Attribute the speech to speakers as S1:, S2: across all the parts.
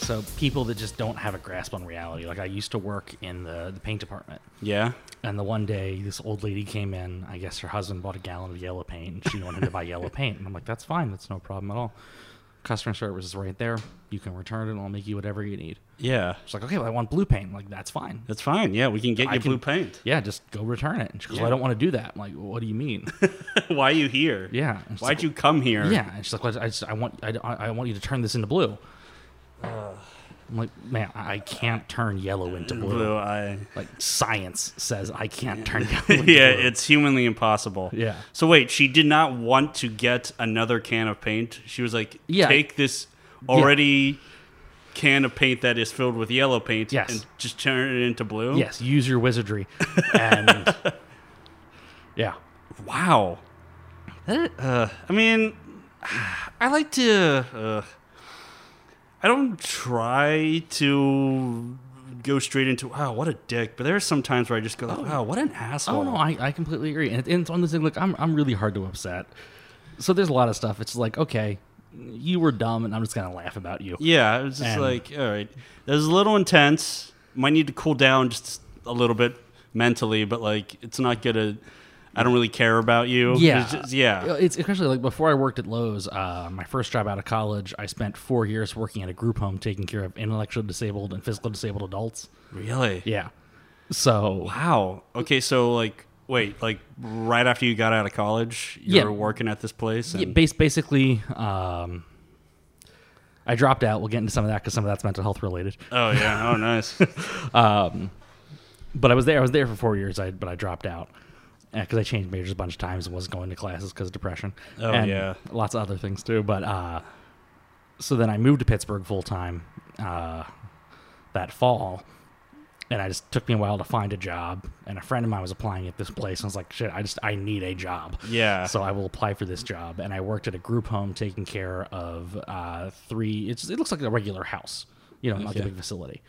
S1: So people that just don't have a grasp on reality. Like I used to work in the, the paint department.
S2: Yeah.
S1: And the one day, this old lady came in. I guess her husband bought a gallon of yellow paint. And she wanted to buy yellow paint, and I'm like, "That's fine. That's no problem at all. Customer service is right there. You can return it. and I'll make you whatever you need."
S2: Yeah.
S1: She's like, "Okay, well, I want blue paint." I'm like, "That's fine.
S2: That's fine. Yeah, we can get
S1: I
S2: you
S1: can-
S2: blue paint.
S1: Yeah, just go return it." And she goes, "Well,
S2: Yeah.
S1: I don't want to do that." I'm like, "What do you mean?"
S2: Why are you here?
S1: yeah. And she's
S2: Why'd
S1: like,
S2: you come here?
S1: Yeah, and she's like, "Well, I, just, I want, I, I want you to turn this into blue. I'm like, man, I can't turn yellow into blue.
S2: Blue eye.
S1: Like science says, I can't turn yellow. Into
S2: yeah,
S1: blue.
S2: it's humanly impossible.
S1: Yeah.
S2: So wait, she did not want to get another can of paint. She was like,
S1: Yeah.
S2: take this already can of paint that is filled with yellow paint
S1: Yes.
S2: and just turn it into blue.
S1: yes. Use your wizardry, and yeah,
S2: Wow. That, uh, I mean, I like to. Uh, I don't try to go straight into wow, what a dick. But there are some times where I just go, like, wow, what an
S1: Oh
S2: asshole.
S1: no, I, I completely agree, and, it- and it's one of those things. Look, I'm I'm really hard to upset. So there's a lot of stuff. It's like, okay, you were dumb, and I'm just gonna laugh about you.
S2: Yeah, it was just
S1: And-
S2: like, all right, that was a little intense. Might need to cool down just a little bit mentally, but like, it's not gonna. I don't really care about you.
S1: Yeah,
S2: It's just- yeah,
S1: Uh, It's especially like before I worked at Lowe's, uh, my first job out of college, I spent four years working at a group home taking care of intellectual disabled and physical disabled adults.
S2: really.
S1: Yeah, so
S2: Wow. Okay, so like, wait, like right after you got out of college, you
S1: Yeah.
S2: were working at this place.
S1: yeah,
S2: And,
S1: bas- basically, um, I dropped out. We'll get into some of that because some of that's mental health related.
S2: oh yeah. Oh nice.
S1: But I was there. I was there for four years. I but I dropped out because I changed majors a bunch of times and wasn't going to classes because of depression.
S2: Oh,
S1: and
S2: yeah.
S1: lots of other things too. But uh, so then I moved to Pittsburgh full time uh, that fall, and I just took me a while to find a job. And a friend of mine was applying at this place, and I was like, "Shit, I just I need a job."
S2: Yeah.
S1: So I will apply for this job, and I worked at a group home taking care of uh, three. It's, it looks like a regular house, you know, not the
S2: Okay.
S1: big facility.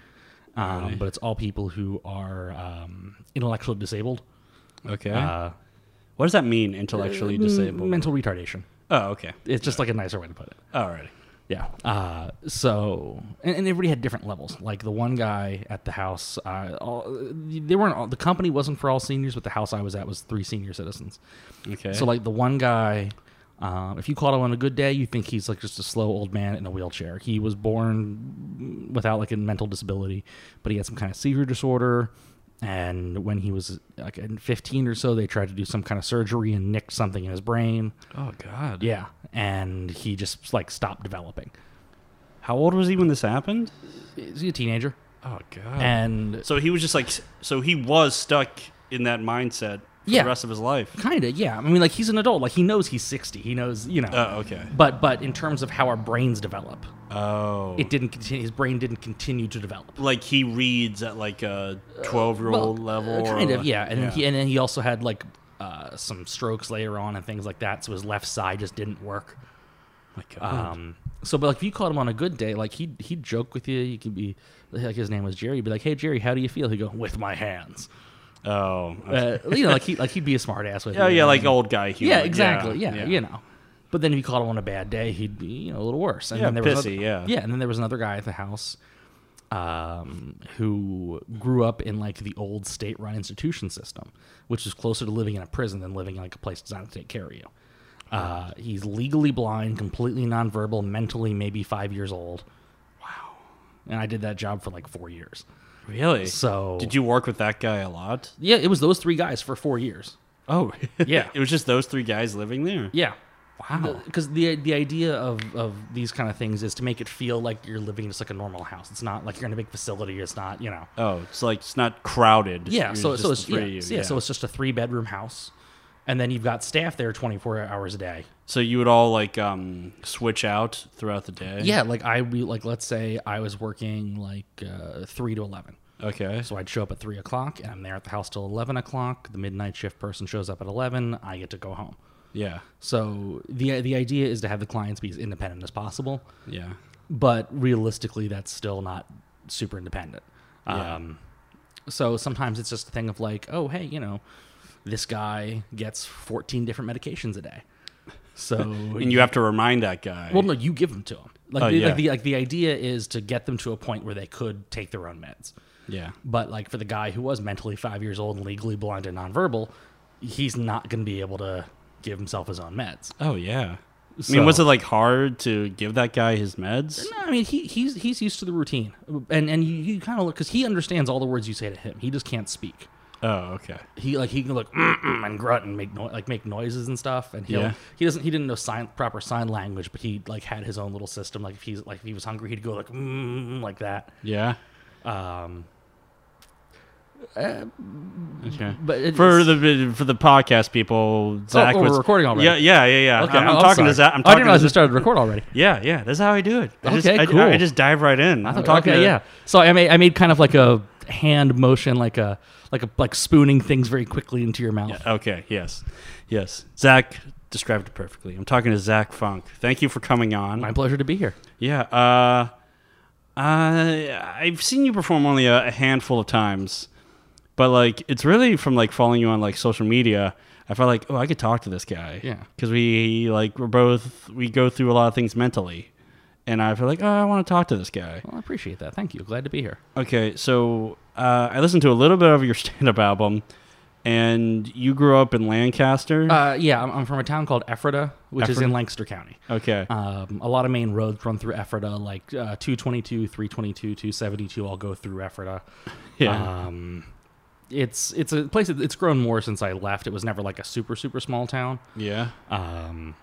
S1: Um, But it's all people who are um, intellectually disabled,
S2: okay.
S1: uh,
S2: what does that mean? Intellectually
S1: mm,
S2: disabled.
S1: mental retardation.
S2: oh okay.
S1: It's just like a nicer way to put it.
S2: Alrighty.
S1: Yeah. Uh, so, and, and everybody had different levels. Like the one guy at the house, uh, all, they weren't all, the company wasn't for all seniors, but the house I was at was three senior citizens.
S2: Okay.
S1: So like the one guy, um, if you caught him on a good day, you think he's like just a slow old man in a wheelchair. He was born without like a mental disability, but he had some kind of seizure disorder. And when he was like in 15 or so, they tried to do some kind of surgery and nicked something in his brain.
S2: oh god.
S1: Yeah, and he just like stopped developing.
S2: How old was he when this happened?
S1: Is he a teenager?
S2: Oh god.
S1: And
S2: So he was just like, so he was stuck in that mindset for
S1: Yeah.
S2: the rest of his life.
S1: kind of yeah. I mean, like he's an adult. Like he knows he's 60. He knows you know.
S2: Oh, okay.
S1: But but in terms of how our brains develop,
S2: Oh.
S1: it didn't continue. His brain didn't continue to develop.
S2: like he reads at like a 12 year old
S1: Uh, Well,
S2: level.
S1: uh,
S2: or
S1: kind of
S2: like-
S1: yeah and Then he, and then he also had like uh, some strokes later on and things like that so his left side just didn't work
S2: My God.
S1: um, so but like if you caught him on a good day like he'd, he'd joke with you you could be like his name was jerry he'd be like hey jerry how do you feel he'd go with my hands
S2: oh.
S1: uh, you know like, he, like he'd be a smart ass with
S2: oh,
S1: you
S2: yeah, like old guy humor.
S1: yeah exactly yeah, you know but then if you caught him on a bad day he'd be you know a little worse and
S2: Yeah,
S1: then there was
S2: pissy,
S1: another-
S2: yeah.
S1: yeah and then there was another guy at the house um, who grew up in like the old state-run institution system, which is closer to living in a prison than living in like a place designed to take care of you. Uh, he's legally blind, completely nonverbal, mentally maybe five years old. Wow! And I did that job for like four years.
S2: Really?
S1: So
S2: Did you work with that guy a lot?
S1: Yeah, it was those three guys for four years.
S2: Oh.
S1: Yeah.
S2: it was just those three guys living there?
S1: Yeah.
S2: Wow.
S1: Because the the idea of, of these kind of things is to make it feel like you're living just like a normal house. It's not like you're in a big facility. It's not you know
S2: Oh, it's like it's not crowded.
S1: Yeah,
S2: You're
S1: so
S2: just
S1: so
S2: the
S1: it's
S2: three
S1: yeah,
S2: of you,
S1: so yeah, so it's just a three bedroom house, and then you've got staff there twenty four hours a day.
S2: So you would all like um switch out throughout the day.
S1: Yeah, like I we like let's say I was working like uh, three to eleven,
S2: Okay.
S1: so I'd show up at three o'clock, and I'm there at the house till eleven o'clock. The midnight shift person shows up at eleven. I get to go home.
S2: Yeah.
S1: So the the idea is to have the clients be as independent as possible,
S2: Yeah.
S1: but realistically, that's still not super independent.
S2: Yeah.
S1: Um, so sometimes it's just a thing of like, oh, hey, you know, this guy gets 14 different medications a day. So
S2: and you have to remind that guy.
S1: Well, no, you give them to them. Like,
S2: Oh,
S1: the,
S2: yeah.
S1: like the like the idea is to get them to a point where they could take their own meds.
S2: yeah,
S1: But like for the guy who was mentally five years old and legally blind and nonverbal, he's not going to be able to give himself his own meds.
S2: oh yeah. I mean, was it like hard to give that guy his meds?
S1: No, I mean he he's he's used to the routine, and and you, you kind of look because he understands all the words you say to him. He just can't speak.
S2: Oh, okay.
S1: He like he can look "Mm-mm" and grunt and make no- like make noises and stuff. And he
S2: Yeah.
S1: will he doesn't he didn't know sign proper sign language, but he like had his own little system. Like if he's like if he was hungry, he'd go like mm, like that.
S2: Yeah.
S1: Um,
S2: Uh, Okay.
S1: but it-
S2: For
S1: it's-
S2: the for the podcast people, Zach
S1: oh,
S2: was
S1: we're recording already.
S2: Yeah, yeah, yeah, yeah.
S1: okay,
S2: I'm,
S1: oh,
S2: I'm talking
S1: sorry.
S2: to Zach.
S1: Oh, I
S2: I'm
S1: didn't
S2: talking
S1: realize
S2: to
S1: we started to record already.
S2: Yeah, yeah. That's how I do it. I
S1: Okay,
S2: just, I,
S1: cool.
S2: I, just dive right in. I'm talking.
S1: okay,
S2: to,
S1: yeah. So I made I made kind of like a hand motion, like a like a like spooning things very quickly into your mouth.
S2: Okay. Yes. Yes. Zach described it perfectly. I'm talking to Zach Funk. Thank you for coming on.
S1: My pleasure to be here.
S2: Yeah. Uh, I I've seen you perform only a, a handful of times, but like it's really from like following you on like social media. I felt like oh I could talk to this guy.
S1: Yeah.
S2: Because we like we're both we go through a lot of things mentally, and I feel like oh I want to talk to this guy.
S1: Well, I appreciate that. Thank you. Glad to be here.
S2: Okay, so uh, I listened to a little bit of your stand-up album, and you grew up in Lancaster.
S1: Uh, yeah, I'm, I'm from a town called Ephrata, which is in
S2: Mm. Ephrata?
S1: Lancaster County.
S2: okay.
S1: Um, a lot of main roads run through Ephrata, like uh, 222, 322, 272. All go through Ephrata.
S2: yeah.
S1: Um, it's it's a place that it's grown more since I left. It was never like a super super small town.
S2: yeah.
S1: Um,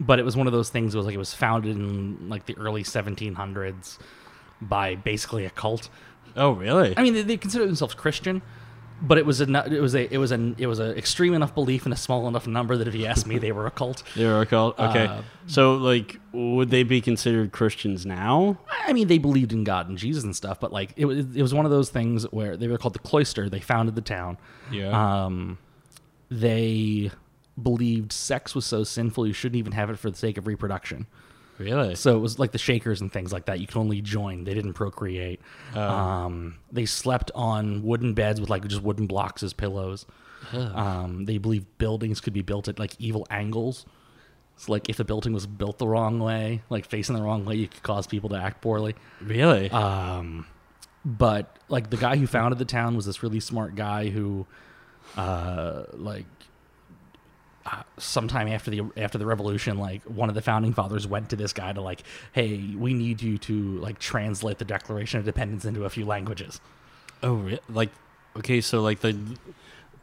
S1: but it was one of those things. It was like it was founded in like the early 1700s by basically a cult.
S2: Oh, really?
S1: I mean, they, they considered themselves Christian, but it was a nu- it was a it was an it was an extreme enough belief in a small enough number that if you asked me, they were a cult.
S2: they were a cult. Okay.
S1: uh,
S2: so, like, would they be considered Christians now?
S1: I mean, they believed in God and Jesus and stuff, but like it was it was one of those things where they were called the cloister. They founded the town.
S2: Yeah.
S1: Um, they believed sex was so sinful you shouldn't even have it for the sake of reproduction.
S2: really?
S1: So it was like the Shakers and things like that. You could only join. They didn't procreate. Um, they slept on wooden beds with like just wooden blocks as pillows. Um, they believed buildings could be built at like evil angles. So like if the building was built the wrong way, like facing the wrong way, you could cause people to act poorly.
S2: Really?
S1: Um, but like the guy who founded the town was this really smart guy who, uh, like, uh, sometime after the after the revolution, like one of the founding fathers went to this guy to like, hey, we need you to like translate the Declaration of Independence into a few languages.
S2: oh, re- like, okay. So, like the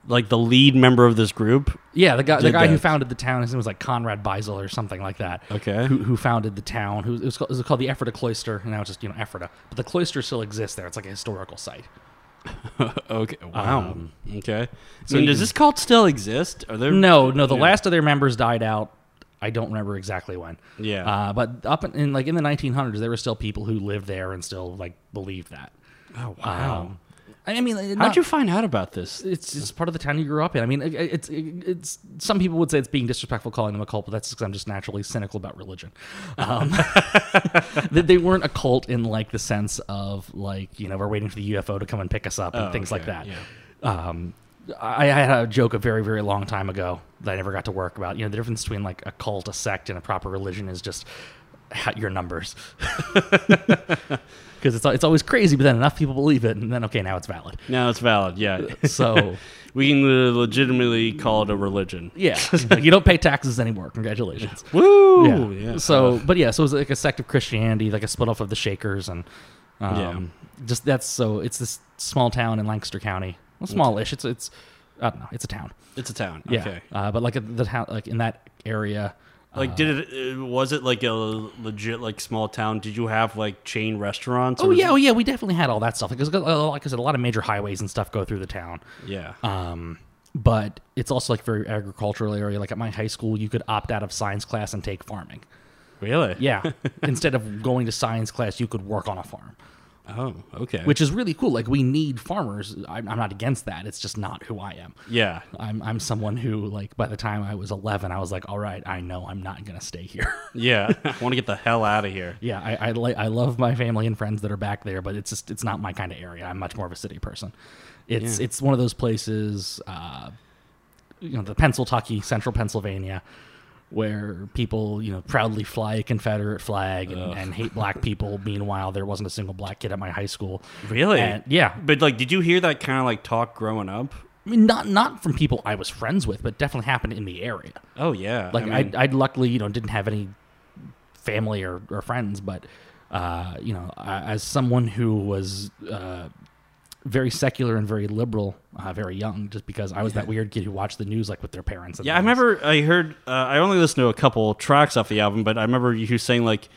S2: like the lead member of this group.
S1: Yeah, the guy the
S2: Did
S1: guy who
S2: that.
S1: founded the town, his name was like Conrad Beisel or something like that.
S2: Okay.
S1: Who, who founded the town? Who it was, called, it was called the Ephrata Cloister, and now it's just you know Ephrata, but the cloister still exists there. It's like a historical site.
S2: okay. Wow.
S1: Um,
S2: okay.
S1: so
S2: So,
S1: you
S2: does
S1: can-
S2: this cult still exist? Are there?
S1: No, no. The
S2: Yeah.
S1: last of their members died out. I don't remember exactly when.
S2: Yeah.
S1: Uh, but up in, in like in the 1900s, there were still people who lived there and still like believed that.
S2: oh, wow.
S1: Um, I I mean, like,
S2: How'd
S1: not-
S2: you find out about this?
S1: It's it's part of the town you grew up in. I mean, it- it's it's some people would say it's being disrespectful calling them a cult, but that's because I'm just naturally cynical about religion. Um, that they weren't a cult in like the sense of like you know we're waiting for the UFO to come and pick us up and
S2: Oh,
S1: things like
S2: okay,
S1: that.
S2: yeah.
S1: Um, I, I had a joke a very very long time ago that I never got to work about. You know the difference between like a cult, a sect, and a proper religion is just your numbers. Because it's, al- it's always crazy, but then enough people believe it, and then okay, now it's valid.
S2: No, it's valid. Yeah.
S1: So
S2: We can le- legitimately call it a religion.
S1: Yeah, Like, you don't pay taxes anymore. Congratulations.
S2: Woo!
S1: Yeah. So, but yeah, so it was like a sect of Christianity, like a split off of the Shakers, and um, just that's so it's this small town in Lancaster County, well, smallish. It's it's I don't know, it's a town.
S2: it's a town.
S1: Yeah,
S2: Okay.
S1: uh, but like the town, like in that area.
S2: Like, did it? uh, Was it like a legit like small town? Did you have like chain restaurants?
S1: Oh
S2: or-
S1: yeah, oh yeah, we definitely had all that stuff. Like, 'cause, uh, like I said, a lot of major highways and stuff go through the town.
S2: Yeah.
S1: Um, but it's also like very agricultural area. Like at my high school, you could opt out of science class and take farming.
S2: really?
S1: Yeah. Instead of going to science class, you could work on a farm,
S2: Oh. Okay.
S1: which is really cool. Like, we need farmers. I'm, I'm not against that. It's just not who I am.
S2: Yeah.
S1: I'm, I'm someone who, like, by the time I was 11, I was like, all right, I know I'm not going to stay here.
S2: Yeah. I want to get the hell out of here.
S1: yeah, I, I, li- I love my family and friends that are back there, but it's just, it's not my kind of area. I'm much more of a city person. It's, it's one of those places, uh, you know, the Pennsylvania, central Pennsylvania, where people, you know, proudly fly a Confederate flag and, and hate black people. Meanwhile, there wasn't a single black kid at my high school.
S2: Really?
S1: And- yeah.
S2: But like, did you hear that kind of like talk growing up?
S1: I mean, not not from people I was friends with, but definitely happened in the area.
S2: Oh yeah.
S1: Like I,
S2: mean-
S1: I, luckily, you know, didn't have any family or, or friends, but uh, you know, I, as someone who was uh, very secular and very liberal, uh, very young, just because I was that weird kid who watched the news like with their parents. And
S2: Yeah, I
S1: things.
S2: remember I heard, uh, I only listened to a couple tracks off the album, but I remember you saying, like,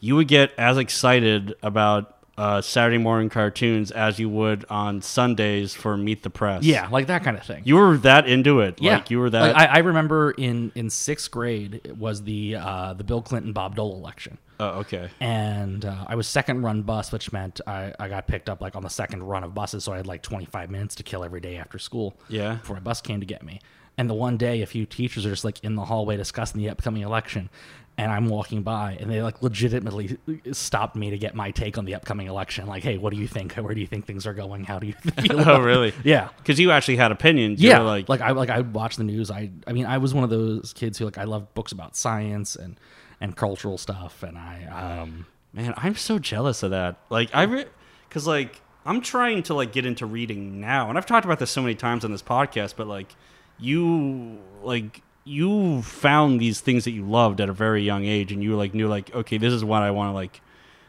S2: you would get as excited about uh, Saturday morning cartoons as you would on Sundays for Meet the Press.
S1: Yeah, like that kind of thing.
S2: You were that into it.
S1: yeah,
S2: Like, you were that.
S1: I, I remember in in sixth grade it was the uh, the Bill Clinton Bob Dole election.
S2: oh, okay.
S1: and uh, I was second run bus, which meant I, I got picked up like on the second run of buses, so I had like 25 minutes to kill every day after school.
S2: Yeah.
S1: Before a bus came to get me. And the one day, a few teachers are just like in the hallway discussing the upcoming election, and I'm walking by, and they like legitimately stopped me to get my take on the upcoming election. Like, hey, what do you think? Where do you think things are going? How do you feel?
S2: Oh,
S1: about-"
S2: really?
S1: Yeah.
S2: Because you actually had opinions. You
S1: Yeah,
S2: were
S1: like, I like I watch the news. I I mean I was one of those kids who like I loved books about science and and cultural stuff, and I um
S2: Man, I'm so jealous of that. Like I re- cuz like I'm trying to like get into reading now. And I've talked about this so many times on this podcast, but like you like you found these things that you loved at a very young age and you like knew like okay, this is what I want to like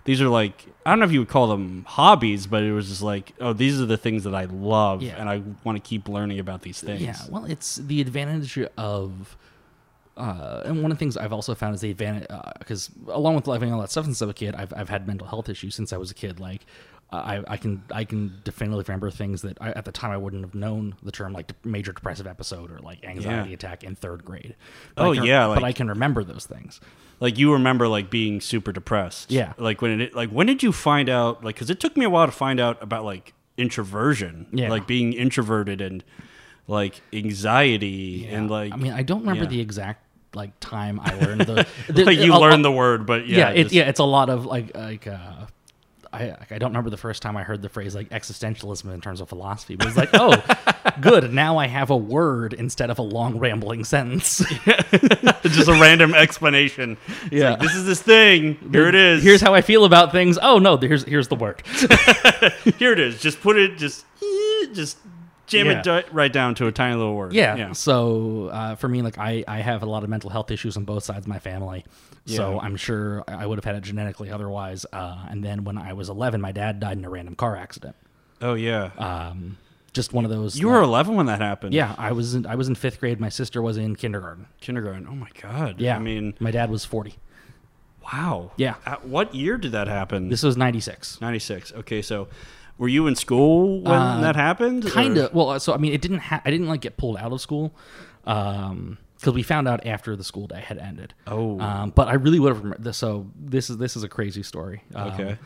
S2: these are like I don't know if you would call them hobbies, but it was just like oh, these are the things that I love
S1: Yeah.
S2: and I want to keep learning about these things.
S1: Yeah, well, it's the advantage of, uh, and one of the things I've also found is the advantage because along with living all that stuff since I was a kid, I've I've had mental health issues since I was a kid. Like, I I can I can definitively remember things that I, at the time I wouldn't have known the term like major depressive episode or like anxiety
S2: Yeah.
S1: attack in third grade. But I
S2: Oh,
S1: can-
S2: yeah,
S1: but
S2: like-
S1: I can remember those things.
S2: like you remember like being super depressed
S1: Yeah.
S2: like when it like when did you find out like because it took me a while to find out about like introversion
S1: Yeah.
S2: like being introverted and like anxiety and like
S1: I mean, I don't remember
S2: yeah.
S1: the exact like time I learned the.
S2: like you
S1: I'll-
S2: learn the word but yeah
S1: yeah, it,
S2: just-
S1: yeah, it's a lot of like like uh, I like, I don't remember the first time I heard the phrase like existentialism in terms of philosophy, but it's like oh, good, now I have a word instead of a long rambling sentence.
S2: just a random explanation It's
S1: Yeah.
S2: like, this is this thing here it is
S1: Here's how I feel about things. Oh no, here's here's the word.
S2: here it is just put it just eh, just jam
S1: Yeah.
S2: it di- right down to a tiny little word
S1: Yeah. So uh, for me, like I, I have a lot of mental health issues on both sides of my family. So
S2: Yeah.
S1: I'm sure I I would have had it genetically otherwise. Uh, and then when I was 11, my dad died in a random car accident.
S2: oh yeah
S1: Um, just one of those.
S2: you were 11 when that happened
S1: Yeah, I was in I was in fifth grade. My sister was in kindergarten.
S2: kindergarten oh my god
S1: Yeah,
S2: i mean
S1: my dad was forty.
S2: wow
S1: Yeah.
S2: At what year did that happen
S1: This was ninety six.
S2: 96. Okay, so were you in school when
S1: Uh,
S2: that happened? or-
S1: Kind of. Well, uh, so I mean, it didn't. Ha- I didn't like get pulled out of school, because we found out after the school day had ended.
S2: Oh.
S1: Um, but I really would have. remem- this- So this is this is a crazy story. Um,
S2: Okay.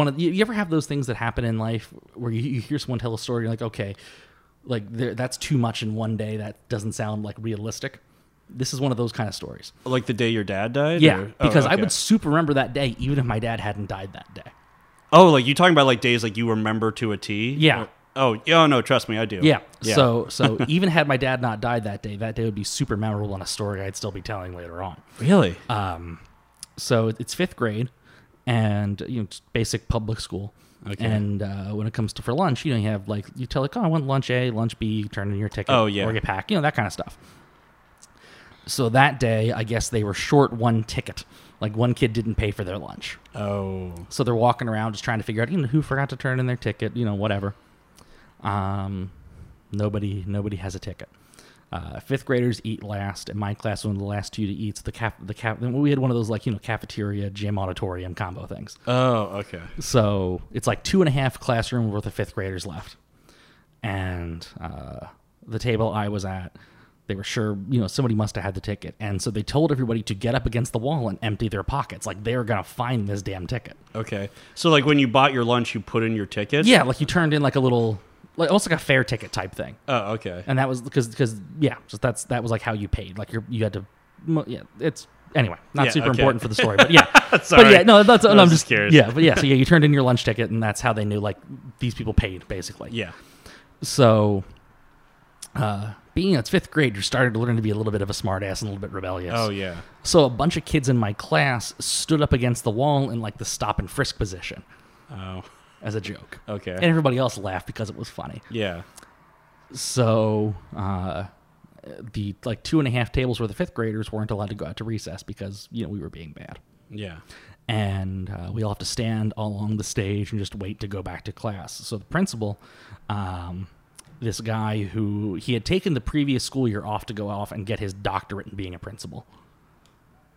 S1: One of you, you ever have those things that happen in life where you, you hear someone tell a story, you're like, okay, like there, that's too much in one day. That doesn't sound like realistic. This is one of those kind of stories.
S2: Like the day your dad died?
S1: Yeah,
S2: or- oh,
S1: because I
S2: okay.
S1: would super remember that day, even if my dad hadn't died that day.
S2: Oh, like you talking about like days like you remember to a T?
S1: Yeah.
S2: Or- Oh, yeah, oh, no, trust me, I do.
S1: Yeah. So so even had my dad not died that day, that day would be super memorable and a story I'd still be telling later on.
S2: Really?
S1: Uh, So it's fifth grade, and you know it's basic public school.
S2: Okay.
S1: And uh, when it comes to for lunch, you know you have like you tell like oh I want lunch A, lunch B, turn in your ticket.
S2: Oh, yeah.
S1: Or your pack, you know that kind of stuff. So that day, I guess they were short one ticket. Like one kid didn't pay for their lunch.
S2: oh.
S1: So they're walking around just trying to figure out, you know, who forgot to turn in their ticket, you know, whatever. Um, nobody, nobody has a ticket. Uh, fifth graders eat last, and my class was one of the last two to eat. So the cap, the cap, we had one of those like you know cafeteria, gym, auditorium combo things.
S2: Oh, okay.
S1: So it's like two and a half classroom worth of fifth graders left, and uh, the table I was at, they were sure you know somebody must have had the ticket, and so they told everybody to get up against the wall and empty their pockets, like they're gonna find this damn ticket.
S2: Okay. So like when you bought your lunch, you put in your ticket?
S1: Yeah, like you turned in like a little, like almost like a fair ticket type thing,
S2: Oh, okay.
S1: and that was because because yeah, so that's that was like how you paid. Like you you had to, mo- yeah. It's anyway not
S2: Yeah,
S1: super
S2: okay.
S1: important for the story, but yeah,
S2: Sorry.
S1: but yeah, no, that's no, I'm
S2: was
S1: just
S2: curious.
S1: Yeah, but yeah, so yeah, you turned in your lunch ticket, and that's how they knew like these people paid basically.
S2: Yeah.
S1: So, uh, being you know, it's fifth grade, you're starting to learn to be a little bit of a smartass and a little bit rebellious.
S2: Oh yeah.
S1: So a bunch of kids in my class stood up against the wall in like the stop and frisk position
S2: Oh.
S1: as a joke.
S2: Okay.
S1: And everybody else laughed because it was funny.
S2: yeah.
S1: So uh, the like two and a half tables where the fifth graders weren't allowed to go out to recess because you know we were being bad,
S2: Yeah.
S1: and uh, we all have to stand all along the stage and just wait to go back to class. So the principal, um, this guy who he had taken the previous school year off to go off and get his doctorate in being a principal,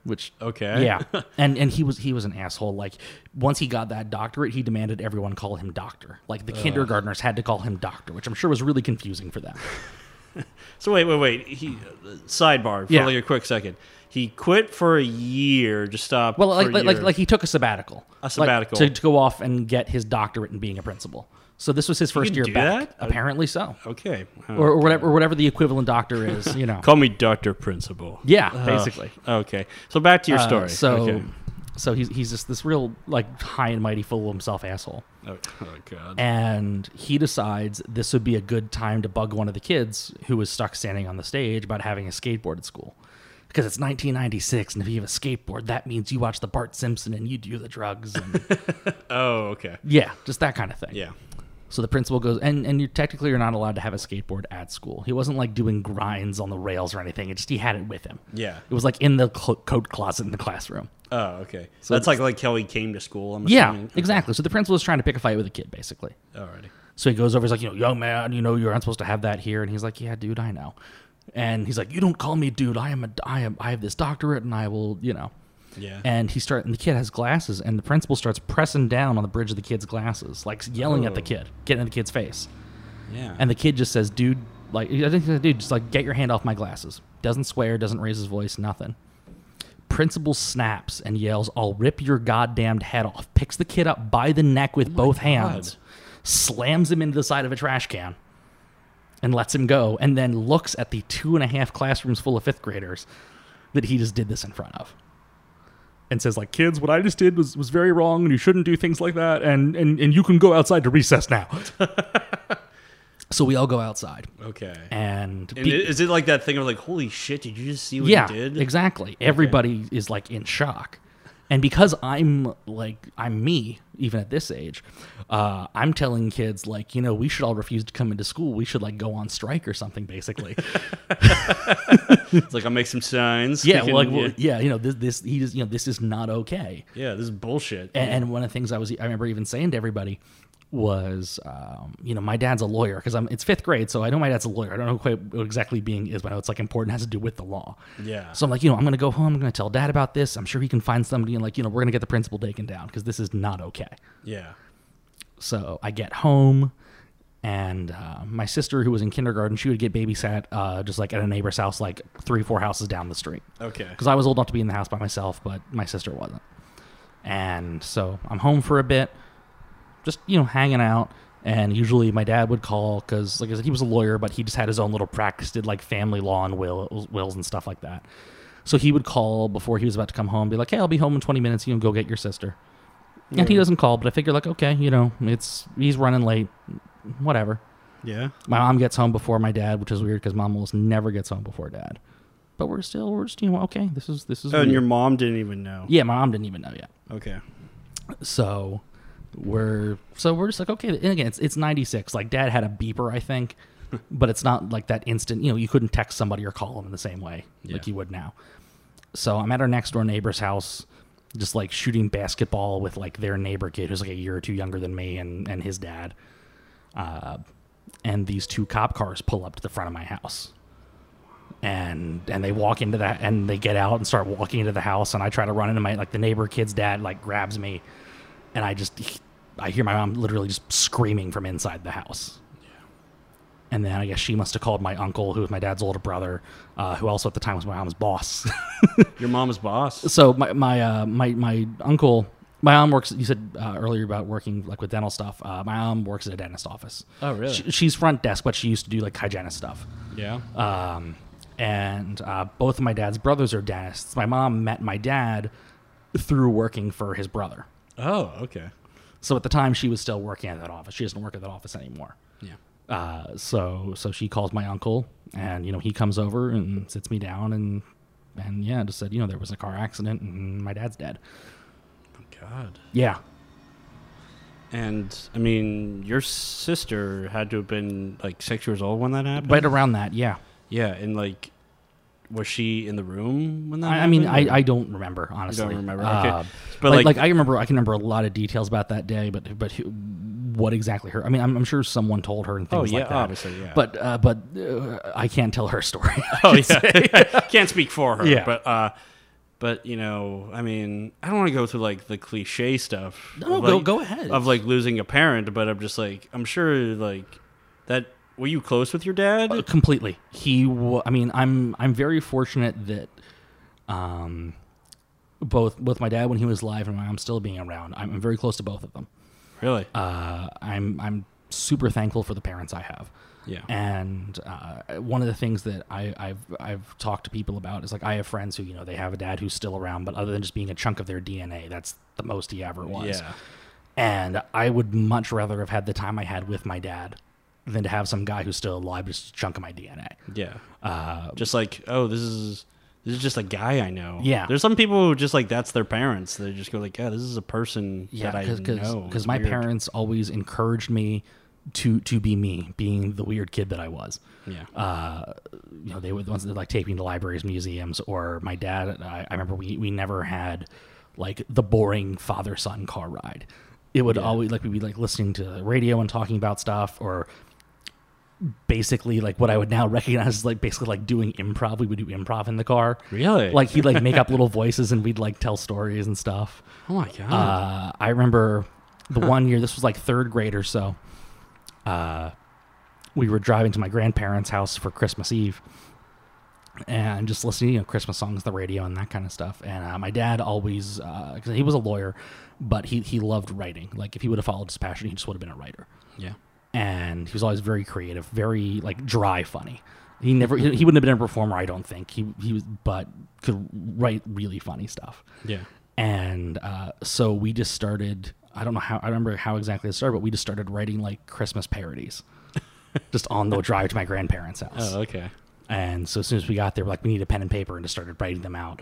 S1: which
S2: Okay.
S1: yeah, and and he was he was an asshole. Like once he got that doctorate, he demanded everyone call him doctor. Like the kindergartners had to call him doctor, which I'm sure was really confusing for them.
S2: So wait, wait, wait. He sidebar for
S1: Yeah.
S2: like a quick second. He quit for a year. Just stopped.
S1: Well, like
S2: for a
S1: like, like
S2: year.
S1: like he took a sabbatical,
S2: A sabbatical.
S1: like, to, to go off and get his doctorate in being a principal. So this was his first
S2: can
S1: year
S2: do
S1: back,
S2: that?
S1: apparently so,
S2: okay. Oh,
S1: or, or
S2: okay.
S1: whatever or whatever the equivalent doctor is, you know.
S2: Call me Doctor Principal.
S1: Yeah,
S2: Oh,
S1: basically.
S2: okay. So back to your
S1: Uh,
S2: story.
S1: so
S2: Okay.
S1: so he's he's just this real like high and mighty full of himself asshole.
S2: Oh, oh, God.
S1: and he decides this would be a good time to bug one of the kids who was stuck standing on the stage about having a skateboard at school. Because it's 1996, and if you have a skateboard, that means you watch the Bart Simpson and you do the drugs. And
S2: oh, okay.
S1: yeah, just that kind of thing.
S2: Yeah.
S1: So the principal goes, and and you technically you're not allowed to have a skateboard at school. He wasn't like doing grinds on the rails or anything. It just he had it with him.
S2: Yeah.
S1: It was like in the clo coat closet in the classroom.
S2: Oh, okay. So that's like like Kelly came to school. I'm
S1: Yeah,
S2: assuming.
S1: exactly. So the principal is trying to pick a fight with a kid, basically.
S2: Alrighty.
S1: So he goes over, he's like, you know, young man, you know, you're not supposed to have that here. And he's like, yeah, dude, I know. And he's like, you don't call me dude. I am a, I am, I have this doctorate and I will, you know.
S2: Yeah.
S1: And he start, and the kid has glasses and the principal starts pressing down on the bridge of the kid's glasses, like yelling at the
S2: Oh.
S1: kid, getting in the kid's face.
S2: yeah.
S1: And the kid just says, dude, like, I think he said, dude, just like, get your hand off my glasses. Doesn't swear, doesn't raise his voice, nothing. Principal snaps and yells, I'll rip your goddamned head off. Picks the kid up by the neck with both hands, slams him into the side of a trash can, and lets him go. And then looks at the two and a half classrooms full of fifth graders that he just did this in front of. And says, like, kids, what I just did was, was very wrong, and you shouldn't do things like that, and, and, and you can go outside to recess now. so we all go outside.
S2: okay.
S1: And,
S2: And
S1: be-
S2: i- is it like that thing of like, holy shit, did you just see what
S1: yeah,
S2: you did?
S1: exactly. Everybody is like in shock, and because I'm like I'm me even at this age, uh, I'm telling kids like you know we should all refuse to come into school. We should like go on strike or something. Basically,
S2: It's like I'll make some signs.
S1: yeah,
S2: We
S1: well, like
S2: can-
S1: well, yeah, you know this this he just you know this is not okay.
S2: yeah, this is bullshit.
S1: And, and one of the things I was I remember even saying to everybody was um, you know my dad's a lawyer because I'm it's fifth grade so I know my dad's a lawyer I don't know quite what exactly being is but I know it's like important has to do with the law
S2: yeah.
S1: So I'm like, you know, I'm going to go home. I'm going to tell dad about this. I'm sure he can find somebody and, like, you know, we're going to get the principal taken down because this is not okay.
S2: yeah.
S1: So I get home, and uh, my sister, who was in kindergarten, she would get babysat uh, just like at a neighbor's house, like three, four houses down the street.
S2: Okay.
S1: Because I was old enough to be in the house by myself, but my sister wasn't. And so I'm home for a bit, just, you know, hanging out. And usually my dad would call because, like I said, he was a lawyer, but he just had his own little practice, did like family law and will, wills and stuff like that. So he would call before he was about to come home, be like, hey, I'll be home in 20 minutes. You can go get your sister. And he doesn't call, but I figure, like, okay, you know, it's he's running late, whatever.
S2: Yeah.
S1: My mom gets home before my dad, which is weird because mom almost never gets home before dad. But we're still, we're just, you know, okay, this is, this is.
S2: Oh, and
S1: weird.
S2: your mom didn't even know.
S1: Yeah, my mom didn't even know yet.
S2: Okay.
S1: So we're so we're just like okay. And again, it's it's ninety six. Like dad had a beeper, I think, but it's not like that instant. You know, you couldn't text somebody or call them in the same way like
S2: Yeah.
S1: you would now. So I'm at our next door neighbor's house, just like shooting basketball with like their neighbor kid who's like a year or two younger than me and and his dad. Uh, and these two cop cars pull up to the front of my house and and they walk into that and they get out and start walking into the house and I try to run into my like the neighbor kid's dad like grabs me and I just I hear my mom literally just screaming from inside the house. And then I guess she must have called my uncle, who was my dad's older brother, uh, who also at the time was my mom's boss.
S2: Your mom's boss.
S1: so my my uh, my my uncle, my mom works. You said uh, earlier about working like with dental stuff. Uh, my mom works at a dentist office.
S2: Oh, really?
S1: She, she's front desk, but she used to do like hygienist stuff.
S2: Yeah.
S1: Um, and uh, both of my dad's brothers are dentists. My mom met my dad through working for his brother.
S2: oh, okay.
S1: So at the time, she was still working at that office. She doesn't work at that office anymore.
S2: Yeah.
S1: Uh, so so she calls my uncle, and you know he comes over and sits me down and and yeah, just said you know there was a car accident and my dad's dead.
S2: God.
S1: Yeah,
S2: And I mean, your sister had to have been like six years old when that happened.
S1: right around that. Yeah,
S2: yeah, and like, was she in the room when that?
S1: I, I mean
S2: happened,
S1: I, I don't remember honestly.
S2: Uh-huh. remember, okay.
S1: Uh,
S2: But,
S1: but like,
S2: like-
S1: like I remember I can remember a lot of details about that day, but but who, what exactly her? I mean I'm, I'm sure someone told her and
S2: Oh
S1: things
S2: yeah,
S1: like that.
S2: obviously. Yeah.
S1: But uh, but uh, I can't tell her story.
S2: oh yeah, can't speak for her.
S1: Yeah.
S2: But uh, but you know, I mean, I don't want to go through like the cliche stuff.
S1: No,
S2: of,
S1: go-
S2: like-
S1: go ahead.
S2: Of like losing a parent, but I'm just like, I'm sure like that. Were you close with your dad?
S1: Uh, completely. He. wa I mean, I'm. I'm very fortunate that, um, both both my dad when he was alive and my mom still being around. I'm, I'm very close to both of them.
S2: really?
S1: Uh, I'm. I'm super thankful for the parents I have.
S2: yeah.
S1: And uh, one of the things that I, I've I've talked to people about is like I have friends who you know they have a dad who's still around, but other than just being a chunk of their DNA, that's the most he ever was.
S2: Yeah.
S1: And I would much rather have had the time I had with my dad than to have some guy who's still alive just a chunk of my DNA.
S2: Yeah. just like, oh, this is this is just a guy I know.
S1: Yeah.
S2: There's some people who just like that's their parents. They just go like, yeah, this is a person that I know.
S1: because
S2: It's
S1: my
S2: weird.
S1: parents always encouraged me to to be me, being the weird kid that I was.
S2: Yeah.
S1: Uh, you know, they would the ones that like take me to libraries, museums, or my dad. I, I remember we we never had like the boring father son car ride. It would always like we'd be like listening to the radio and talking about stuff, or basically like what I would now recognize as like basically like doing improv. We would do improv in the car.
S2: Really?
S1: Like he'd like make up little voices and we'd like tell stories and stuff.
S2: oh my god.
S1: Uh, I remember the one year, this was like third grade or so. Uh, we were driving to my grandparents' house for Christmas Eve and just listening to you know, Christmas songs, the radio, and that kind of stuff. And uh, my dad always, because he was a lawyer, but he, he loved writing. Like, if he would have followed his passion, he just would have been a writer
S2: yeah.
S1: and he was always very creative, very like dry funny. He never he, he wouldn't have been a performer, I don't think. He he was, but could write really funny stuff.
S2: Yeah.
S1: And uh, so we just started. I don't know how I remember how exactly it started, but we just started writing like Christmas parodies, just on the drive to my grandparents' house.
S2: Oh, okay.
S1: And so as soon as we got there, we're like, we need a pen and paper, and just started writing them out.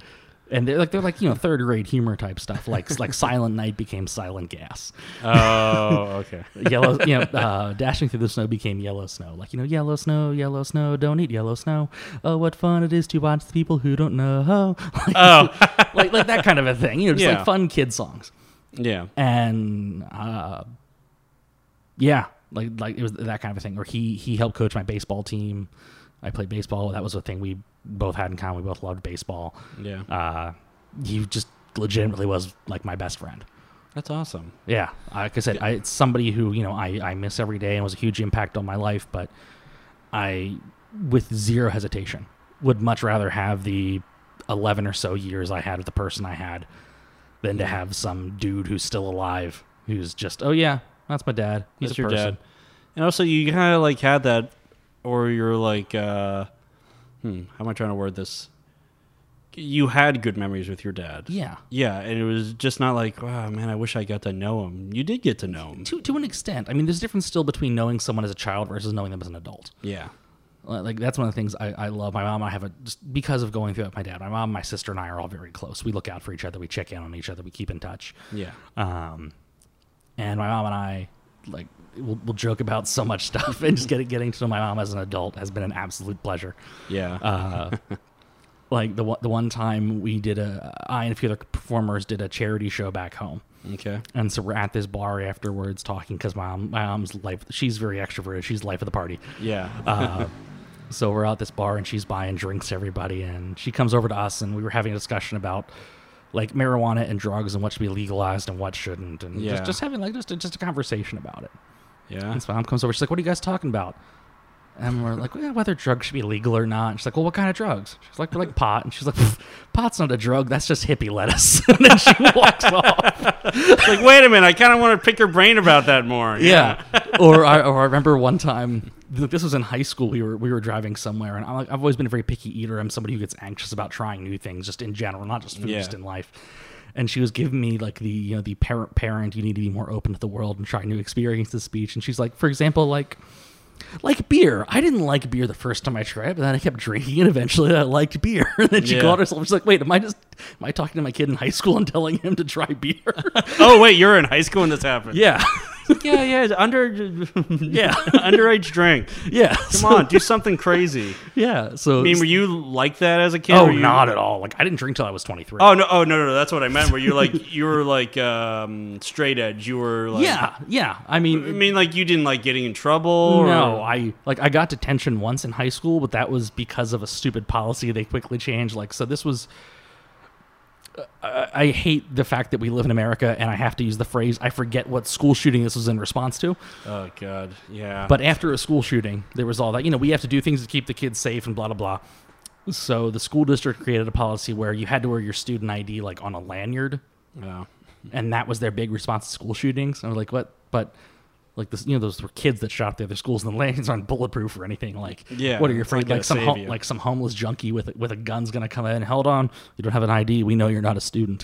S1: And they're like they're like you know third grade humor type stuff, like like Silent Night became Silent Gas
S2: Oh, okay.
S1: yellow you know uh, dashing through the snow became yellow snow like you know yellow snow yellow snow don't eat yellow snow oh what fun it is to watch the people who don't know like, like like that kind of a thing you know just
S2: Oh. Yeah.
S1: like fun kid songs
S2: Yeah.
S1: and uh, yeah like like it was that kind of a thing or he he helped coach my baseball team i played baseball that was a thing we both had in common we both loved baseball
S2: Yeah.
S1: uh, he just legitimately was like my best friend
S2: That's awesome.
S1: yeah, uh, like I said, I, it's somebody who you know I, I miss every day and was a huge impact on my life. But I, with zero hesitation, would much rather have the eleven or so years I had with the person I had than
S2: Mm-hmm.
S1: to have some dude who's still alive who's just oh yeah that's my dad he's
S2: That's
S1: a
S2: your
S1: person
S2: dad. And also, you kind of like had that, or you're like, uh, hmm, how am I trying to word this? You had good memories with your dad.
S1: yeah
S2: Yeah, and it was just not like, wow, man, I wish I got to know him. You did get to know him.
S1: to to an extent I mean there's a difference still between knowing someone as a child versus knowing them as an adult
S2: Yeah.
S1: Uh, like that's one of the things I, I love. My mom, and I have a just because of going through it. with My dad, my mom, my sister, and I are all very close. We look out for each other. We check in on each other. We keep in touch.
S2: Yeah. Uh,
S1: Um, and my mom and I like we'll, we'll joke about so much stuff, and just getting getting to know my mom as an adult has been an absolute pleasure.
S2: Yeah.
S1: Uh, like the one- the one time we did a I and a few other performers did a charity show back home.
S2: okay.
S1: And so we're at this bar afterwards talking because my mom, my mom's life, she's very extroverted. She's life of the party.
S2: Yeah.
S1: Uh, so we're out this bar and she's buying drinks to everybody and she comes over to us and we were having a discussion about like marijuana and drugs and what should be legalized and what shouldn't and
S2: Yeah.
S1: just, just having like just a, just a conversation about it.
S2: yeah.
S1: And so my mom comes over, she's like, "What are you guys talking about?" And we're like, well, "Whether drugs should be legal or not." And she's like, "Well, what kind of drugs?" She's like, "We're like pot," and she's like, "Pff, "Pot's not a drug. That's just hippie lettuce." and then she walks off.
S2: like, wait a minute. I kind of want to pick your brain about that more.
S1: Yeah. or I or I remember one time th- this was in high school we were we were driving somewhere and I'm like I've always been a very picky eater. I'm somebody who gets anxious about trying new things just in general, not just food,
S2: Yeah.
S1: just in life. And she was giving me like the you know the parent parent you need to be more open to the world and try new experiences speech and she's like for example like Like beer. I didn't like beer the first time I tried it, but then I kept drinking it. Eventually, I liked beer. and then she
S2: Yeah.
S1: called herself. She's like, "Wait, am I just am I talking to my kid in high school and telling him to try beer?"
S2: Oh wait, you're in high school when this happened.
S1: yeah,
S2: yeah, yeah. it's Under, yeah,
S1: yeah,
S2: underage drink.
S1: yeah.
S2: Come on, do something crazy.
S1: yeah. So,
S2: I mean, were you like that as a kid?
S1: oh,
S2: Were you-
S1: not at all. Like I didn't drink till I was twenty three.
S2: Oh no! Oh no! No! no, That's what I meant. Where you like you were like um, straight edge. You were like
S1: yeah, yeah. I
S2: I
S1: mean,
S2: mean, like you didn't like getting in trouble.
S1: no,
S2: Or,
S1: I like I got detention once in high school, but that was because of a stupid policy they quickly changed. Like, so this was. I I hate the fact that we live in America, and I have to use the phrase. I forget what school shooting this was in response to.
S2: oh god. Yeah.
S1: But after a school shooting, there was all that. You know, we have to do things to keep the kids safe and blah, blah, blah. So the school district created a policy where you had to wear your student ID like on a lanyard.
S2: Yeah.
S1: And that was their big response to school shootings. And I was like, what? But like this, you know, those were kids that shot up the other schools and the lanyards aren't bulletproof or anything. Like,
S2: Yeah,
S1: what are you
S2: it's not
S1: afraid?
S2: gonna
S1: Like some,
S2: save
S1: ho-
S2: you.
S1: like some homeless junkie with a, with a gun's going to come in. Hold on. You don't have an ID. We know you're not a student.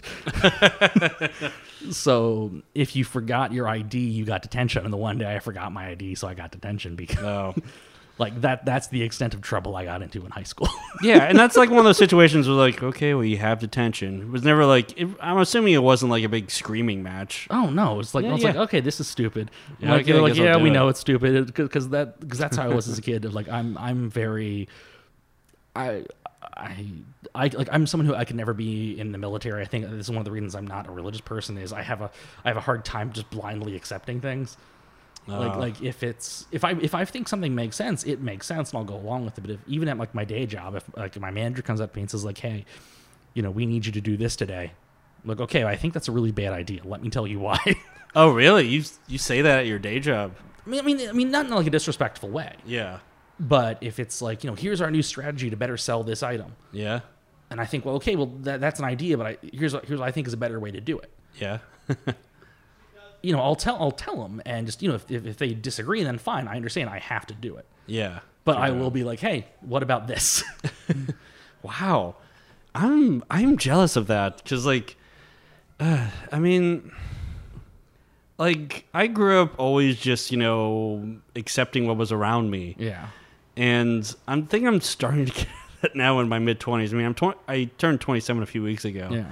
S1: so if you forgot your ID, you got detention. And the one day I forgot my ID, so I got detention because
S2: Oh.
S1: like that that's the extent of trouble I got into in high school.
S2: yeah, and that's like one of those situations where like, okay, well, you have detention. It was never like it, I'm assuming it wasn't like a big screaming match.
S1: oh no, it's like
S2: Yeah,
S1: I was like,
S2: yeah.
S1: okay, this is stupid. I'm
S2: Yeah,
S1: like,
S2: okay,
S1: they're
S2: I
S1: like,
S2: guess I'll
S1: yeah,
S2: do
S1: we
S2: it.
S1: know it's stupid because that because that's how I was as a kid. Of like I'm I'm very, I I I like I'm someone who I could never be in the military. I think this is one of the reasons I'm not a religious person is I have a I have a hard time just blindly accepting things. Like
S2: Oh.
S1: like if it's if I if I think something makes sense, it makes sense, and I'll go along with it. But if, even at like my day job, if like my manager comes up to me and says like, "Hey, you know, we need you to do this today," I'm like, "Okay, I think that's a really bad idea. Let me tell you why." I
S2: Oh, really? You you say that at your day job?
S1: mean, I mean, I mean, not in like a disrespectful way,
S2: Yeah.
S1: but if it's like, you know, here's our new strategy to better sell this item,
S2: Yeah.
S1: and I think, well, okay, well, that, that's an idea, but I, here's what, here's what I think is a better way to do it.
S2: Yeah.
S1: You know, I'll tell I'll tell them, and just you know, if, if, if they disagree, then fine, I understand. I have to do it,
S2: Yeah.
S1: but I will be like, hey, what about this?
S2: Wow. I'm I'm jealous of that cuz like uh, I mean like I grew up always just, you know, accepting what was around me.
S1: yeah.
S2: and I'm think I'm starting to get that now in my mid twenties. I mean, I'm tw- I turned 27 a few weeks ago,
S1: Yeah.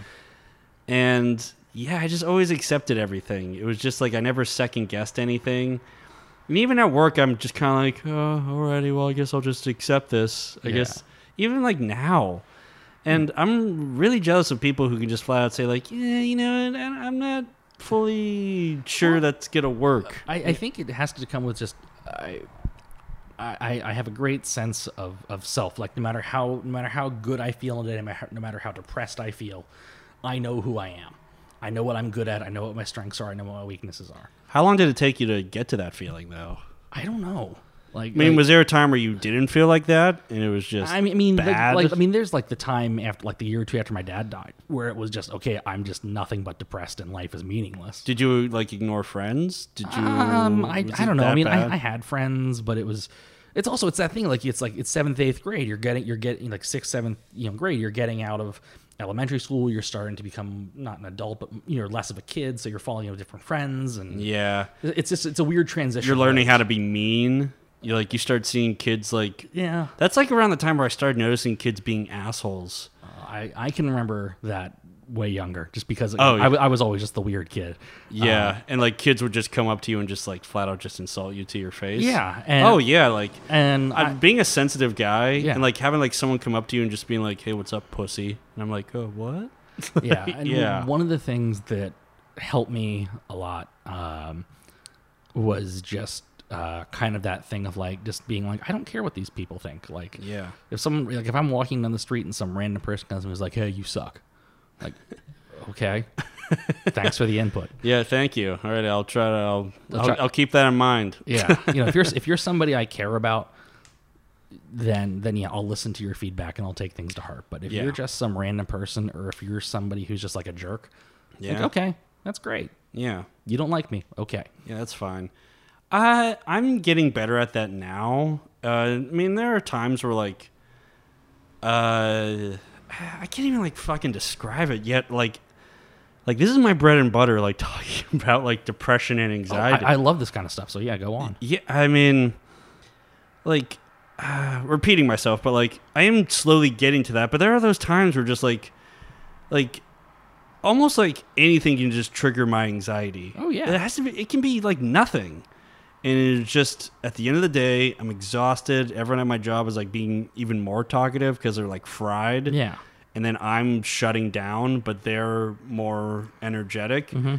S2: and yeah, I just always accepted everything. It was just like I never second guessed anything, and even at work, I'm just kind of like, oh, alrighty, well, I guess I'll just accept this. I
S1: Yeah.
S2: guess even like now. And I'm really jealous of people who can just flat out say like, yeah, you know, what, I- I'm not fully sure that's gonna work.
S1: I, I think it has to come with just I, I I have a great sense of, of self. Like no matter how no matter how good I feel in it, no matter- no matter how depressed I feel, I know who I am. I know what I'm good at. I know what my strengths are. I know what my weaknesses are.
S2: How long did it take you to get to that feeling though?
S1: I don't know. Like
S2: I mean,
S1: like-
S2: was there a time where you didn't feel like that, and it was just?
S1: I mean, I mean like-
S2: bad?
S1: Like, I mean, there's like the time after like the year or two after my dad died where it was just okay. I'm just nothing but depressed and life is meaningless.
S2: did you like ignore friends? Did you?
S1: Um, I,
S2: was
S1: I
S2: it
S1: don't know. I
S2: that
S1: mean,
S2: bad?
S1: I, I had friends, but it was, it's also it's that thing like it's like it's seventh eighth grade. You're getting you're getting like sixth seventh you know grade. You're getting out of elementary school. You're starting to become not an adult, but you're less of a kid. So you're falling out with different friends, and
S2: yeah,
S1: it's just it's a weird transition.
S2: you're learning how to be mean. You like you start seeing kids like
S1: Yeah,
S2: that's like around the time where I started noticing kids being assholes.
S1: I I can remember that way younger just because
S2: Oh, yeah.
S1: I, wa- I was always just the weird kid.
S2: Yeah, Um, and like kids would just come up to you and just like flat out just insult you to your face.
S1: Yeah, and-
S2: oh yeah, like.
S1: And
S2: I,
S1: I,
S2: being a sensitive guy
S1: Yeah.
S2: and like having like someone come up to you and just being like, "Hey, what's up, pussy?" and I'm like, "Oh, what?"
S1: yeah, and
S2: Yeah.
S1: one of the things that helped me a lot um, was just uh, kind of that thing of like just being like, I don't care what these people think. Like,
S2: Yeah.
S1: if someone like if I'm walking down the street and some random person comes to me and is like, "Hey, you suck," like, okay, thanks for the input.
S2: Yeah, thank you. All right, I'll try to. I'll,
S1: I'll
S2: I'll,
S1: try-
S2: I'll keep that in mind.
S1: Yeah, you know, if you're if you're somebody I care about, then then yeah, I'll listen to your feedback and I'll take things to heart. But if
S2: Yeah.
S1: you're just some random person, or if you're somebody who's just like a jerk,
S2: Yeah,
S1: like, okay, that's great.
S2: yeah,
S1: You don't like me, okay.
S2: yeah. That's fine. I I'm getting better at that now. Uh, I mean, there are times where like, uh, I can't even like fucking describe it yet. Like, like this is my bread and butter. Like talking about like depression and
S1: Oh, I,
S2: anxiety.
S1: I love this kind of stuff. So yeah, go on.
S2: yeah, I mean, like uh, repeating myself, but like I am slowly getting to that. But there are those times where just like like almost like anything can just trigger my anxiety.
S1: Oh, yeah.
S2: It has to be it can be like nothing. And it's just at the end of the day, I'm exhausted. Everyone at my job is like being even more talkative because they're like fried
S1: Yeah.
S2: and then I'm shutting down, but they're more energetic.
S1: Mm-hmm.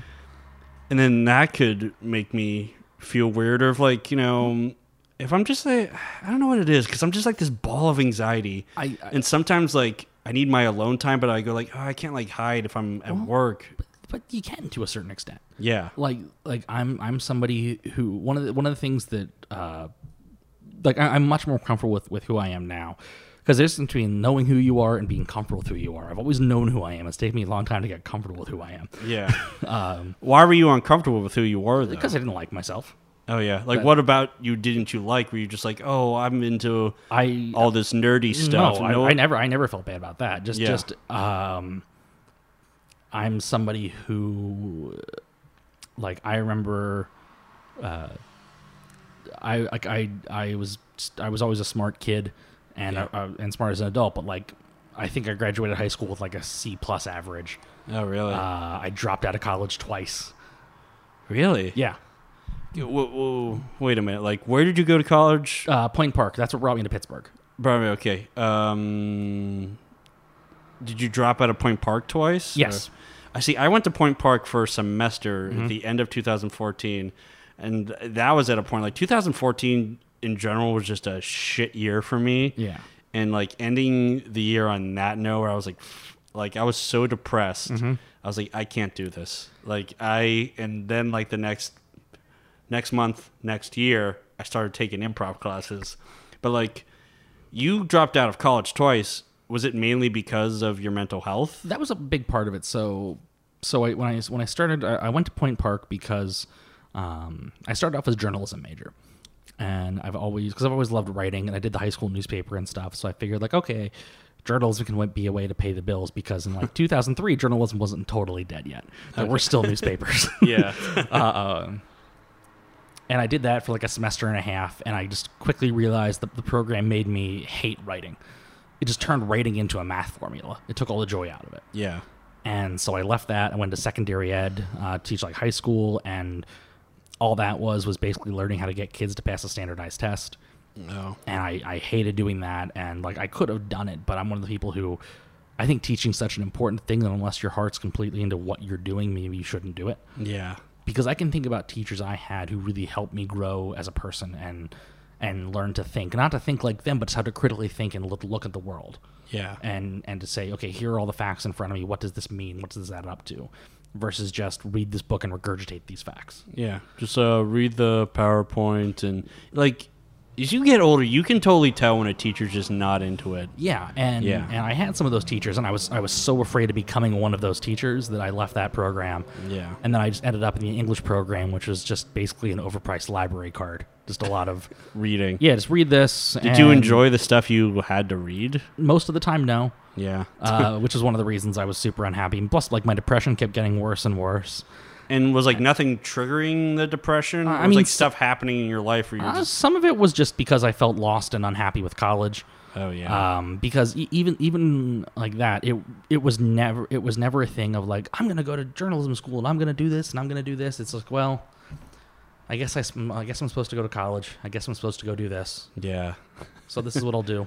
S2: And then that could make me feel weird, or if like you know, if I'm just like I don't know what it is because I'm just like this ball of anxiety,
S1: I- I-
S2: and sometimes like I need my alone time, but I go like oh I can't like hide if I'm at work.
S1: But you can to a certain extent.
S2: Yeah,
S1: like like I'm I'm somebody who one of the one of the things that uh like I, I'm much more comfortable with with who I am now because there's a difference between knowing who you are and being comfortable with who you are. I've always known who I am. It's taken me a long time to get comfortable with who I am
S2: yeah. Why were you uncomfortable with who you were though?
S1: Um, because I didn't like myself.
S2: oh yeah, like what about you? Didn't you like? Were you just like oh I'm into
S1: I
S2: all this nerdy stuff?
S1: No,
S2: No-
S1: I, I never I never felt bad about that. Just
S2: Yeah.
S1: just um I'm somebody who like I remember uh I like I I was I was always a smart kid and uh, and smart as an adult, but like I think I graduated high school with like a C plus average.
S2: oh really?
S1: Uh, I dropped out of college twice.
S2: really?
S1: Yeah,
S2: Yeah, Whoa, whoa, wait a minute. Like, where did you go to college?
S1: uh, Plain Park. That's what brought me to Pittsburgh.
S2: Probably okay. Um, did you drop out of Point Park twice?
S1: Yes. Mm-hmm.
S2: Or- I see. I went to Point Park for a semester at the end of 2014, and that was at a point like 2014 in general was just a shit year for me.
S1: Yeah.
S2: And like ending the year on that note, where I was like, f- like I was so depressed. I was like, I can't do this. Like I, and then like the next next month, next year, I started taking improv classes. But like, you dropped out of college twice. Was it mainly because of your mental health?
S1: that was a big part of it. So, so I, when I when I started, I, I went to Point Park because um, I started off as a journalism major, and I've always because I've always loved writing, and I did the high school newspaper and stuff. So I figured like, okay, journalism can be a way to pay the bills because in like 2003, journalism wasn't totally dead yet. There were still newspapers. Uh-uh.
S2: Yeah.
S1: and I did that for like a semester and a half, and I just quickly realized that the program made me hate writing. It just turned writing into a math formula. It took all the joy out of it.
S2: yeah.
S1: And so I left that. I went to secondary ed, uh, teach like high school, and all that was was basically learning how to get kids to pass a standardized test.
S2: No.
S1: And I, I hated doing that. And like I could have done it, but I'm one of the people who I think teaching's such an important thing that unless your heart's completely into what you're doing, maybe you shouldn't do it.
S2: Yeah.
S1: Because I can think about teachers I had who really helped me grow as a person and and learn to think, not to think like them, but just how to critically think and look, look at the world
S2: Yeah.
S1: and and to say okay here are all the facts in front of me what does this mean what does that add up to versus just read this book and regurgitate these facts
S2: Yeah. Just uh, read the PowerPoint and like, as you get older, you can totally tell when a teacher's just not into it.
S1: yeah and
S2: Yeah.
S1: and i had some of those teachers and i was i was so afraid of becoming one of those teachers that i left that program
S2: Yeah.
S1: and then i just ended up in the english program which was just basically an overpriced library card just a lot of
S2: Reading.
S1: yeah just read this
S2: Did you enjoy the stuff you had to read?
S1: most of the time no
S2: Yeah.
S1: uh, which is one of the reasons i was super unhappy and plus like my depression kept getting worse and worse
S2: And was like nothing triggering the depression?
S1: Uh, I
S2: Or was
S1: mean,
S2: like
S1: s-
S2: stuff happening in your life where you're
S1: Uh,
S2: just
S1: some of it was just because I felt lost and unhappy with college.
S2: oh yeah.
S1: Um, because e- even even like that, it it was never it was never a thing of like I'm gonna go to journalism school and I'm gonna do this and I'm gonna do this. It's like well, I guess I, sm- I guess I'm supposed to go to college. I guess I'm supposed to go do this.
S2: yeah.
S1: So this is what I'll do.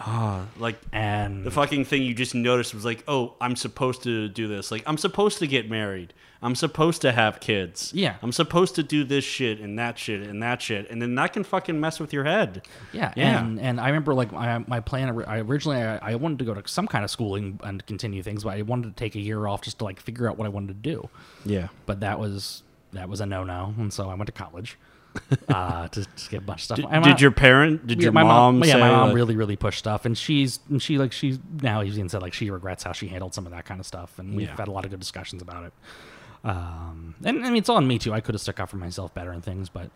S2: Ah, like
S1: And
S2: the fucking thing you just noticed was like, oh, I'm supposed to do this. Like I'm supposed to get married. I'm supposed to have kids.
S1: Yeah.
S2: I'm supposed to do this shit and that shit and that shit, and then that can fucking mess with your head.
S1: Yeah,
S2: Yeah.
S1: And, and I remember like my, my plan. ori- I originally I, I wanted to go to some kind of schooling and continue things, but I wanted to take a year off just to like figure out what I wanted to do.
S2: Yeah.
S1: but that was that was a no no, and so I went to college uh, to, to get a bunch of stuff. And
S2: Did
S1: my-
S2: your parent? Did
S1: yeah,
S2: your
S1: my
S2: mom? say
S1: Yeah, my mom
S2: like-
S1: really really pushed stuff, and she's and she like she's now even said like she regrets how she handled some of that kind of stuff, and we've
S2: Yeah.
S1: had a lot of good discussions about it. Um, and I mean it's on me too. I could have stuck up for myself better and things, but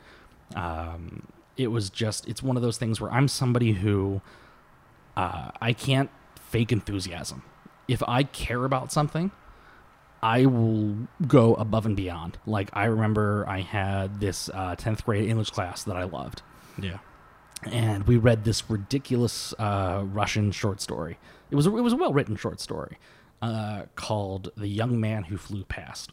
S1: um, it was just it's one of those things where I'm somebody who uh, I can't fake enthusiasm. If I care about something, I will go above and beyond. Like I remember I had this uh, 10th grade English class that I loved
S2: Yeah.
S1: and we read this ridiculous uh, Russian short story. It was a, it was a well written short story uh, called "The Young Man Who Flew Past,"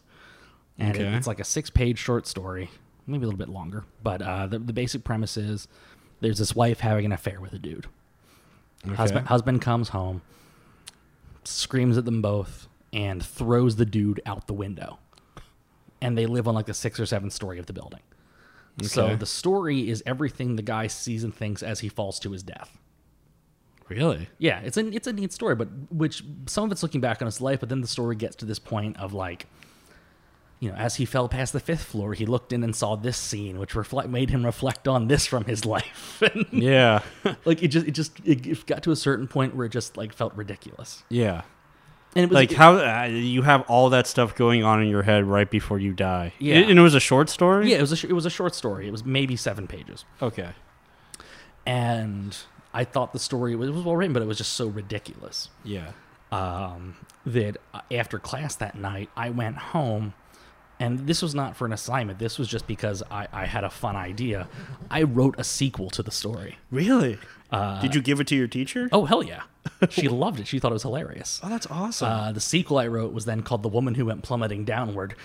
S1: and it-
S2: Okay.
S1: it's like a six page short story, maybe a little bit longer. But uh, the, the basic premise is there's this wife having an affair with a dude. Husband husband comes home, screams at them both, and throws the dude out the window. And they live on like the sixth or seventh story of the building. So
S2: Okay.
S1: the story is everything the guy sees and thinks as he falls to his death.
S2: Really?
S1: Yeah, it's a it's a neat story, but which some of it's looking back on his life, but then the story gets to this point of like, you know, as he fell past the fifth floor, he looked in and saw this scene, which reflect made him reflect on this from his life. And
S2: Yeah.
S1: like it just it just it, it got to a certain point where it just like felt ridiculous
S2: yeah.
S1: and it was
S2: Like
S1: it-
S2: how uh, you have all that stuff going on in your head right before you die.
S1: Yeah.
S2: And it was a short story?
S1: yeah it was a sh- it was a short story it was maybe seven pages
S2: Okay.
S1: and i thought the story was, it was well written but it was just so ridiculous
S2: Yeah.
S1: um, that uh, after class that night i went home and this was not for an assignment this was just because i, I had a fun idea i wrote a sequel to the story
S2: Really? Did you give it to your teacher?
S1: oh hell yeah she loved it she thought it was hilarious
S2: Oh, that's awesome.
S1: Uh, the sequel I wrote was then called The Woman Who Went Plummeting Downward,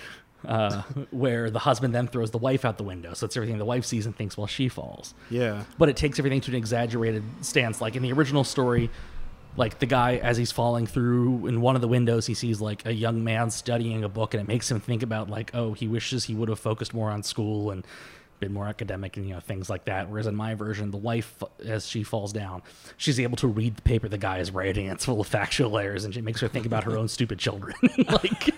S1: uh, where the husband then throws the wife out the window. So it's everything the wife sees and thinks while she falls.
S2: yeah.
S1: But it takes everything to an exaggerated stance. Like in the original story, like the guy, as he's falling through in one of the windows, he sees like a young man studying a book and it makes him think about like, oh, he wishes he would have focused more on school and been more academic and you know things like that whereas in my version the wife as she falls down she's able to read the paper the guy is writing and it's full of factual errors and it makes her think about her own stupid children like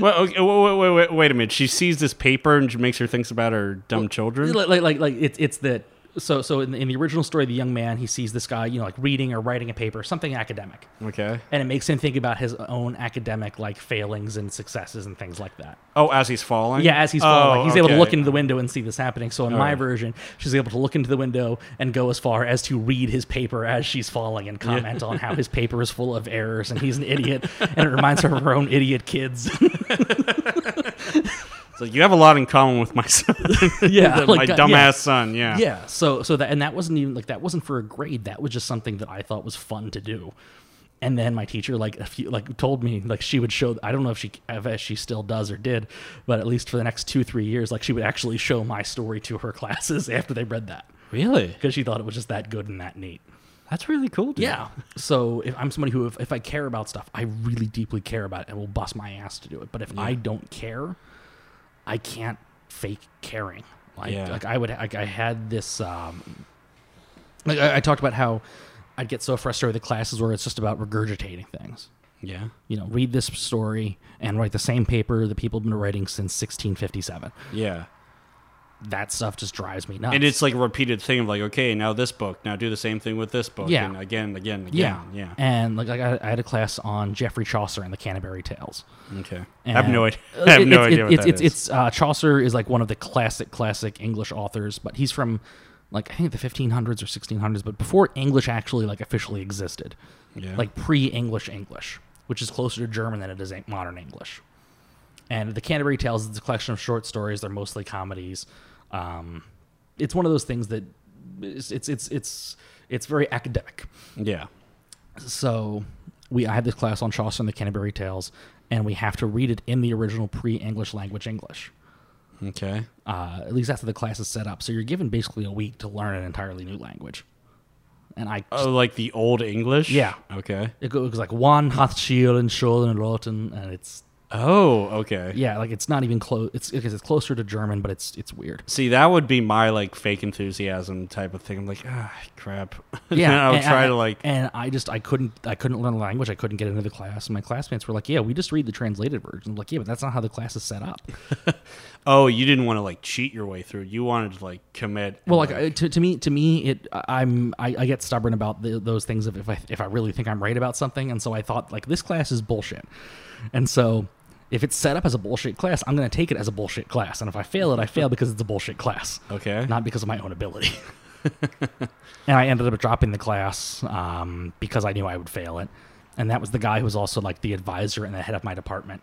S2: Well, okay, wait, wait, wait, wait a minute. She sees this paper and she makes her thinks about her dumb children.
S1: like like like, like it's it's that so so in, in the original story the young man he sees this guy you know like reading or writing a paper something academic
S2: Okay.
S1: and it makes him think about his own academic like failings and successes and things like that
S2: Oh, as he's falling.
S1: yeah as he's falling
S2: Oh,
S1: like, he's able to
S2: okay.
S1: look into the window and see this happening so in my
S2: right.
S1: version she's able to look into the window and go as far as to read his paper as she's falling and comment on how his paper is full of errors and he's an idiot and it reminds her of her own idiot kids
S2: So you have a lot in common with my son,
S1: yeah
S2: my
S1: uh,
S2: dumbass
S1: yeah.
S2: son. Yeah.
S1: yeah so so that and that wasn't even like that wasn't for a grade that was just something that i thought was fun to do and then my teacher like a few like told me like she would show i don't know if she if she still does or did but at least for the next two three years like she would actually show my story to her classes after they read that
S2: Really?
S1: because she thought it was just that good and that neat
S2: That's really cool. Dude.
S1: yeah so if i'm somebody who if, if i care about stuff i really deeply care about it and will bust my ass to do it but if i don't care i can't fake caring like,
S2: Yeah.
S1: like i would like i had this um like I, I talked about how i'd get so frustrated with classes where it's just about regurgitating things
S2: Yeah.
S1: you know read this story and write the same paper that people have been writing since 1657
S2: Yeah.
S1: that stuff just drives me nuts
S2: And it's like a repeated thing of like, okay, now this book, now do the same thing with this book,
S1: Yeah.
S2: and again, again,
S1: yeah
S2: again, yeah.
S1: and like, like I, I had a class on jeffrey chaucer and the canterbury tales
S2: Okay, I have
S1: And-
S2: no idea.
S1: Uh,
S2: I have
S1: it-
S2: no
S1: it's-
S2: idea what
S1: it's,
S2: that
S1: it's,
S2: is.
S1: it's, uh, Chaucer is like one of the classic, classic English authors, but he's from like I think the 1500s or 1600s, but before English actually like officially existed,
S2: Yeah.
S1: like pre-English English, which is closer to German than it is en- modern English. And the Canterbury Tales is a collection of short stories. They're mostly comedies. Um, it's one of those things that it's it's it's it's, it's very academic
S2: yeah,
S1: so we I had this class on Chaucer and the Canterbury Tales, and we have to read it in the original pre-English language English.
S2: okay,
S1: Uh, at least that's how the class is set up. So you're given basically a week to learn an entirely new language. And I,
S2: oh, like the old English.
S1: Uh, Yeah.
S2: Okay.
S1: it goes like one hath shield and shoulder and rotten, and it's
S2: Oh, okay.
S1: yeah, like it's not even close. It's because it's closer to German, but it's it's weird.
S2: See, that would be my like fake enthusiasm type of thing. I'm like, ah, crap.
S1: Yeah,
S2: I'll
S1: and-
S2: try
S1: and-
S2: to like.
S1: and I just I couldn't I couldn't learn the language. I couldn't get into the class. And my classmates were like, "Yeah, we just read the translated version." I'm like, yeah, but that's not how the class is set up.
S2: Oh, you didn't want to like cheat your way through. You wanted to like commit. and,
S1: Well, like uh, to, to me, to me, it I- I'm I, I get stubborn about the, those things if, if I if I really think I'm right about something, and so I thought like this class is bullshit, and so if it's set up as a bullshit class, I'm going to take it as a bullshit class, and if I fail it, I fail because it's a bullshit class,
S2: okay.
S1: uh, not because of my own ability. and I ended up dropping the class um, because I knew I would fail it, and that was the guy who was also like the advisor and the head of my department.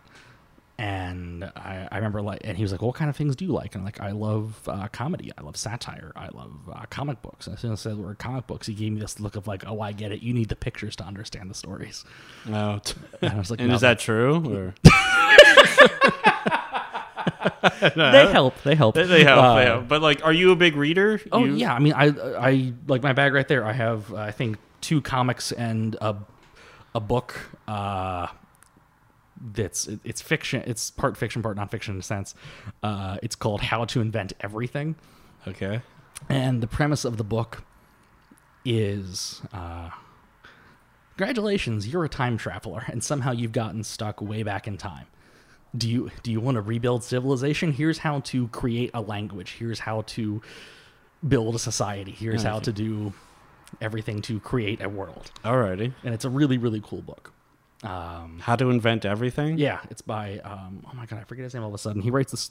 S1: And I, I remember like, and he was like, "What kind of things do you like?" And I'm like, "I love uh, comedy. I love satire. I love uh, comic books." And as soon as I said the word comic books, he gave me this look of like, "Oh, I get it. You need the pictures to understand the stories."
S2: No. t-
S1: And I was like,
S2: and
S1: "No,
S2: is that true? Or?
S1: they help? They help.
S2: They help,
S1: Uh,
S2: they help. But like, are you a big reader?
S1: Oh
S2: You-
S1: yeah, I mean, I I like my bag right there. I have uh, I think two comics and a a book. Uh, that's it- it's fiction. It's part fiction, part nonfiction in a sense. Uh, it's called How to Invent Everything,
S2: Okay.
S1: and the premise of the book is. Uh, Congratulations, you're a time traveler, and somehow you've gotten stuck way back in time. Do you do you want to rebuild civilization? Here's how to create a language. Here's how to build a society. Here's how to do everything to create a world.
S2: Alrighty.
S1: And it's a really really cool book. Um,
S2: How to invent everything?
S1: yeah, it's by um, oh my god, I forget his name all of a sudden. He writes this.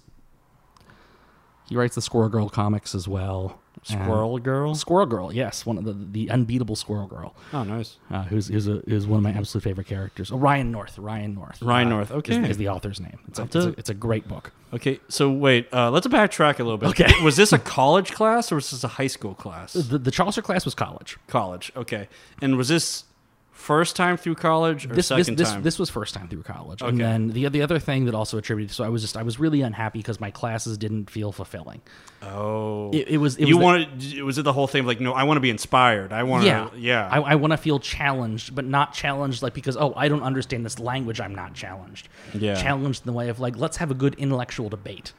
S1: He writes the Squirrel Girl comics as well. And-
S2: Squirrel girl.
S1: Squirrel Girl, yes, one of the the unbeatable Squirrel Girl,
S2: Oh, nice.
S1: uh, who's who's, a, who's one of my absolute favorite characters. Oh, Ryan North, Ryan North,
S2: Ryan
S1: uh,
S2: North,
S1: is-
S2: okay.
S1: is, the author's name. It's a,
S2: I'll
S1: it's, a,
S2: do-
S1: it's a great book.
S2: Okay, so wait, uh, let's backtrack a little bit.
S1: Okay.
S2: was this a college class or was this a high school class?
S1: The, the Chaucer class was college.
S2: College. Okay, and was this first time through college or
S1: this, this,
S2: second
S1: this,
S2: time?
S1: this was first time through college.
S2: Okay.
S1: And then the the other thing that also attributed so I was just I was really unhappy because my classes didn't feel fulfilling.
S2: oh,
S1: It, it was it was
S2: you
S1: the-
S2: wanted? Was it the whole thing? Like, no, I want to be inspired. I want to.
S1: yeah
S2: Yeah. yeah.
S1: I, I want to feel challenged, but not challenged like because oh I don't understand this language I'm not challenged.
S2: Yeah.
S1: challenged in the way of like let's have a good intellectual debate.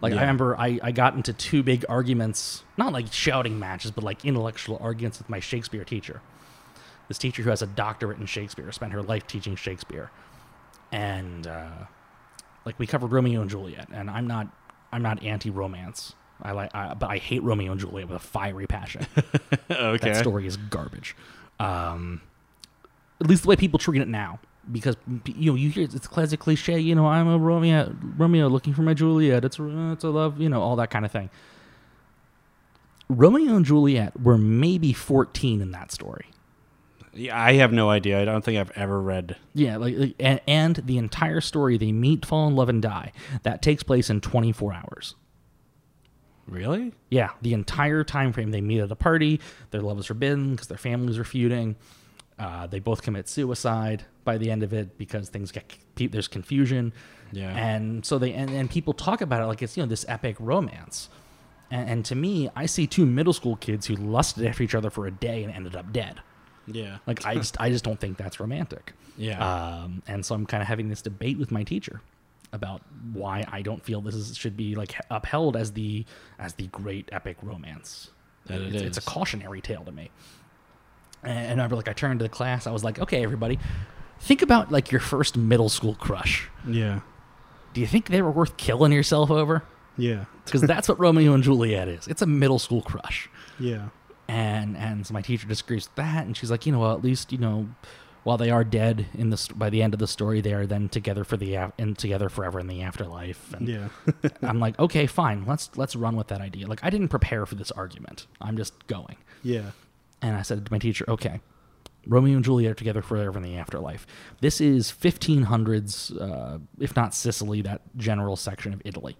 S1: Like
S2: Yeah.
S1: I remember I I got into two big arguments, not like shouting matches, but like intellectual arguments with my Shakespeare teacher. This teacher who has a doctorate in Shakespeare spent her life teaching Shakespeare, and. uh like we covered Romeo and Juliet, and I'm not I'm not anti romance. I like, I, but I hate Romeo and Juliet with a fiery passion.
S2: okay.
S1: That story is garbage. Um, at least the way people treat it now, because you know you hear it's classic cliche. You know, I'm a Romeo, Romeo looking for my Juliet. It's a- it's a love, you know, all that kind of thing. Romeo and Juliet were maybe 14 in that story.
S2: Yeah, I have no idea. I don't think I've ever read.
S1: Yeah, like, like and, and the entire story they meet, fall in love, and die. That takes place in 24 hours.
S2: Really?
S1: Yeah, the entire time frame they meet at a party, their love is forbidden because their families are feuding. Uh, they both commit suicide by the end of it because things get pe- there's confusion.
S2: Yeah.
S1: and so they and, and people talk about it like it's you know this epic romance. And, and to me, I see two middle school kids who lusted after each other for a day and ended up dead.
S2: Yeah.
S1: Like I just I just don't think that's romantic.
S2: Yeah.
S1: Um, and so I'm kind of having this debate with my teacher about why I don't feel this is, should be like upheld as the as the great epic romance.
S2: That it
S1: it's, it's a
S2: is.
S1: cautionary tale to me. And I remember like I turned to the class, I was like, okay, everybody, think about like your first middle school crush.
S2: yeah.
S1: Do you think they were worth killing yourself over?
S2: Yeah.
S1: Because that's what Romeo and Juliet is. It's a middle school crush
S2: Yeah.
S1: and and so my teacher disagrees with that and she's like you know well, at least you know while they are dead in this by the end of the story they are then together for the af- and together forever in the afterlife and
S2: Yeah.
S1: i'm like okay fine let's let's run with that idea like i didn't prepare for this argument i'm just going
S2: yeah.
S1: and i said to my teacher okay romeo and juliet are together forever in the afterlife this is 1500s uh, if not sicily that general section of italy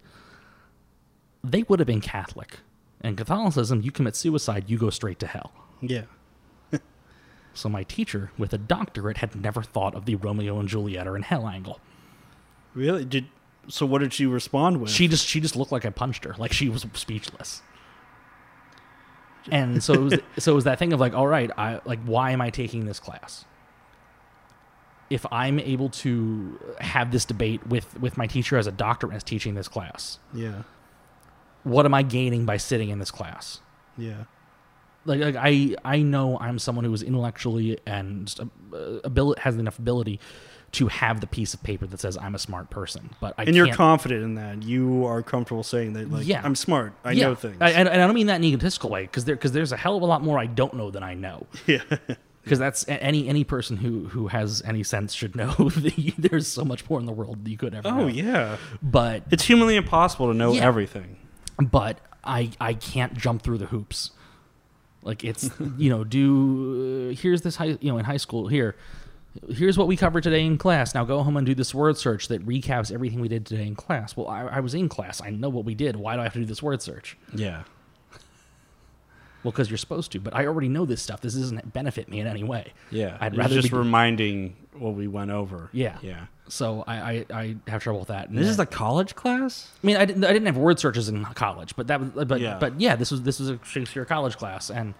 S1: they would have been catholic in catholicism you commit suicide you go straight to hell
S2: Yeah.
S1: so my teacher, with a doctorate, had never thought of the Romeo and Juliet are in hell angle.
S2: Really? Did so? What did she respond with?
S1: She just she just looked like I punched her, like she was speechless. And so it was so it was that thing of like, all right, I like why am I taking this class? If I'm able to have this debate with with my teacher as a doctor as teaching this class,
S3: Yeah,
S1: what am I gaining by sitting in this class?
S3: yeah,
S1: like, like I I know I'm someone who is intellectually and uh, ability has enough ability to have the piece of paper that says I'm a smart person, but I
S3: and you're
S1: can't-
S3: confident in that. You are comfortable saying that, like,
S1: Yeah.
S3: I'm smart. I know things.
S1: I, and and I don't mean that in an egotistical way because there because there's a hell of a lot more I don't know than I know.
S3: Yeah.
S1: Because that's a- any any person who who has any sense should know that you, there's so much more in the world that you could ever.
S2: oh
S1: know.
S2: yeah.
S1: But
S2: It's humanly impossible to know
S1: Yeah.
S2: everything.
S1: but I I can't jump through the hoops. Like it's you know do uh, here's this high you know in high school here here's what we covered today in class. Now go home and do this word search that recaps everything we did today in class. Well, I, I was in class. I know what we did. Why do I have to do this word search?
S2: Yeah.
S1: Well, because you're supposed to, but I already know this stuff. This doesn't benefit me in any way.
S2: Yeah.
S1: I'd
S2: It's
S1: rather
S2: just
S1: be-
S2: reminding what we went over.
S1: Yeah.
S2: Yeah.
S1: So I, I, I have trouble with that. And
S2: This is
S1: then-
S2: the college class?
S1: I mean, I didn't, I didn't have word searches in college, but that was, but
S2: Yeah.
S1: but yeah, this was this was a Shakespeare college class, and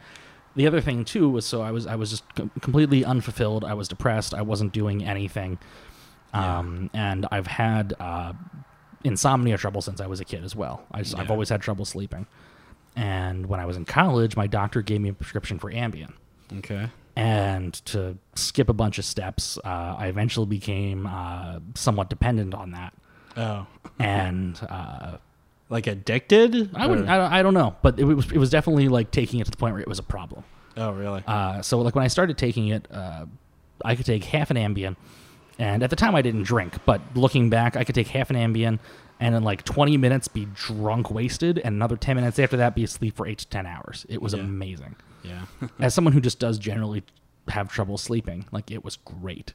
S1: the other thing too was so I was I was just com- completely unfulfilled. I was depressed. I wasn't doing anything, um, and I've had uh, insomnia trouble since I was a kid as well. I just, I've
S2: Yeah.
S1: always had trouble sleeping, and when I was in college, my doctor gave me a prescription for Ambien.
S2: Okay.
S1: And to skip a bunch of steps, uh, I eventually became uh, somewhat dependent on that.
S2: Oh.
S1: And uh,
S2: Like addicted?
S1: I wouldn't. I don't, I don't know, but it was it was definitely like taking it to the point where it was a problem.
S2: oh, really?
S1: Uh, so like when I started taking it, uh, I could take half an Ambien, and at the time I didn't drink. But looking back, I could take half an Ambien, and in like 20 minutes be drunk wasted, and another 10 minutes after that be asleep for eight to 10 hours. It was
S2: Yeah.
S1: amazing.
S2: yeah.
S1: As someone who just does generally have trouble sleeping, like it was great.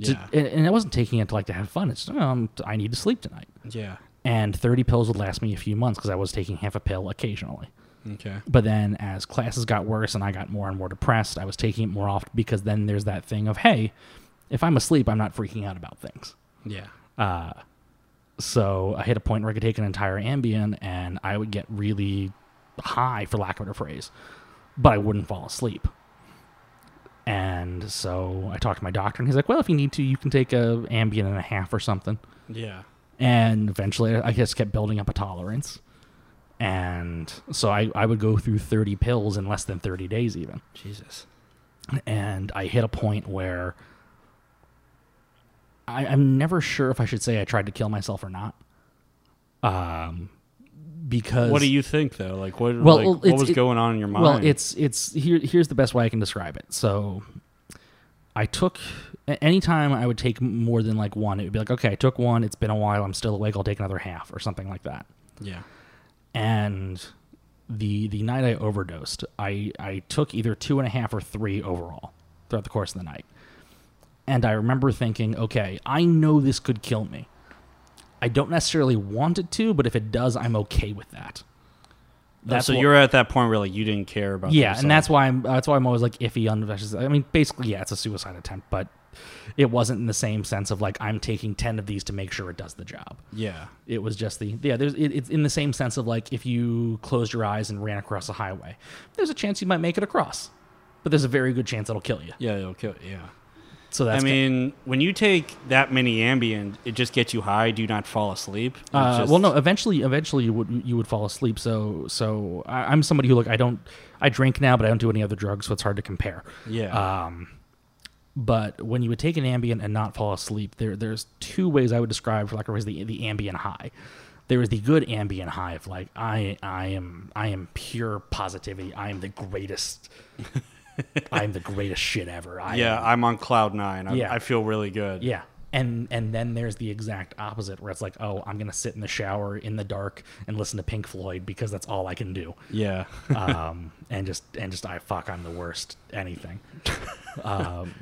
S1: To-
S2: Yeah.
S1: and, and I wasn't taking it to like to have fun. It's um, I need to sleep tonight.
S2: yeah.
S1: And 30 pills would last me a few months because I was taking half a pill occasionally.
S2: Okay.
S1: But then as classes got worse and I got more and more depressed, I was taking it more often because then there's that thing of, hey, if I'm asleep, I'm not freaking out about things.
S2: Yeah.
S1: So I hit a point where I could take an entire Ambien and I would get really high, for lack of a better phrase, but I wouldn't fall asleep. And so I talked to my doctor and he's like, well, if you need to, you can take a Ambien and a half or something.
S2: Yeah.
S1: and eventually i just kept building up a tolerance and so I, I would go through 30 pills in less than 30 days even
S2: Jesus.
S1: and i hit a point where I, i'm never sure if i should say i tried to kill myself or not um, because
S2: What do you think though? Like what?
S1: Well,
S2: like,
S1: well,
S2: what
S1: it's-
S2: was
S1: it-
S2: going on in your mind?
S1: Well, it's it's here. Here's the best way I can describe it. So, I took a- anytime I would take more than like one, it would be like, okay, I took one. It's been a while. I'm still awake. I'll take another half or something like that.
S2: yeah.
S1: And the the night I overdosed, I I took either two and a half or three overall throughout the course of the night. And I remember thinking, okay, I know this could kill me. I don't necessarily want it to, but if it does, I'm okay with that.
S2: That's so
S1: what-
S2: you're at that point where like you didn't care about.
S1: yeah,
S2: yourself.
S1: and that's why I'm that's why I'm always like iffy on vegetables. I mean, basically, yeah, it's a suicide attempt, but it wasn't in the same sense of like I'm taking ten of these to make sure it does the job.
S2: yeah.
S1: It was just the yeah. There's it, it's in the same sense of like if you closed your eyes and ran across a highway, there's a chance you might make it across, but there's a very good chance it'll kill you.
S2: Yeah, it'll kill. Yeah.
S1: So that's
S2: I mean, when you take that many Ambien, it just gets you high. Do not fall asleep. It's
S1: Uh,
S2: just-
S1: well, no. Eventually, eventually, you would you would fall asleep. So, so I, I'm somebody who like I don't I drink now, but I don't do any other drugs, so it's hard to compare.
S2: Yeah.
S1: Um, but when you would take an Ambien and not fall asleep, there there's two ways I would describe for lack of a phrase, the the Ambien high. There is the good Ambien high of like I I am I am pure positivity. I am the greatest. I am the greatest shit ever. I
S2: yeah,
S1: am-
S2: I'm on cloud nine. I,
S1: Yeah.
S2: I feel really good.
S1: yeah. And and then there's the exact opposite where it's like, oh, I'm gonna sit in the shower in the dark and listen to Pink Floyd because that's all I can do.
S2: Yeah.
S1: Um, and just and just I fuck I'm the worst anything. Um,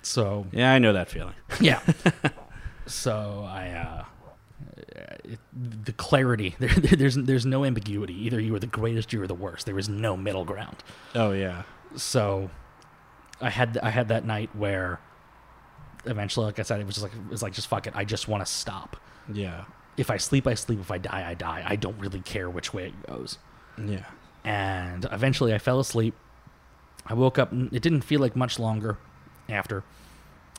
S1: so
S2: yeah, I know that feeling.
S1: yeah. so I uh, it, the clarity there, there's there's no ambiguity. Either you are the greatest, you are the worst. There is no middle ground
S2: Oh yeah.
S1: so I had I had that night where eventually, like I said, it was just like it was like just fuck it. I just want to stop.
S2: Yeah.
S1: If I sleep, I sleep. If I die, I die. I don't really care which way it goes.
S2: Yeah.
S1: And eventually, I fell asleep. I woke up. and It didn't feel like much longer after.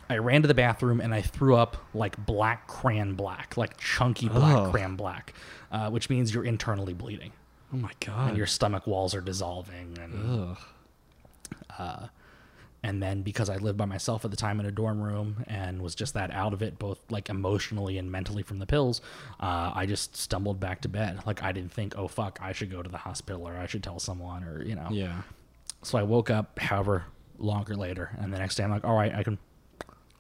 S1: I ran to the bathroom and I threw up like black crayon black, like chunky black
S2: Oh.
S1: crayon black, uh, which means you're internally bleeding
S2: Oh my god.
S1: and your stomach walls are dissolving and
S2: Ugh.
S1: and then because I lived by myself at the time in a dorm room and was just that out of it, both like emotionally and mentally from the pills, uh, I just stumbled back to bed. Like I didn't think, oh fuck, I should go to the hospital or I should tell someone or you know.
S2: Yeah.
S1: So I woke up, however, longer later, and the next day I'm like, all right, I can,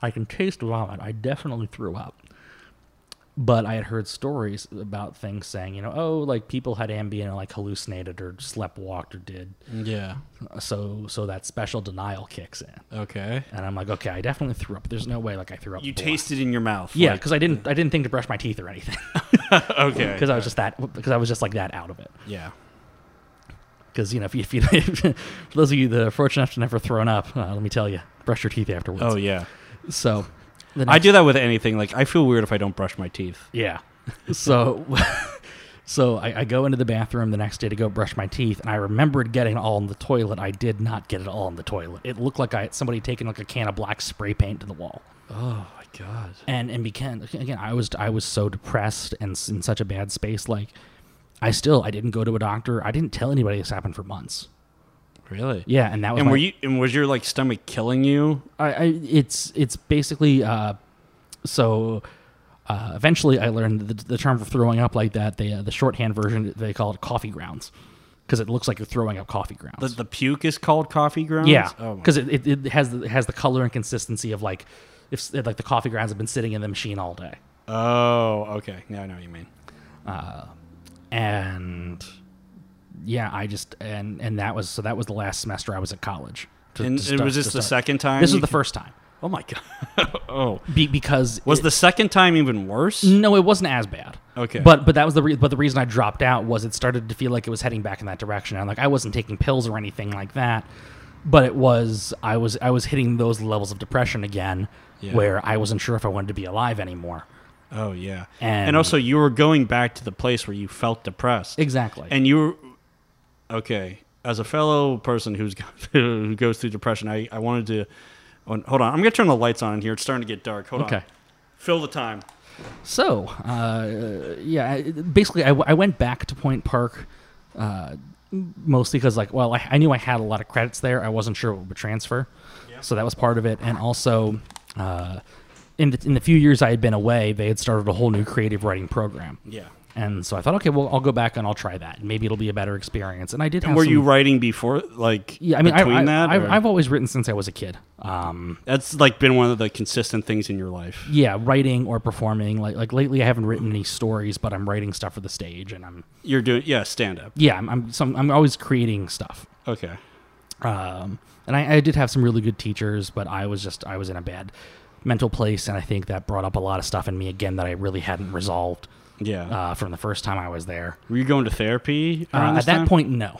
S1: I can taste vomit. I definitely threw up, But I had heard stories about things saying, you know, oh, like people had Ambien and like hallucinated or slept walked or did
S4: Yeah.
S1: so so that special denial kicks in.
S4: Okay.
S1: And I'm like, okay, I definitely threw up. There's no way like I threw up.
S2: You
S1: blood.
S2: taste it in your mouth.
S1: Yeah, because I didn't I didn't think to brush my teeth or anything
S2: Like, okay.
S1: because I was just that because I was just like that out of it.
S4: Yeah.
S1: Because you know if you, if you for those of you that are fortunate enough to never thrown up, uh, let me tell you, brush your teeth afterwards.
S2: Oh yeah.
S1: so the
S2: I
S1: next-
S2: do that with anything. Like I feel weird if I don't brush my teeth.
S1: Yeah. So so I, I go into the bathroom the next day to go brush my teeth, and I remembered getting all in the toilet. I did not get it all in the toilet. It looked like I had somebody taken like a can of black spray paint to the wall.
S2: Oh my god.
S1: and and began again i was i was so depressed and s- in such a bad space like i still i didn't go to a doctor i didn't tell anybody this happened for months
S4: Really?
S1: yeah and that was
S2: And
S1: my-
S2: were you? And was your like stomach killing you?
S1: I, I it's it's basically uh so uh, eventually i learned the, the term for throwing up like that they uh, the shorthand version they call it coffee grounds because it looks like you're throwing up coffee grounds
S2: The, the puke is called coffee grounds.
S1: yeah
S2: Oh my.
S1: because it, it, it has the, it has the color and consistency of like if s- like the coffee grounds have been sitting in the machine all day
S2: Oh okay. Now I know what you mean.
S1: and yeah, I just and and that was so that was the last semester I was at college. to-
S2: And
S1: to
S2: it
S1: start-
S2: was
S1: to
S2: this the
S1: start.
S2: second time?
S1: This was
S2: you-
S1: the first time
S2: Oh my god. oh. Mm.
S1: Be, because
S2: Was
S1: it-
S2: the second time even worse?
S1: no, it wasn't as bad.
S2: Okay.
S1: but but that was the re- but the reason I dropped out was it started to feel like it was heading back in that direction. And like I wasn't taking pills or anything like that, but it was I was I was hitting those levels of depression again,
S2: Yeah.
S1: where I wasn't sure if I wanted to be alive anymore.
S2: Oh yeah.
S1: And-
S2: and also you were going back to the place where you felt depressed.
S1: Exactly.
S2: and you are okay as a fellow person who's gone through, who goes through depression i, I wanted to on- hold on i'm gonna turn the lights on in here it's starting to get dark hold on
S1: Okay.
S2: fill the time
S1: So, uh, yeah, I- basically, I, w- I went back to Point Park uh, mostly because, like, well, I, I knew I had a lot of credits there. I wasn't sure what would transfer, so that was part of it. And also, uh, in the in the few years I had been away, they had started a whole new creative writing program.
S2: yeah
S1: And so I thought, okay, well, I'll go back and I'll try that. Maybe it'll be a better experience. And I did. Have
S2: and were
S1: some-
S2: you writing before like
S1: Yeah, I mean, I,
S2: between
S1: I,
S2: that
S1: I've,
S2: or-
S1: I've always written since I was a kid. Um,
S2: that's like been one of the consistent things in your life
S1: yeah, writing or performing. Like like lately, I haven't written any stories, but I'm writing stuff for the stage, and I'm
S2: you're doing yeah stand up
S1: yeah, I'm I'm, some, I'm always creating stuff.
S2: okay
S1: Um, and I, I did have some really good teachers, but I was just I was in a bad mental place, and I think that brought up a lot of stuff in me again that I really hadn't resolved
S2: yeah
S1: uh, from the first time I was there.
S2: were you going to therapy around
S1: Uh,
S2: this
S1: at that
S2: time?
S1: point, no,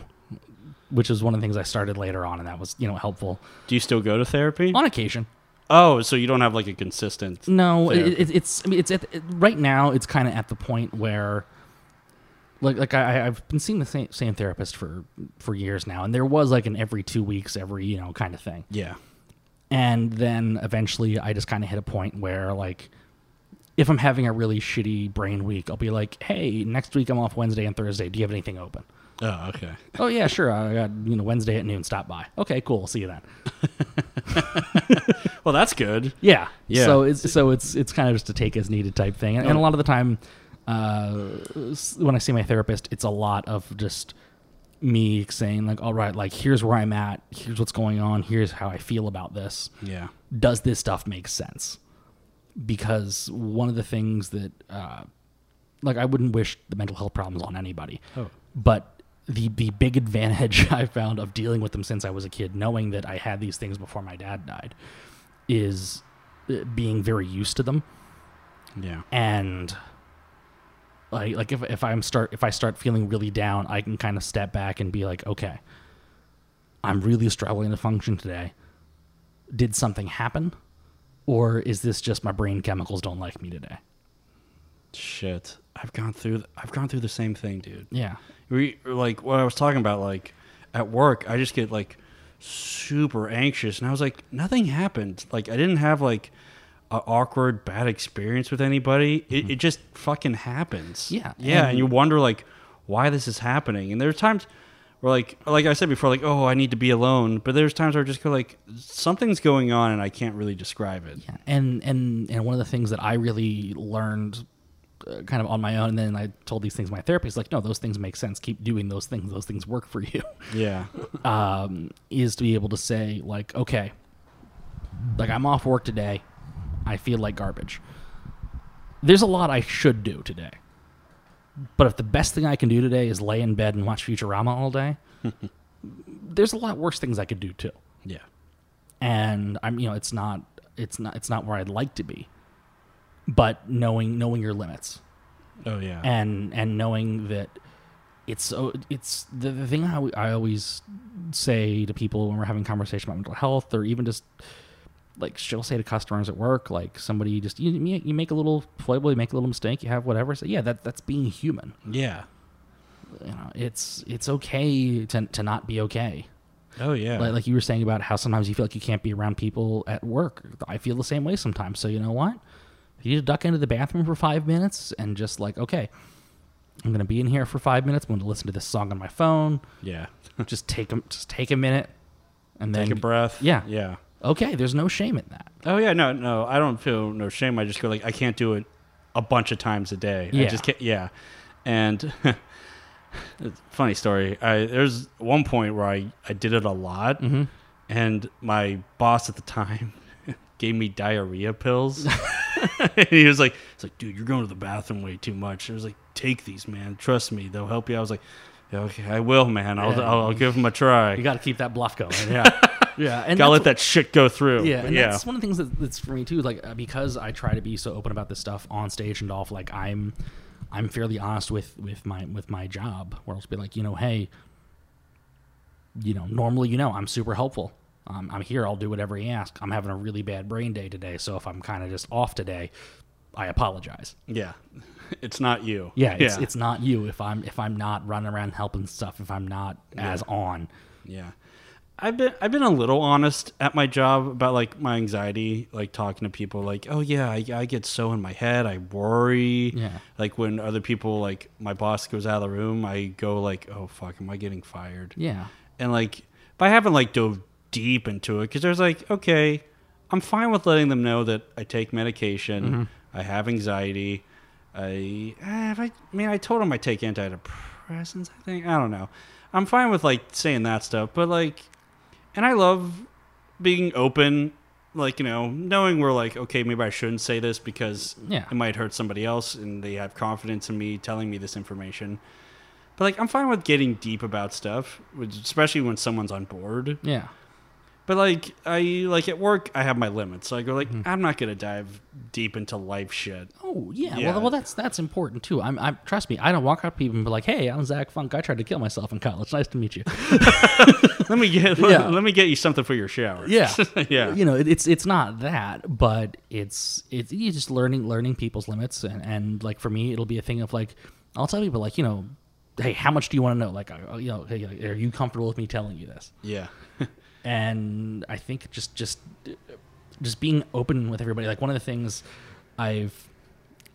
S1: which was one of the things I started later on, and that was you know helpful
S2: do you still go to therapy
S1: on Mm. occasion.
S2: oh so you don't have like a consistent
S1: No,
S2: Fair.
S1: it, it, it's I mean, it's at, it, right now. It's kind of at the point where, like, like I, I- I've been seeing the same, same therapist for for years now, and there was like an every two weeks, every you know kind of thing.
S2: yeah
S1: and then eventually i just kind of hit a point where like if i'm having a really shitty brain week i'll be like hey next week i'm off wednesday and thursday do you have anything open
S2: oh okay
S1: oh yeah sure i got you know wednesday at noon stop by okay cool see you then
S2: well that's good
S1: yeah
S2: Yeah.
S1: so it's so it's it's kind of just a take as needed type thing and, and a lot of the time uh s- when i see my therapist it's a lot of just me saying like all right like here's where i'm at here's what's going on here's how i feel about this
S2: yeah
S1: does this stuff make sense? Because one of the things that, uh, like, I wouldn't wish the mental health problems on anybody, but the the big advantage I found of dealing with them since I was a kid, knowing that I had these things before my dad died, is uh, being very used to them
S2: yeah
S1: and like like if if I'm start if I start feeling really down, I can kind of step back and be like, okay, I'm really struggling to function today. Did something happen, or is this just my brain chemicals don't like me today?
S2: Shit, I've gone through. I've gone through the same thing, dude.
S1: Yeah,
S2: We like what I was talking about. Like at work, I just get like super anxious, and I was like, nothing happened. Like I didn't have like a awkward bad experience with anybody. It, it just fucking happens.
S1: Mm-hmm. Yeah,
S2: yeah,
S1: and-
S2: and you wonder like why this is happening. And there are times where like like I said before, like oh I need to be alone. But there's times where I just go like something's going on, and I can't really describe it.
S1: yeah. And and and one of the things that I really learned. Uh, kind of on my own, and then I told these things to my therapist, like, no, those things make sense. Keep doing those things; those things work for you.
S2: Yeah,
S1: um, is to be able to say like, okay, like I'm off work today, I feel like garbage. there's a lot I should do today. But if the best thing I can do today is lay in bed and watch Futurama all day, there's a lot worse things I could do too.
S2: Yeah.
S1: And I'm, you know, it's not, it's not, it's not where I'd like to be. But knowing, knowing your limits,
S2: Oh yeah.
S1: and and knowing that it's so it's the, the thing I, al- I always say to people when we're having conversation about mental health or even just like she'll say to customers at work like somebody just you, you you make a little foible you make a little mistake you have whatever so yeah that that's being human
S2: yeah.
S1: you know it's it's okay to, to not be okay
S2: Oh yeah.
S1: like, like you were saying about how sometimes you feel like you can't be around people at work. I feel the same way sometimes. So you know what? If you duck into the bathroom for five minutes and just like, okay, I'm gonna be in here for five minutes. I'm gonna listen to this song on my phone.
S2: yeah.
S1: Just take 'em- just take a minute, and then
S2: Take a breath.
S1: Yeah.
S2: Yeah.
S1: Okay, there's no shame in that.
S2: Oh yeah, no, no, I don't feel no shame. I just go like I can't do it a bunch of times a day.
S1: Yeah.
S2: I just can't. Yeah, and it's a funny story. I there's one point where I I did it a lot,
S1: Mm-hmm.
S2: and my boss at the time gave me diarrhea pills. and he was like, "It's like, dude, you're going to the bathroom way too much." I was like, "Take these, man. Trust me, they'll help you." I was like, "Yeah, "Okay, I will, man. I'll
S1: Yeah.
S2: I'll, I'll give them a try.
S1: You
S2: You
S1: got to keep that bluff going.
S2: yeah,
S1: yeah, and
S2: gotta
S1: that's
S2: let that shit go through."
S1: Yeah,
S2: But
S1: and
S2: yeah,
S1: that's one of the things that, that's for me too. Like uh, because I try to be so open about this stuff on stage and off. Like I'm, I'm fairly honest with with my with my job. Where I'll just be like, you know, hey, you know, normally you know I'm super helpful. Um, I'm here. I'll do whatever you ask. I'm having a really bad brain day today, so if I'm kind of just off today, I apologize.
S2: yeah. It's not you.
S1: Yeah, it's, it's not you if I'm if I'm not running around helping stuff. If I'm not as on.
S2: Yeah. I've been I've been a little honest at my job about like my anxiety, like talking to people like, "Oh yeah, I, I get so in my head, I worry."
S1: Yeah.
S2: Like when other people like my boss goes out of the room, I go like, "Oh fuck, am I getting fired?"
S1: Yeah.
S2: And like but I haven't like dove deep into it cuz there's like, okay, I'm fine with letting them know that I take medication, I have anxiety. I, eh, have I, I mean, I told them I take antidepressants, I think. I don't know. I'm fine with like saying that stuff, but like and I love being open, like you know, knowing we're like, okay, maybe I shouldn't say this because
S1: Yeah.
S2: it might hurt somebody else, and they have confidence in me telling me this information. But like, I'm fine with getting deep about stuff, which, especially when someone's on board.
S1: Yeah.
S2: But like, I like at work, I have my limits, so I go like,
S1: Mm-hmm.
S2: I'm not gonna dive deep into life shit.
S1: Oh yeah.
S2: Yeah.
S1: Well, well, that's that's important too. I'm, I'm trust me. I don't walk up to people and be like, "Hey, I'm Zach Funk. I tried to kill myself in college. Nice to meet you."
S2: Let me get
S1: Yeah.
S2: let me get you something for your shower.
S1: Yeah,
S2: yeah,
S1: You know, it, it's it's not that, but it's it's you just learning learning people's limits, and and like for me, it'll be a thing of like, I'll tell people like, you know, hey, how much do you want to know? Like, uh, you know, hey, like, are you comfortable with me telling you this?
S2: yeah,
S1: and I think just just just being open with everybody. Like one of the things I've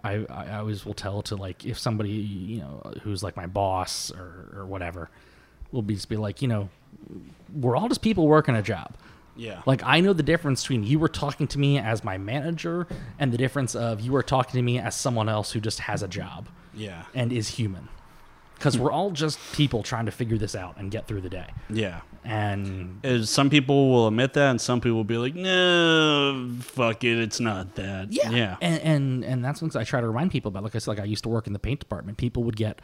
S1: I, I always will tell to like if somebody you know who's like my boss or or whatever will be just be like you know we're all just people working a job.
S2: yeah.
S1: Like I know the difference between you were talking to me as my manager and the difference of you are talking to me as someone else who just has a job
S2: yeah,
S1: and is human. Because we're all just people trying to figure this out and get through the day.
S2: yeah.
S1: And
S2: is some people will admit that and some people will be like no fuck it it's not that
S1: Yeah.
S2: yeah
S1: And and, and that's what I try to remind people about. Like I said, like I used to work in the paint department. People would get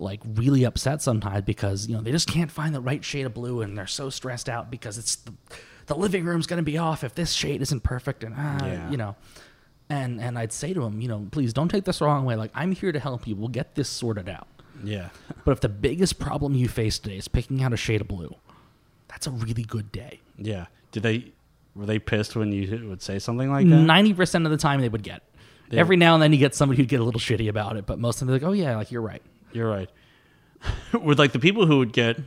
S1: like really upset sometimes because you know they just can't find the right shade of blue and they're so stressed out because it's the, the living room's going to be off if this shade isn't perfect and ah,
S2: Yeah.
S1: you know and and I'd say to them you know please don't take this the wrong way like I'm here to help you we'll get this sorted out
S2: yeah
S1: but if the biggest problem you face today is picking out a shade of blue that's a really good day
S2: yeah did they were they pissed when you would say something like that
S1: ninety percent of the time they would get. Every now and then you get somebody who'd get a little shitty about it, but most of them they're like, "Oh yeah, like you're right."
S2: you're right with like the people who would get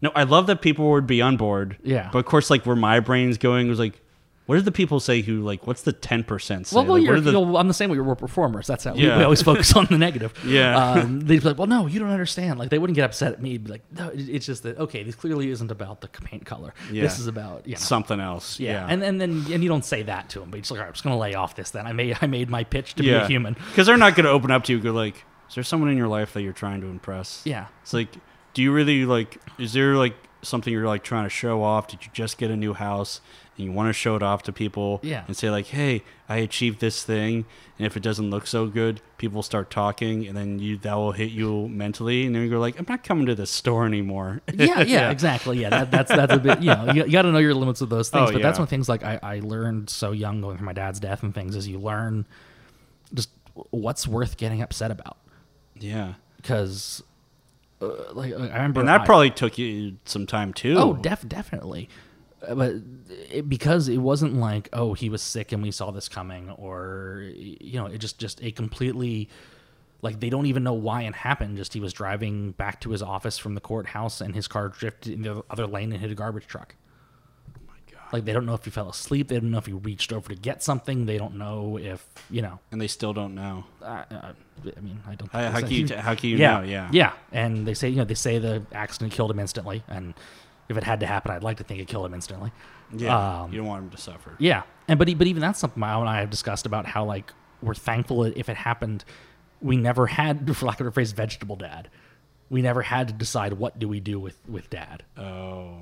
S2: no i love that people would be on board
S1: Yeah.
S2: but of course like where my brain's going was like what did the people say who like what's the 10% say
S1: Well, well,
S2: Like, what
S1: you're,
S2: are the-
S1: you're- I'm the same way. We're performers. That's how we- we,
S2: Yeah.
S1: always focus on the negative.
S2: Yeah.
S1: Um, they'd be like, "Well, no, you don't understand." Like they wouldn't get upset at me. They'd Be like, "No, it- it's just that okay, this clearly isn't about the paint color.
S2: Yeah.
S1: This is about you know."
S2: something else
S1: yeah.
S2: yeah,
S1: and and then and you don't say that to them, but you're just like, "All right, I'm just gonna lay off this." Then I made I made my pitch to be a human.
S2: because they're not going to open up to you and go like is there someone in your life that you're trying to impress
S1: Yeah,
S2: It's like, do you really like? Is there like something you're like trying to show off? Did you just get a new house and you want to show it off to people
S1: Yeah.
S2: and say like, "Hey, I achieved this thing." And if it doesn't look so good, people start talking and then you that will hit you mentally and then you're like, "I'm not coming to this store anymore."
S1: yeah, yeah, exactly. Yeah, that, that's that's a bit. You know, you, you got to know your limits of those things.
S2: Oh,
S1: but that's
S2: yeah.
S1: one of the things like I, I learned so young going through my dad's death and things is you learn just what's worth getting upset about
S2: yeah.
S1: because uh, like I remember
S2: And that
S1: I-
S2: probably took you some time too.
S1: Oh, def- definitely. Uh, But it, because it wasn't like, oh, he was sick and we saw this coming, or you know, it just just a completely like they don't even know why it happened. Just he was driving back to his office from the courthouse and his car drifted in the other lane and hit a garbage truck. Like they don't know if he fell asleep. They don't know if he reached over to get something. They don't know if you know.
S2: and they still don't know.
S1: I, I, I mean, I don't.
S2: How,
S1: think it's
S2: how
S1: a
S2: can you
S1: huge-
S2: t- how can you
S1: yeah,
S2: know? Yeah.
S1: yeah. And they say, you know, they say the accident killed him instantly, and if it had to happen, I'd like to think it killed him instantly.
S2: Yeah.
S1: Um,
S2: you don't want them to suffer.
S1: Yeah, and but e- but even that's something Mao and I have discussed about how like we're thankful that if it happened, we never had, for lack of a phrase, vegetable dad. We never had to decide what do we do with with dad.
S2: Oh.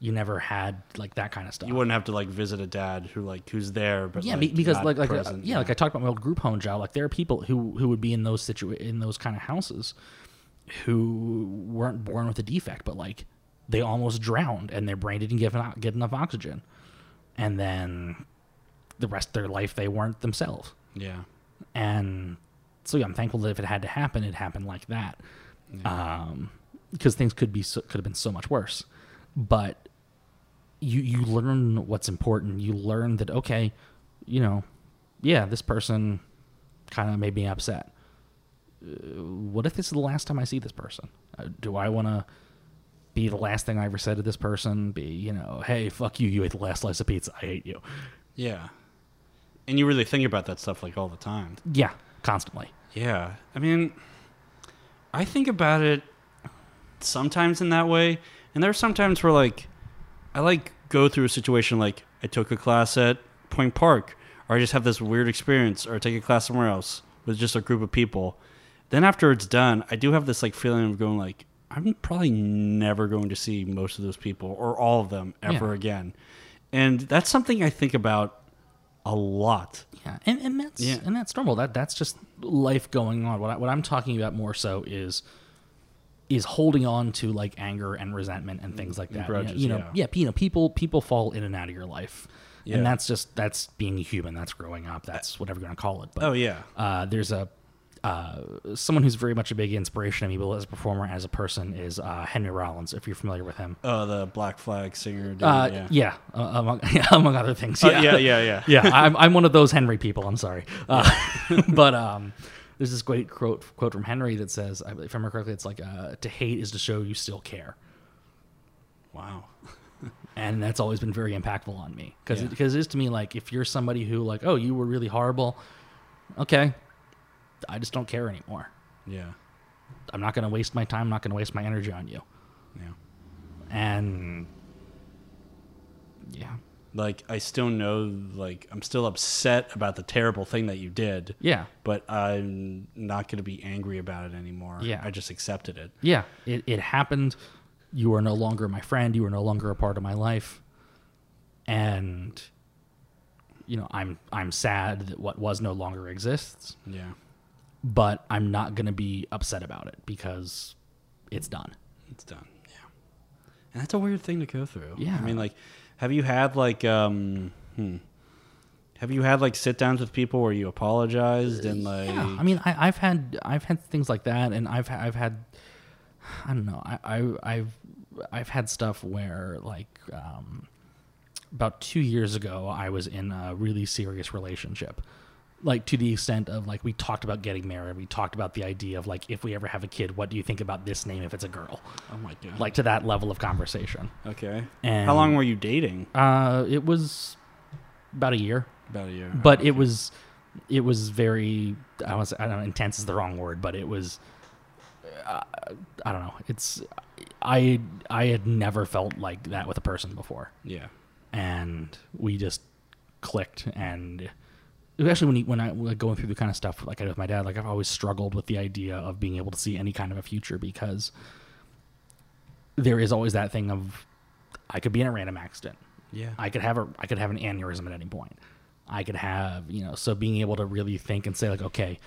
S1: You never had like that kind of stuff.
S2: You wouldn't have to like visit a dad who like who's there, but
S1: yeah,
S2: like,
S1: be- because
S2: not
S1: like like uh,
S2: present.
S1: yeah, like I talked about my old group home job. Like there are people who who would be in those situa- in those kind of houses, who weren't born with a defect, but like they almost drowned and their brain didn't give out get enough oxygen, and then the rest of their life they weren't themselves.
S2: yeah.
S1: And so yeah, I'm thankful that if it had to happen, it happened like that, Um 'cause because things could be so, could have been so much worse. But you you learn what's important. You learn that okay, you know, yeah, this person kind of made me upset. Uh, what if this is the last time I see this person? Uh, do I want to be the last thing I ever said to this person? Be you know, hey, fuck you, you ate the last slice of pizza. I hate you.
S2: Yeah. And you really think about that stuff like all the time.
S1: Yeah, constantly.
S2: Yeah. I mean, I think about it sometimes in that way. And there are sometimes where like I like go through a situation like I took a class at Point Park or I just have this weird experience or I take a class somewhere else with just a group of people. Then after it's done, I do have this like feeling of going like I'm probably never going to see most of those people or all of them ever
S1: Yeah.
S2: again. And that's something I think about a lot.
S1: Yeah, and, and that's
S2: Yeah.
S1: and that's normal. That that's just life going on. What I, what I'm talking about more so is is holding on to like anger and resentment and things like that. You know-
S2: Mm, grudges,
S1: you know,
S2: yeah.
S1: yeah, you know, people people fall in and out of your life,
S2: Yeah.
S1: and that's just that's being human. That's growing up. That's whatever you want to call it. But
S2: Oh yeah.
S1: uh, there's a uh, someone who's very much a big inspiration to me, both as a performer and as a person, is uh, Henry Rollins. If you're familiar with him,
S2: Oh, the Black Flag singer. Dude,
S1: uh,
S2: Oh, yeah.
S1: yeah, uh, among among other things.
S2: Uh, yeah, yeah, yeah.
S1: yeah, I'm, I'm one of those Henry people. I'm sorry, uh, but um, there's this great quote quote from Henry that says, I- if I remember correctly, it's like uh, to hate is to show you still care,
S2: Wow.
S1: and that's always been very impactful on me because
S2: Yeah.
S1: because it is to me like if you're somebody who like oh you were really horrible, okay, I just don't care anymore.
S2: Yeah.
S1: I'm not gonna waste my time. I'm not gonna waste my energy on you,
S2: Yeah. Mm.
S1: and yeah,
S2: Like I still know like I'm still upset about the terrible thing that you did.
S1: yeah.
S2: But I'm not going to be angry about it anymore.
S1: Yeah.
S2: I just accepted it.
S1: Yeah, it, it happened. You are no longer my friend. You are no longer a part of my life. And you know, I'm I'm sad that what was no longer exists,
S2: Yeah.
S1: but I'm not going to be upset about it because it's done.
S2: It's done. Yeah. And that's a weird thing to go through.
S1: Yeah.
S2: I mean like have you had like um hmm, have you had like sit downs with people where you apologized and like
S1: yeah, I mean, I, I've had I've had things like that, and I've ha- I've had I don't know, I, I I've I've had stuff where like um, about two years ago, I was in a really serious relationship, like to the extent of like we talked about getting married, we talked about the idea of like if we ever have a kid, what do you think about this name if it's a girl,
S2: oh my god.
S1: like to that level of conversation.
S2: okay.
S1: And
S2: How long were you dating?
S1: Uh, it was about a year
S2: About a year.
S1: but it was it was very I was I don't know intense is the wrong word, but it was uh, I don't know. It's I I had never felt like that with a person before,
S2: yeah.
S1: and we just clicked and. Especially when you, when I like going through the kind of stuff like I did with my dad, like I've always struggled with the idea of being able to see any kind of a future because there is always that thing of I could be in a random accident.
S2: Yeah.
S1: I could have a I could have an aneurysm at any point. I could have you know so being able to really think and say like okay,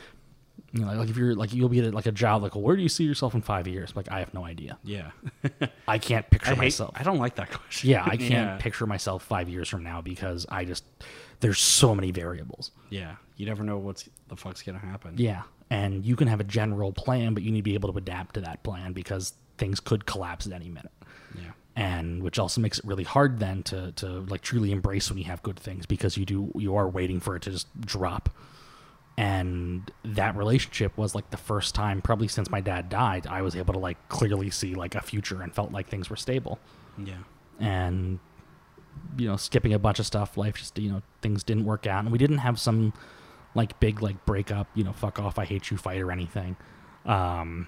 S1: you know like, if you're like you'll be at like a job like well, where do you see yourself in five years like I have no idea
S2: yeah.
S1: I can't picture
S2: I hate,
S1: myself
S2: I don't like that question.
S1: yeah I can't
S2: Yeah.
S1: picture myself five years from now because I just there's so many variables
S2: Yeah. You never know what's the fuck's gonna happen.
S1: yeah and you can have a general plan but you need to be able to adapt to that plan because things could collapse at any minute
S2: Yeah.
S1: and which also makes it really hard then to to like truly embrace when you have good things because you do you are waiting for it to just drop and that relationship was like the first time probably since my dad died i was able to like clearly see like a future and felt like things were stable
S2: Yeah.
S1: and you know skipping a bunch of stuff life just you know things didn't work out and we didn't have some like big like breakup you know fuck off i hate you fight or anything um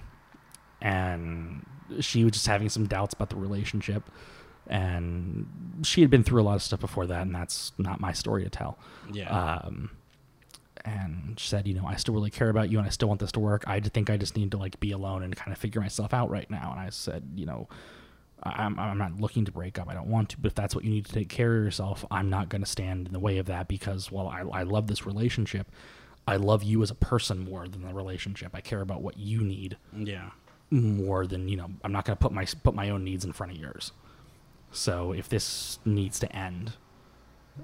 S1: and she was just having some doubts about the relationship and she had been through a lot of stuff before that and that's not my story to tell
S2: Yeah.
S1: um and she said you know i still really care about you and i still want this to work i d- think i just need to like be alone and kind of figure myself out right now and i said you know I- I'm, I'm not looking to break up i don't want to but if that's what you need to take care of yourself i'm not going to stand in the way of that because while I, I love this relationship i love you as a person more than the relationship i care about what you need
S2: yeah.
S1: more than you know i'm not going to put my put my own needs in front of yours so if this needs to end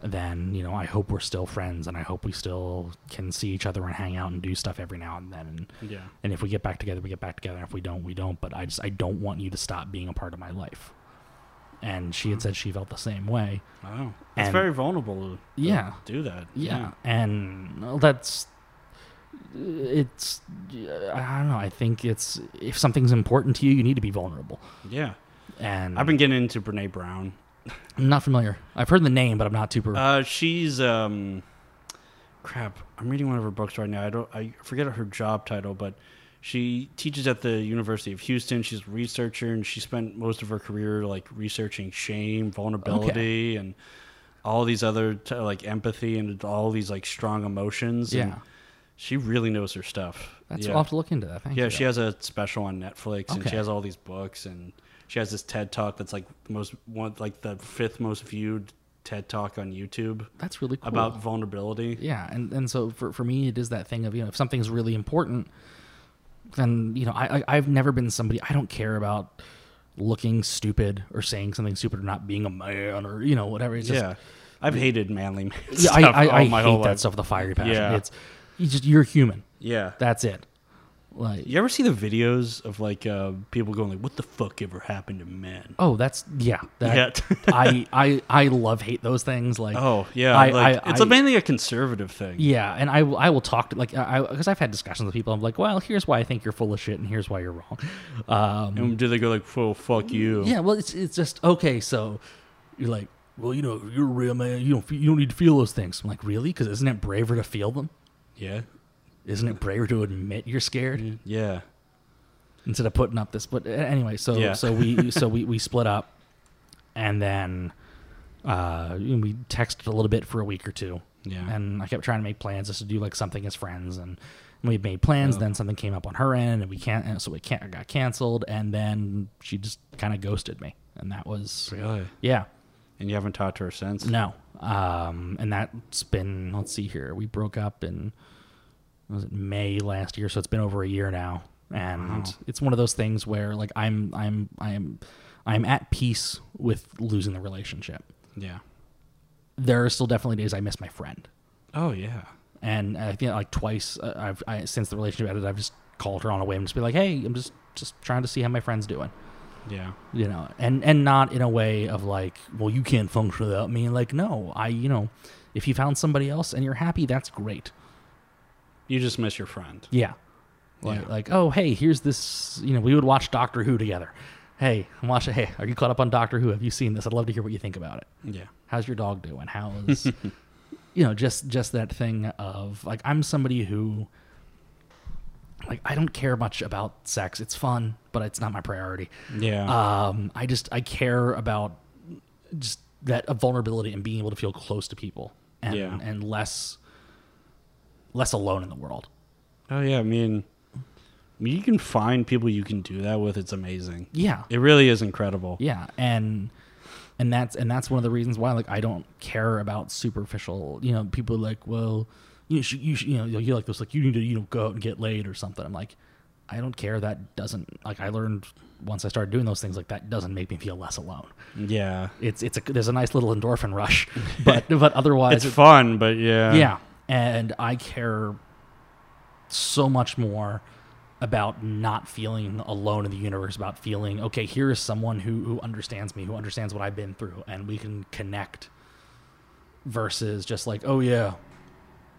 S1: then you know i hope we're still friends and i hope we still can see each other and hang out and do stuff every now and then and,
S2: Yeah.
S1: and if we get back together we get back together if we don't we don't but i just i don't want you to stop being a part of my life and she had said she felt the same way
S2: Wow. It's
S1: And-
S2: very vulnerable to to
S1: Yeah.
S2: do that.
S1: yeah, and well, that's it's i don't know i think it's if something's important to you you need to be vulnerable
S2: Yeah.
S1: and
S2: I've been getting into Brene Brown.
S1: I'm not familiar. I've heard the name, but I'm not super.
S2: Uh, she's um, crap. I'm reading one of her books right now. I don't. I forget her job title, but she teaches at the University of Houston. She's a researcher, and she spent most of her career like researching shame, vulnerability, and all these other t- like empathy and all these like strong emotions. and
S1: Yeah.
S2: she really knows her stuff.
S1: That's
S2: yeah.
S1: I'll have to look into that. Thank
S2: Yeah,
S1: you.
S2: she has a special on Netflix, and she
S1: Okay.
S2: has all these books, and she has this TED Talk that's like the most one, like the fifth most viewed TED Talk on YouTube
S1: That's really cool.
S2: about vulnerability.
S1: yeah, and and so for for me, it is that thing of you know if something's really important, then you know I, I I've never been somebody I don't care about looking stupid or saying something stupid or not being a man or you know whatever. It's just,
S2: yeah, I've hated manly man
S1: yeah,
S2: stuff
S1: I I, I
S2: all my whole
S1: hate
S2: life.
S1: that stuff. with The fiery passion.
S2: Yeah.
S1: It's you just you're human.
S2: Yeah.
S1: That's it. Like
S2: you ever see the videos of like uh, people going like, "What the fuck ever happened to men?"
S1: oh, that's yeah. That,
S2: Yeah.
S1: I I I love hate those things. Like
S2: Oh yeah,
S1: I-
S2: like,
S1: I-
S2: it's a-
S1: I-
S2: mainly a conservative thing.
S1: Yeah, and I, will- I will talk to like I because I've had discussions with people. I'm like, well, here's why I think you're full of shit, and here's why you're wrong. Um,
S2: And do they go like, "Whoa, fuck you"?
S1: yeah, well, it's it's just okay. So you're like, well, you know, you're a real man. You don't fe- you don't need to feel those things. I'm like, really? Because isn't it braver to feel them?
S2: yeah,
S1: Isn't it braver to admit you're scared
S2: yeah,
S1: instead of putting up this? But a- anyway, so
S2: Yeah.
S1: so we so we we split up, and then uh, we texted a little bit for a week or two.
S2: yeah.
S1: and I kept trying to make plans just to do like something as friends, and we made plans. Then something came up on her end, and we can't, and so we can't it got canceled, and then she just kind of ghosted me, and that was
S2: really,
S1: yeah,
S2: and you haven't talked to her since.
S1: no, um, and that's been let's see here, we broke up in was it May last year, so it's been over a year now, and it's one of those things where like I'm I'm I'm I'm at peace with losing the relationship.
S2: Yeah.
S1: There are still definitely days I miss my friend.
S2: Oh yeah.
S1: and I think like twice uh, I've I, since the relationship ended, I've just called her on a whim, just be like, "Hey, I'm just just trying to see how my friend's doing,"
S2: Yeah.
S1: you know, and and not in a way of like, "Well, you can't function without me." Like, no, I you know, if you found somebody else and you're happy, that's great.
S2: You just miss your friend.
S1: Yeah, like
S2: Yeah.
S1: like oh hey, here's this you know we would watch Doctor Who together. Hey, I'm watching. Hey, are you caught up on Doctor Who? Have you seen this? I'd love to hear what you think about it.
S2: Yeah.
S1: how's your dog doing how's you know just just that thing of like i'm somebody who like i don't care much about sex it's fun but it's not my priority
S2: Yeah.
S1: um i just i care about just that uh, vulnerability and being able to feel close to people and
S2: Yeah.
S1: and less less alone in the world
S2: oh yeah. I mean, You can find people you can do that with. It's amazing.
S1: Yeah.
S2: It really is incredible.
S1: Yeah, and and that's and that's one of the reasons why like I don't care about superficial. You know, people are like, well, you should, you should, you know, you like this, like you need to you know go out and get laid or something. I'm like, I don't care. That doesn't like I learned once I started doing those things like that doesn't make me feel less alone.
S2: Yeah.
S1: It's it's a there's a nice little endorphin rush, but but otherwise
S2: It's fun, but yeah.
S1: yeah, Uh, and I care so much more about not feeling alone in the universe, about feeling okay. Here is someone who who understands me, who understands what I've been through, and we can connect. Versus just like, oh yeah,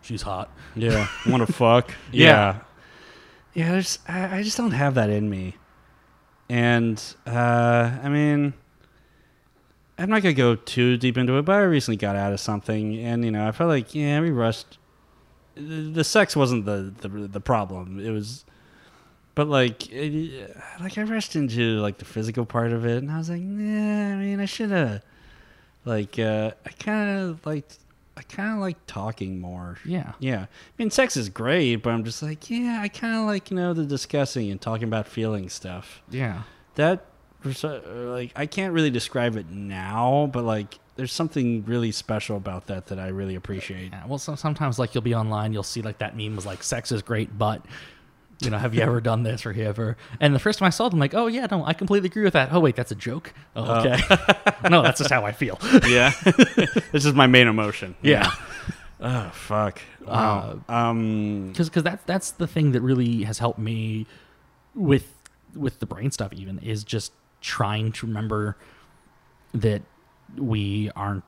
S1: she's hot.
S2: Yeah. Want to fuck?
S1: Yeah.
S2: Yeah. Yeah. There's. I, I just don't have that in me, and uh, I mean, I'm not gonna go too deep into it, but I recently got out of something, and you know, I felt like yeah, we rushed. The the sex wasn't the the, the problem. It was. But like, it, like I rushed into like the physical part of it, and I was like, nah. I mean, I should have, like, uh, I kind of liked, I kind of like talking more.
S1: Yeah,
S2: Yeah. I mean, sex is great, but I'm just like, yeah, I kind of like, you know, the discussing and talking about feeling stuff.
S1: yeah,
S2: That, pers- uh, like, I can't really describe it now, but like, there's something really special about that that I really appreciate.
S1: yeah. Well, so, sometimes like you'll be online, you'll see like that meme was like, sex is great, but you know, have you ever done this or have you ever? And the first time I saw it, I'm like, oh yeah, no, I completely agree with that. Oh wait, that's a joke. Oh, okay, no, that's just how I feel.
S2: Yeah. this is my main emotion.
S1: Yeah. Uh,
S2: Oh, fuck. Wow. um,
S1: because because that's that's the thing that really has helped me with with the brain stuff even is just trying to remember that we aren't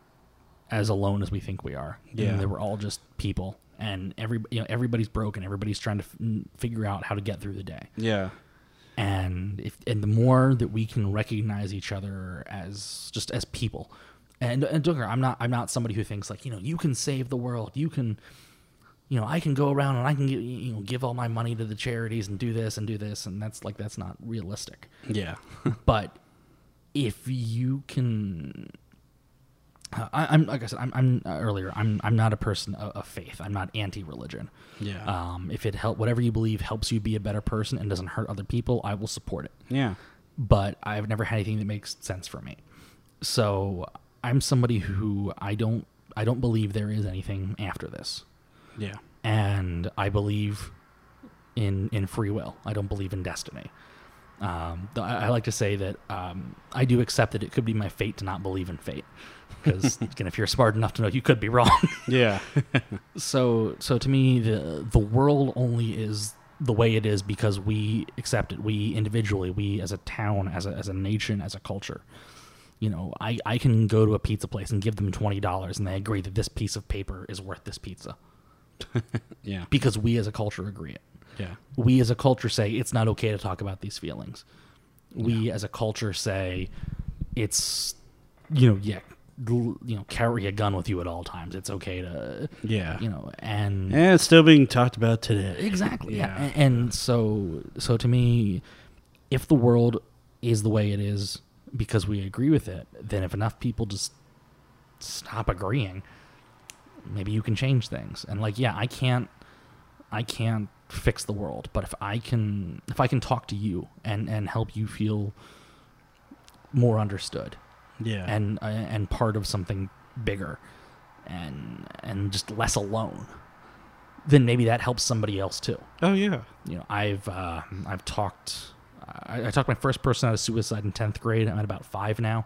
S1: as alone as we think we are
S2: Yeah.
S1: and that we're all just people and every you know everybody's broken everybody's trying to f- figure out how to get through the day
S2: yeah.
S1: and if and the more that we can recognize each other as just as people and and don't get me wrong, I'm not I'm not somebody who thinks like you know you can save the world you can you know I can go around and I can gi- you know give all my money to the charities and do this and do this and that's like that's not realistic
S2: Yeah.
S1: but if you can uh, I, I'm like I said I'm, I'm uh, earlier I'm I'm not a person of, of faith I'm not anti-religion
S2: Yeah.
S1: um, if it help whatever you believe helps you be a better person and doesn't hurt other people I will support it
S2: yeah.
S1: but I've never had anything that makes sense for me so I'm somebody who I don't I don't believe there is anything after this
S2: Yeah.
S1: and I believe in in free will. I don't believe in destiny. Um, th- I, I like to say that um, I do accept that it could be my fate to not believe in fate, because again, if you're smart enough to know, you could be wrong.
S2: Yeah.
S1: so, so to me, the the world only is the way it is because we accept it. We individually, we as a town, as a as a nation, as a culture. You know, I, I can go to a pizza place and give them twenty dollars, and they agree that this piece of paper is worth this pizza
S2: Yeah.
S1: because we as a culture agree it.
S2: Yeah.
S1: We as a culture say it's not okay to talk about these feelings. We as a culture say it's you know yeah l- you know carry a gun with you at all times. It's okay to
S2: Yeah.
S1: you know and
S2: And it's still being talked about today.
S1: exactly yeah.
S2: Yeah.
S1: A- And so so to me, if the world is the way it is because we agree with it, then if enough people just stop agreeing, maybe you can change things. And like, yeah, I can't, I can't fix the world, but if I can, if I can talk to you and and help you feel more understood
S2: Yeah.
S1: and uh, and part of something bigger and and just less alone, then maybe that helps somebody else too
S2: oh, yeah.
S1: you know, I've uh, I've talked. I, I talked my first person out of suicide in tenth grade. I'm at about five now.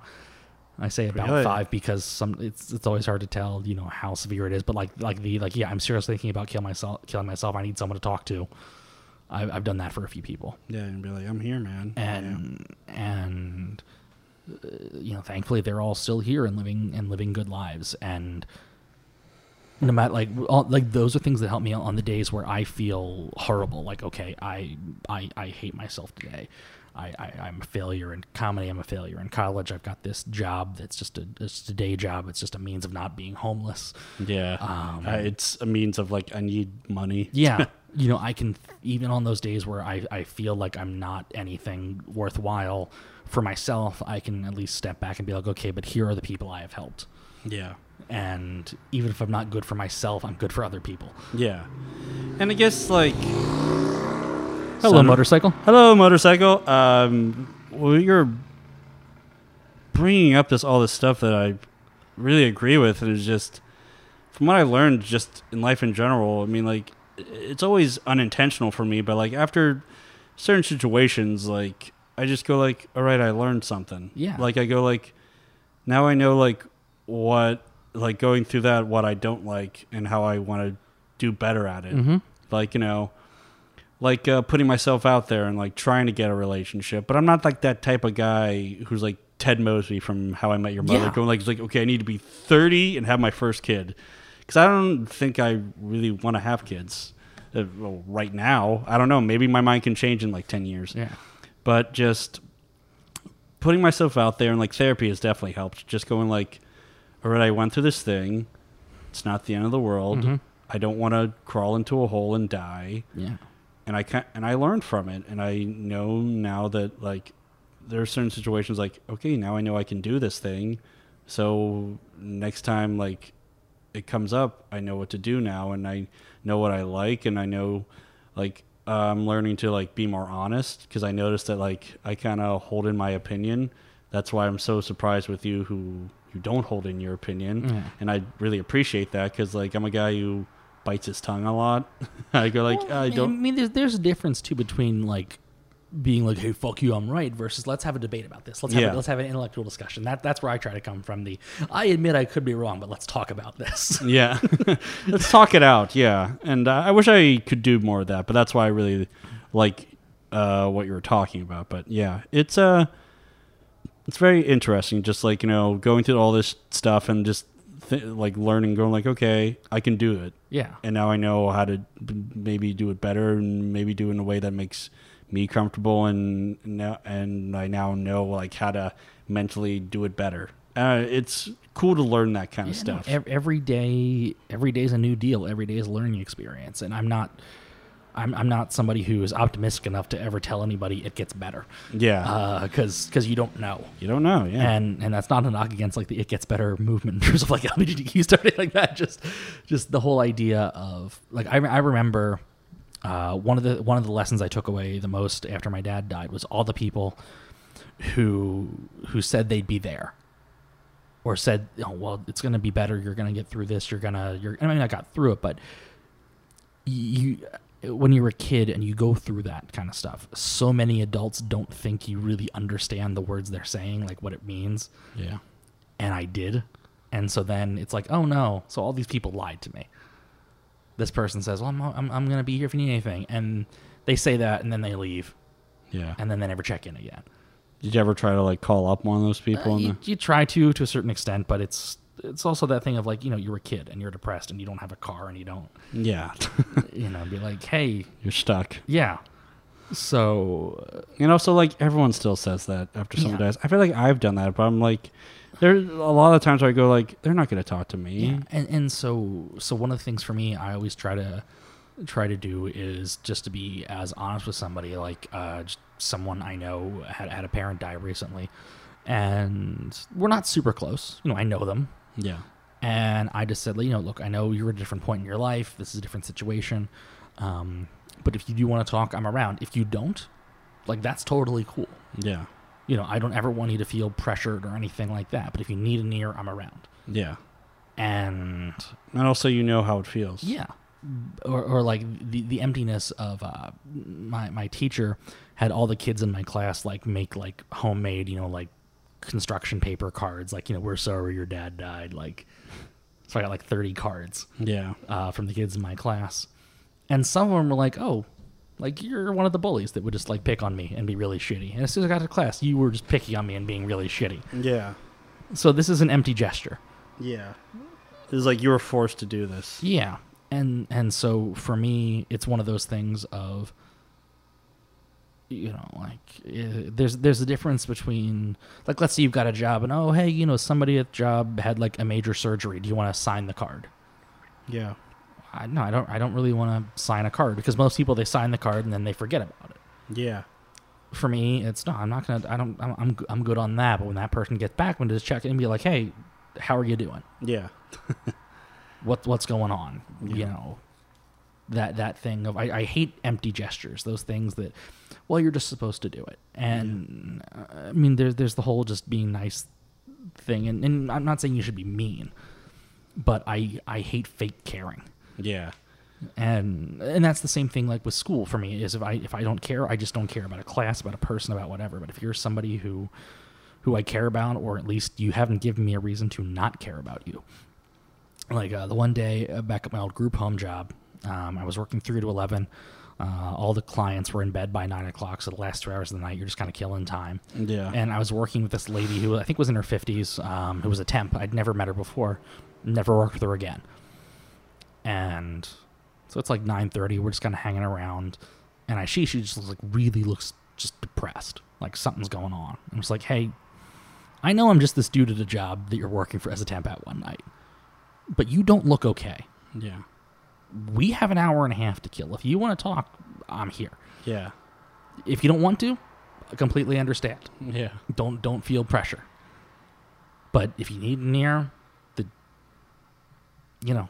S1: I say about
S2: Really?
S1: five because some it's it's always hard to tell you know how severe it is. But like like the like yeah, I'm seriously thinking about kill myself killing myself. I need someone to talk to. I've, I've done that for a few people,
S2: Yeah. And be like, I'm here, man. Mm-hmm. Yeah.
S1: and and uh, you know, thankfully they're all still here and living and living good lives. And no matter like all, like those are things that help me out on the days where I feel horrible. Like okay, I I, I hate myself today. I, I I'm a failure in comedy. I'm a failure in college. I've got this job that's just a it's just a day job. It's just a means of not being homeless.
S2: Yeah.
S1: Um,
S2: Uh, it's a means of like, I need money.
S1: Yeah. you know, I can, even on those days where I, I feel like I'm not anything worthwhile for myself, I can at least step back and be like, okay, but here are the people I have helped.
S2: Yeah.
S1: And even if I'm not good for myself, I'm good for other people.
S2: Yeah. And I guess like
S1: Hello,
S2: Sound-
S1: motorcycle.
S2: Hello, motorcycle. Um, well, you're bringing up this all this stuff that I really agree with, and it's just from what I learned just in life in general. I mean, like it's always unintentional for me, but like after certain situations, like I just go like, all right, I learned something.
S1: Yeah.
S2: Like I go like, now I know like what like going through that what I don't like and how I want to do better at it. Like you know like uh, putting myself out there and like trying to get a relationship. But I'm not like that type of guy who's like Ted Mosby from How I Met Your Mother,
S1: Yeah.
S2: going like, it's like, okay, I need to be 30 and have my first kid, because I don't think I really want to have kids uh, well, right now. I don't know. Maybe my mind can change in like 10 years.
S1: Yeah.
S2: But just putting myself out there and like therapy has definitely helped. Just going like, all right, I went through this thing. It's not the end of the world. I don't want to crawl into a hole and die
S1: Yeah.
S2: and I can and I learned from it, and I know now that like there are certain situations like okay, now I know I can do this thing, so next time like it comes up, I know what to do now, and I know what I like, and I know like I'm learning to like be more honest because I noticed that like I kind of hold in my opinion. That's why I'm so surprised with you who you don't hold in your opinion,
S1: Yeah.
S2: and I really appreciate that because like I'm a guy who bites his tongue a lot. I go like I don't.
S1: I mean, there's there's a difference too between like being like, "Hey, fuck you, I'm right," versus "Let's have a debate about this. Let's have
S2: Yeah.
S1: a, let's have an intellectual discussion." That that's where I try to come from. The I admit I could be wrong, but let's talk about this.
S2: Yeah. Let's talk it out. Yeah. And uh, I wish I could do more of that, but that's why I really like uh, what you were talking about. But yeah, it's uh, it's very interesting. Just like you know, going through all this stuff and just th- like learning, going like, okay, I can do it,
S1: yeah,
S2: and now I know how to b- maybe do it better, and maybe do it in a way that makes me comfortable, and now and I now know like how to mentally do it better. Uh, it's cool to learn that kind of
S1: Yeah, no,
S2: stuff.
S1: ev- every day, every day is a new deal. Every day is a learning experience, and I'm not. I'm, I'm not somebody who is optimistic enough to ever tell anybody it gets better,
S2: yeah.
S1: Uh, because because you don't know,
S2: You don't know, yeah.
S1: and and that's not a knock against like the it gets better movement in terms of like LGBTQ stuff like that. Just just the whole idea of like I, I remember uh, one of the one of the lessons I took away the most after my dad died was all the people who who said they'd be there or said, "Oh well, it's going to be better. You're going to get through this. You're gonna you're." I mean, I got through it, but you when you were a kid and you go through that kind of stuff, so many adults don't think you really understand the words they're saying, like what it means.
S2: yeah.
S1: And I did, and so then it's like, "Oh no!" So all these people lied to me. This person says, "Well, I'm I'm, I'm going to be here if you need anything," and they say that, and then they leave,
S2: Yeah.
S1: and then they never check in again.
S2: Did you ever try to like call up one of those people?
S1: Uh,
S2: in
S1: you,
S2: the-
S1: you try to to a certain extent, but it's it's also that thing of like you know you're a kid and you're depressed and you don't have a car and you don't
S2: yeah.
S1: you know be like hey
S2: You're stuck.
S1: yeah so uh,
S2: And also, like, everyone still says that after someone
S1: Yeah.
S2: dies. I feel like I've done that, but I'm like, there's a lot of times where I go, like, they're not going to talk to me.
S1: yeah and and so so one of the things for me I always try to try to do is just to be as honest with somebody like uh just someone I know had had a parent die recently and we're not super close you know I know them
S2: Yeah.
S1: and I just said, you know, look, I know you're at a different point in your life. This is a different situation. Um, but if you do want to talk, I'm around. If you don't, like, that's totally cool.
S2: Yeah.
S1: You know, I don't ever want you to feel pressured or anything like that. But if you need an ear, I'm around.
S2: Yeah.
S1: And
S2: And also, you know how it feels.
S1: yeah. Or, or like the, the emptiness of uh, my, my teacher had all the kids in my class like make like homemade, you know, like construction paper cards. Like, you know, we're sorry your dad died. Like, so I got like 30 cards.
S2: Yeah.
S1: uh, from the kids in my class, and some of them were like, "Oh, like you're one of the bullies that would just like pick on me and be really shitty." And as soon as I got to class, you were just picking on me and being really shitty.
S3: Yeah.
S1: So this is an empty gesture.
S3: Yeah.
S2: It's like you were forced to do this.
S1: Yeah, and and so for me, it's one of those things of, you know, like eh, there's there's a difference between like let's say you've got a job and oh hey you know somebody at the job had like a major surgery. Do you want to sign the card?
S3: Yeah.
S1: I, no, I don't. I don't really want to sign a card because most people they sign the card and then they forget about it.
S3: Yeah.
S1: for me, it's no. I'm not gonna. I don't. I'm. I'm, I'm good on that. But when that person gets back, I'm gonna just check in and be like, "Hey, how are you doing?
S3: Yeah.
S1: What What's going on? You know, that that thing of I, I hate empty gestures those things that well you're just supposed to do it and uh, i mean there's there's the whole just being nice thing and, and i'm not saying you should be mean but i i hate fake caring
S2: Yeah.
S1: and and that's the same thing like with school for me is if i if i don't care i just don't care about a class about a person about whatever but if you're somebody who who i care about or at least you haven't given me a reason to not care about you like uh, the one day uh, back at my old group home job um, i was working 3 to 11 uh, all the clients were in bed by 9 o'clock so the last two hours of the night you're just kind of killing time
S2: Yeah.
S1: and I was working with this lady who I think was in her 50s, um, who was a temp. I'd never met her before, never worked with her again. And so it's like 9:30. We're just kind of hanging around, and I see she just looks like really looks just depressed, like something's going on. I'm just like, hey, I know I'm just this dude at a job that you're working for as a temp at one night, but you don't look okay.
S2: yeah.
S1: We have an hour and a half to kill. If you want to talk, I'm here.
S2: Yeah.
S1: If you don't want to, I completely understand
S2: Yeah.
S1: don't don't feel pressure. But if you need an ear, the you know,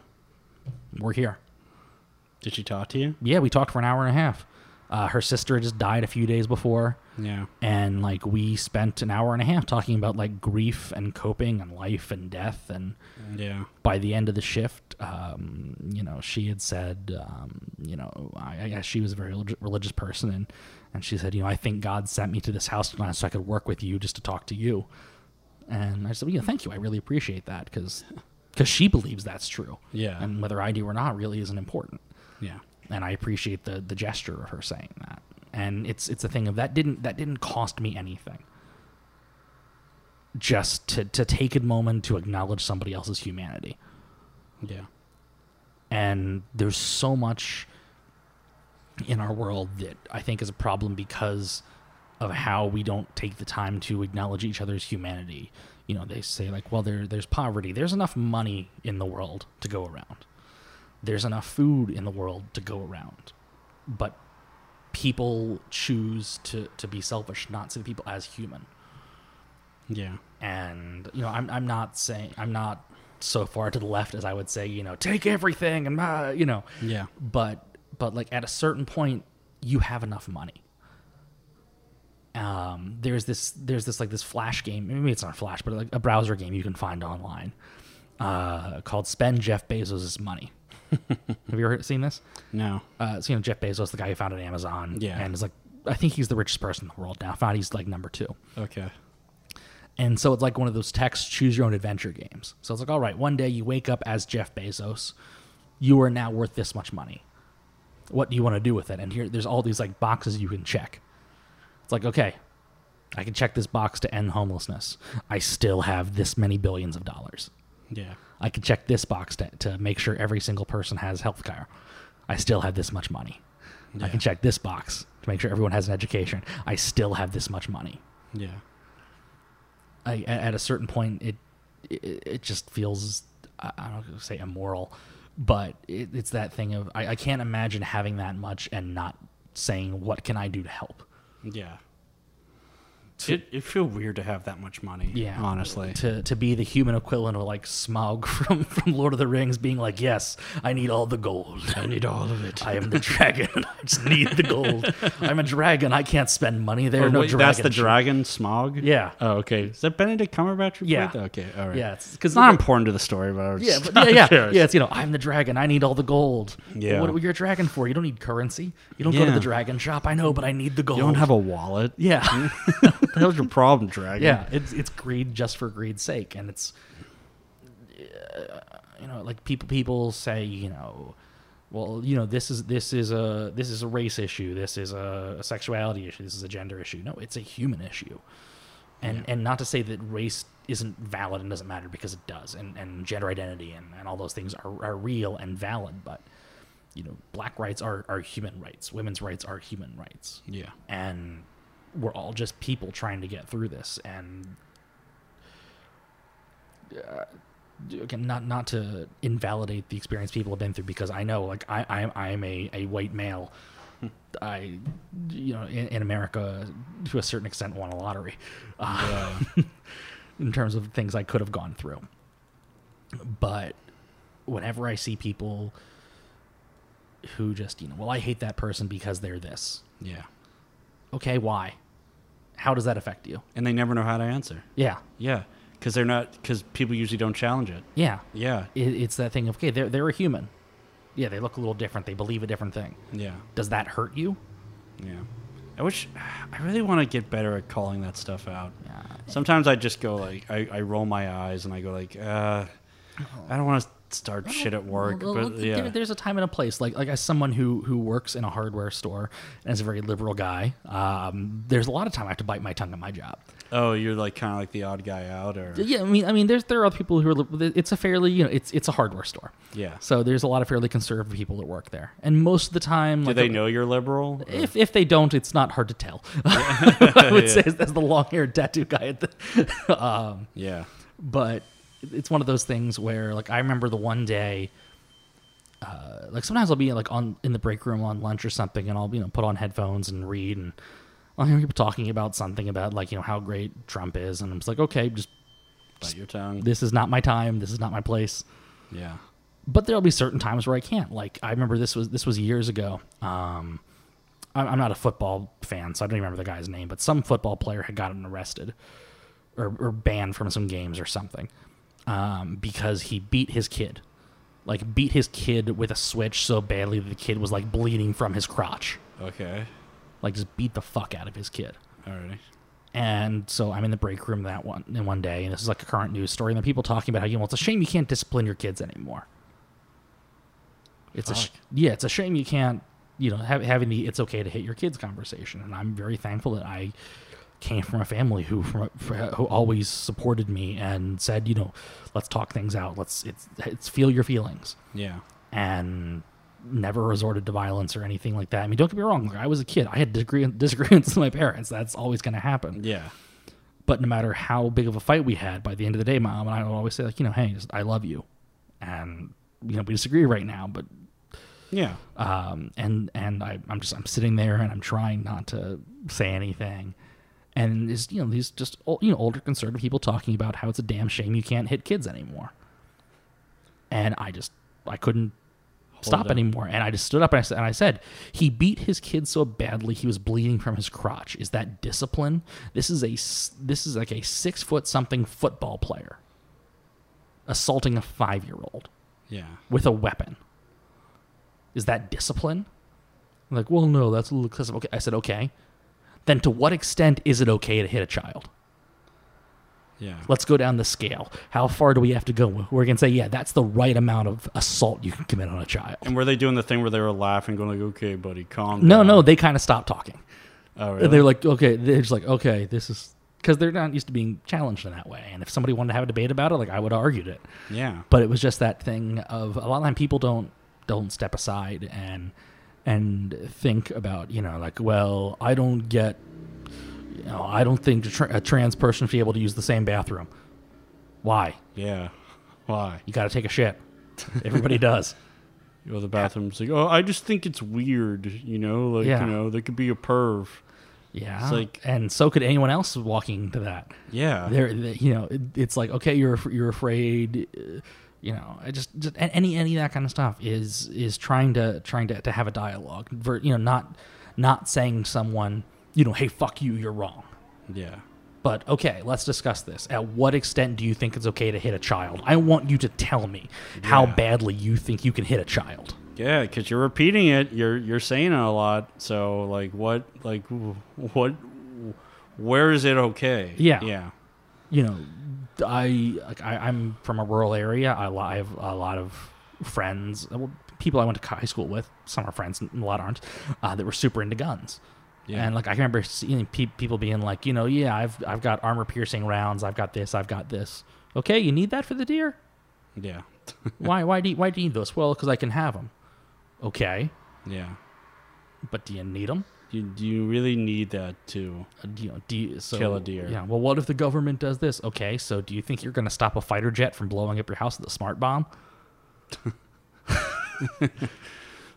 S1: we're here.
S2: Did she talk to you?
S1: Yeah, we talked for an hour and a half. Uh, her sister had just died a few days before,
S2: Yeah.
S1: and like we spent an hour and a half talking about like grief and coping and life and death. And
S2: Yeah.
S1: by the end of the shift, um, you know, she had said, um, you know, I, I guess she was a very relig- religious person, and and she said, you know, I think God sent me to this house tonight so I could work with you just to talk to you. And I said, well, yeah, thank you. I really appreciate that because she believes that's true.
S2: Yeah.
S1: And whether I do or not really isn't important.
S2: Yeah.
S1: And I appreciate the the gesture of her saying that. And it's it's a thing of that didn't that didn't cost me anything. Just to to take a moment to acknowledge somebody else's humanity.
S2: Yeah.
S1: And there's so much in our world that I think is a problem because of how we don't take the time to acknowledge each other's humanity. You know, they say like, well, there there's poverty. There's enough money in the world to go around. There's enough food in the world to go around. But people choose to to be selfish, not see people as human
S2: Yeah.
S1: and you know I'm I'm not saying I'm not so far to the left as I would say you know take everything and uh, you know
S2: Yeah.
S1: but but like at a certain point you have enough money. Um, there's this there's this like this flash game maybe it's not a flash but like a browser game you can find online uh, called Spend Jeff Bezos' Money. have you ever seen this?
S2: No.
S1: uh, so, you know, Jeff Bezos, the guy who founded Amazon,
S2: Yeah.
S1: and is like, I think he's the richest person in the world now. I found he's like number two,
S2: Okay.
S1: and so it's like one of those text choose your own adventure games. So it's like, all right, one day you wake up as Jeff Bezos, you are now worth this much money. What do you want to do with it? And here, there's all these like boxes you can check. It's like, okay, I can check this box to end homelessness. I still have this many billions of dollars.
S2: Yeah.
S1: I could check this box to, to make sure every single person has health care. I still have this much money. I can check this box to make sure everyone has an education. I still have this much money.
S2: Yeah.
S1: I, a- at a certain point, it it, it just feels I I don't wanna say immoral, but it, it's that thing of I, I can't imagine having that much and not saying what can I do to help.
S2: Yeah. It it feel weird to have that much money.
S1: Yeah.
S2: Honestly.
S1: to to be the human equivalent of like Smaug from from Lord of the Rings, being like, "Yes, I need all the gold. I need all of it. I am the dragon. I just need the gold. I'm a dragon. I can't spend money. There are
S2: Or
S1: no
S2: wait,
S1: dragons."
S2: that's the dragon smog.
S1: Yeah.
S2: Oh, okay. Is that Benedict Cumberbatch? who
S1: Yeah.
S2: played that? Okay. All right.
S1: Yeah, it's- 'cause
S2: it's not important to the story, but I was
S1: Yeah,
S2: just-
S1: but yeah, yeah,
S2: curious.
S1: yeah. It's you know, I'm the dragon. I need all the gold.
S2: Yeah.
S1: What are you a dragon for? You don't need currency. You don't go to
S2: Yeah.
S1: the dragon shop. I know, but I need the gold.
S2: You don't have a wallet.
S1: Yeah.
S2: What the hell's your problem, dragon?
S1: yeah. It's it's greed just for greed's sake, and it's uh, you know like people people say you know well you know this is this is a this is a race issue this is a, a sexuality issue this is a gender issue no it's a human issue and and not to say that race isn't valid and doesn't matter because it does and and gender identity and, and all those things are, are real and valid but you know black rights are are human rights women's rights are human rights
S2: Yeah.
S1: and we're all just people trying to get through this and uh, again not not to invalidate the experience people have been through because i know like i i'm, I'm a, a white male i you know in, in america to a certain extent won a lottery uh, in terms of things i could have gone through but whenever i see people who just you know well I hate that person because they're this.
S2: Yeah.
S1: Okay, why? How does that affect you?
S2: And they never know how to answer.
S1: Yeah,
S2: Yeah. Because they're not, because people usually don't challenge it.
S1: yeah.
S2: Yeah.
S1: It, it's that thing of okay, they're they're a human. Yeah, they look a little different. They believe a different thing.
S2: Yeah.
S1: Does that hurt you?
S2: Yeah. I wish, I really want to get better at calling that stuff out.
S1: Yeah.
S2: Sometimes I just go like, I, I roll my eyes and I go like, uh, I don't want to start shit at work.
S1: Well,
S2: But
S1: look, there-
S2: yeah.
S1: There's a time and a place. Like like as someone who who works in a hardware store and is a very liberal guy, um, there's a lot of time I have to bite my tongue at my job.
S2: Oh, you're like kind of like the odd guy out or.
S1: Yeah, I mean, I mean, there's there are other people who are. li- It's a fairly you know, it's it's a hardware store.
S2: Yeah.
S1: So there's a lot of fairly conservative people that work there, and most of the time,
S2: Do
S1: like
S2: they know you're liberal? Or-
S1: If, if they don't, it's not hard to tell. I would say that's the long haired tattoo guy. At the, um,
S2: Yeah.
S1: but it's one of those things where like I remember the one day uh, like sometimes I'll be like on in the break room on lunch or something and I'll you know put on headphones and read and I'll hear people talking about something about like you know how great Trump is and I'm just like okay just
S2: Bite your tongue.
S1: this is not my time this is not my place
S2: Yeah.
S1: but there'll be certain times where I can't. Like I remember this was this was years ago. Um, I- I'm not a football fan, so I don't even remember the guy's name, but some football player had gotten arrested or, or banned from some games or something um, because he beat his kid, like beat his kid with a switch so badly that the kid was like bleeding from his crotch,
S2: Okay.
S1: like just beat the fuck out of his kid.
S2: Alrighty.
S1: And so I'm in the break room that one in one day, and this is like a current news story, and the people talking about how you know it's a shame you can't discipline your kids anymore. It's a sh-
S2: Fuck.
S1: yeah, it's a shame you can't you know have, having the it's okay to hit your kids conversation, and I'm very thankful that I came from a family who from, who always supported me and said you know let's talk things out, let's it's it's feel your feelings
S2: Yeah.
S1: and never resorted to violence or anything like that. I mean, don't get me wrong, like, I was a kid, I had disagree- disagreements with my parents. That's always going to happen
S2: Yeah.
S1: but no matter how big of a fight we had by the end of the day mom and i will always say like you know hey just, i love you and you know we disagree right now but
S2: Yeah.
S1: um and and I, i'm just i'm sitting there and i'm trying not to say anything and is you know these just ol- you know older conservative people talking about how it's a damn shame you can't hit kids anymore and i just i couldn't stop
S2: it.
S1: anymore and i just stood up and I, said, and I said he beat his kid so badly he was bleeding from his crotch is that discipline this is a s- this is like a six foot something football player assaulting a five year old
S2: Yeah.
S1: with a weapon. Is that discipline? I'm like, well, no, that's a little excessive. Okay, I said, okay. Then to what extent is it okay to hit a child?
S2: Yeah.
S1: Let's go down the scale. How far do we have to go? We're gonna say, yeah, that's the right amount of assault you can commit on a child.
S2: And were they doing the thing where they were laughing, going like, "Okay, buddy, calm
S1: No,
S2: down."
S1: no, they kind of stopped talking.
S2: Oh,
S1: And
S2: really?
S1: They're like, okay, they're just like, okay, this is because they're not used to being challenged in that way. And if somebody wanted to have a debate about it, like I would have argued it.
S2: yeah.
S1: but it was just that thing of a lot of time people don't don't step aside and and think about you know like well I don't get you know I don't think a, tra- a trans person should be able to use the same bathroom. Why?
S2: Yeah. Why?
S1: You got to take a shit. Everybody does.
S2: Well, the bathroom's like, oh, I just think it's weird, you know, like
S1: Yeah.
S2: you know, there could be a perv.
S1: Yeah.
S2: It's like-
S1: and so could anyone else walking to that.
S2: Yeah.
S1: Uh, There, th- you know, it, it's like okay, you're af- you're afraid, uh, you know, I just, just a- any any of that kind of stuff is is trying to trying to, to have a dialogue, ver, you know, not not saying to someone, you know, hey, fuck you, you're wrong,
S2: yeah.
S1: but okay, let's discuss this. At what extent do you think it's okay to hit a child? I want you to tell me how
S2: Yeah.
S1: badly you think you can hit a child.
S2: Yeah, because you're repeating it. You're you're saying it a lot. So like, what like w- what where is it okay?
S1: Yeah.
S2: Yeah.
S1: you know, I, like, I I'm from a rural area. I, li- I have a lot of friends, uh, well, people I went to high school with. Some are friends, and a lot aren't. Uh, that were super into guns.
S2: Yeah.
S1: And like I remember seeing pe- people being like, you know, yeah, I've I've got armor piercing rounds. I've got this. I've got this. Okay, you need that for the deer.
S2: Yeah.
S1: Why why do you, why do you need those? Well, because I can have them. Okay,
S2: Yeah.
S1: but do you need them?
S2: You, do you really need that too?
S1: You know, do you, so,
S2: Kill a deer.
S1: Yeah. Well, what if the government does this? Okay, so do you think you're going to stop a fighter jet from blowing up your house with a smart bomb?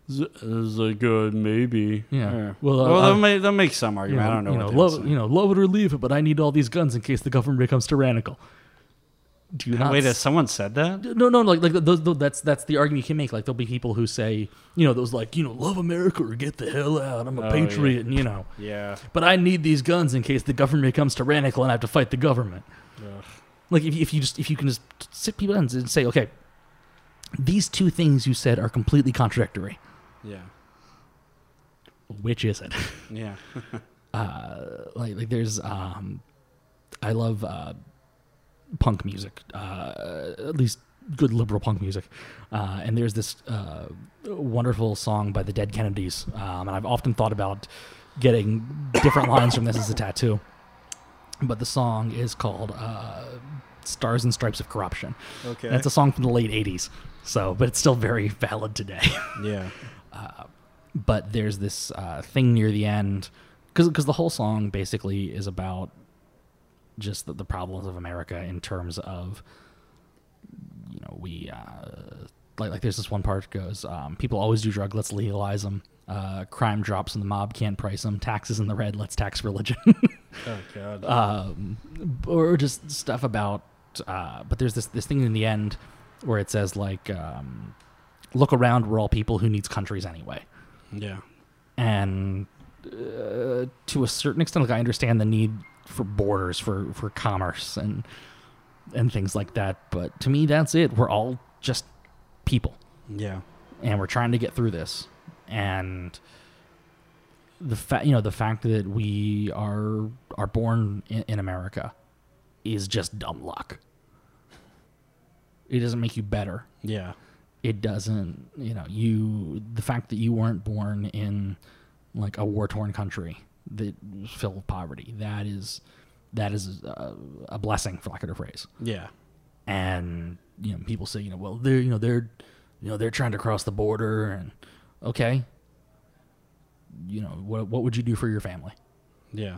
S2: It's like uh, maybe.
S1: Yeah. Well,
S2: Well,
S1: uh,
S2: that,
S1: um,
S2: may, that makes some argument. I don't know.
S1: You
S2: what
S1: know,
S2: they would
S1: love,
S2: say.
S1: you know, love it or leave it, but I need all these guns in case the government becomes tyrannical. do not
S2: Wait,
S1: s-
S2: has someone said that?
S1: no, no, like like those, those, that's that's the argument you can make. Like there'll be people who say, you know, those like you know, love America or get the hell out. I'm a
S2: Oh, yeah.
S1: patriot, and you know,
S2: Yeah.
S1: but I need these guns in case the government becomes tyrannical and I have to fight the government. Like if, you- if you just if you can just sit people down and say, okay, these two things you said are completely contradictory.
S2: Yeah.
S1: Which is it?
S2: Yeah.
S1: Uh, like like there's um, I love uh, punk music, uh, at least good liberal punk music, uh, and there's this uh, wonderful song by the Dead Kennedys, um, and I've often thought about getting different lines from this as a tattoo. But the song is called uh, "Stars and Stripes of Corruption."
S3: Okay.
S1: And it's a song from the late '80s, so but it's still very valid today.
S2: Yeah.
S1: but there's this uh, thing near the end because the whole song basically is about just the, the problems of America in terms of you know we uh, like like there's this one part that goes um, people always do drug let's legalize them uh, crime drops and the mob can't price them taxes in the red let's tax religion
S3: oh god.
S1: um, or just stuff about. Uh, but there's this this thing in the end where it says like, um, "Look around, we're all people who needs countries anyway."
S2: Yeah.
S1: And uh, to a certain extent, like I understand the need for borders for for commerce and and things like that. But to me, that's it. We're all just people
S2: Yeah.
S1: and we're trying to get through this and the fact you know the fact that we are are born in, in america is just dumb luck it doesn't make you better
S2: Yeah.
S1: it doesn't you know you the fact that you weren't born in like a war torn country that was filled with poverty that is that is a, a blessing for lack of a phrase
S2: Yeah.
S1: and you know people say you know well they're you know they're you know they're trying to cross the border and okay you know what what would you do for your family
S2: Yeah.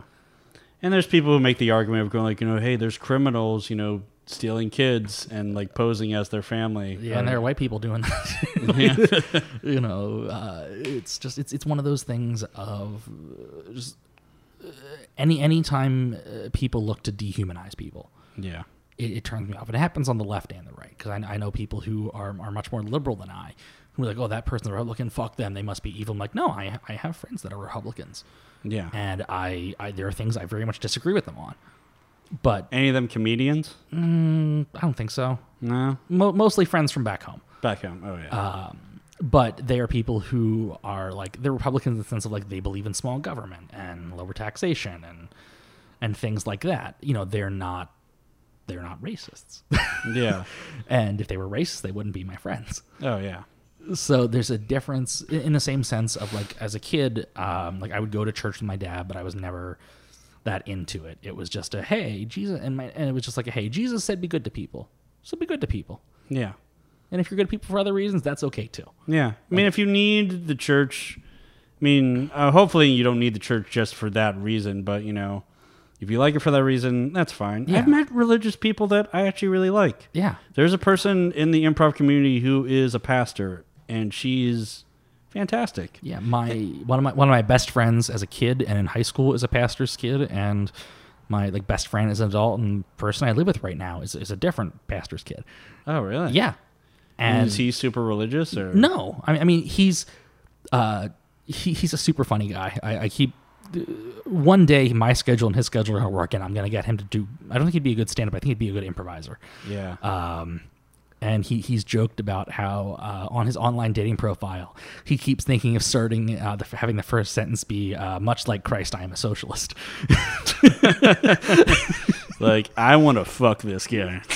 S2: And there's people who make the argument of going like, you know, hey, there's criminals, you know, stealing kids and like posing as their family. Uh,
S1: and there are white people doing that
S2: yeah.
S1: you know uh, it's just it's it's one of those things of uh, just uh, any any time uh, people look to dehumanize people
S2: yeah.
S1: it, it turns me off. And it happens on the left and the right because I, I know people who are, are much more liberal than I who are like, oh, that person's a Republican, fuck them, they must be evil. I'm like, no, I, I have friends that are Republicans,
S2: Yeah.
S1: and I, I there are things I very much disagree with them on, but
S2: Any of them comedians?
S1: mm, I don't think so.
S2: No.
S1: Mo- mostly friends from back home.
S2: Back home. Oh yeah.
S1: Um, but they are people who are like they're Republicans in the sense of like they believe in small government and lower taxation and and things like that. You know, they're not they're not racists.
S2: yeah.
S1: and if they were racist they wouldn't be my friends
S2: Oh yeah.
S1: so there's a difference i- in the same sense of like as a kid um, like i would go to church with my dad but i was never that into it it was just a hey jesus and, my, and it was just like a hey jesus said be good to people so be good to people
S2: Yeah.
S1: and if you're good to people for other reasons that's okay too
S2: Yeah. I mean, if you need the church, I mean, uh, hopefully you don't need the church just for that reason, but you know, if you like it for that reason, that's fine.
S1: Yeah.
S2: I've met religious people that I actually really like.
S1: yeah
S2: There's a person in the improv community who is a pastor, and she's fantastic.
S1: yeah my one of my one of my best friends as a kid and in high school is a pastor's kid and my like best friend as an adult and person i live with right now is, is a different pastor's kid
S2: Oh, really?
S1: yeah
S2: And
S1: and
S2: is he super religious or
S1: No, I mean, I mean he's uh, he, he's a super funny guy. I, I keep one day my schedule and his schedule are working. I'm gonna get him to do. I don't think he'd be a good stand-up. I think he'd be a good improviser.
S2: Yeah.
S1: Um, and he, he's joked about how uh, on his online dating profile he keeps thinking of starting uh, the, having the first sentence be uh, much like Christ, I am a socialist.
S2: like, I want to fuck this guy.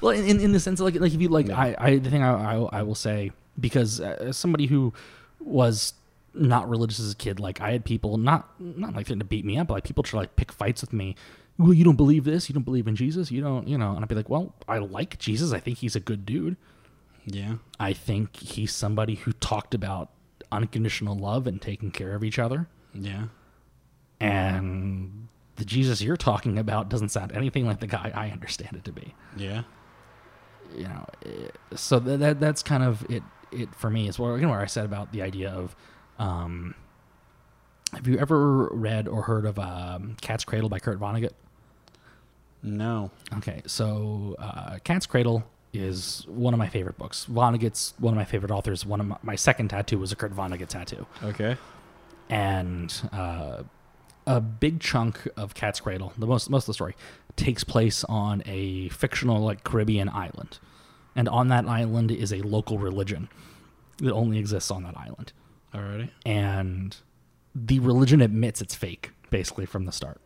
S1: Well, in, in, in the sense of like like if you like I, I the thing I, I I will say because uh, as somebody who was not religious as a kid, like I had people not not like trying to beat me up, but like people try to like pick fights with me. Well, you don't believe this. You don't believe in Jesus. You don't, you know. And I'd be like, well, I like Jesus. I think he's a good dude.
S2: yeah.
S1: I think he's somebody who talked about unconditional love and taking care of each other.
S2: Yeah.
S1: And the Jesus you're talking about doesn't sound anything like the guy I understand it to be
S2: Yeah.
S1: you know, eh, so that, that that's kind of it. It for me is well, again, where I said about the idea of, um, have you ever read or heard of um, Cat's Cradle by Kurt Vonnegut?
S2: No.
S1: Okay, so uh, Cat's Cradle is one of my favorite books. Vonnegut's one of my favorite authors. One of my, my second tattoo was a Kurt Vonnegut tattoo,
S4: Okay.
S1: and uh, a big chunk of Cat's Cradle, the most most of the story, takes place on a fictional like Caribbean island, and on that island is a local religion that only exists on that island,
S4: Alrighty.
S1: and the religion admits it's fake basically from the start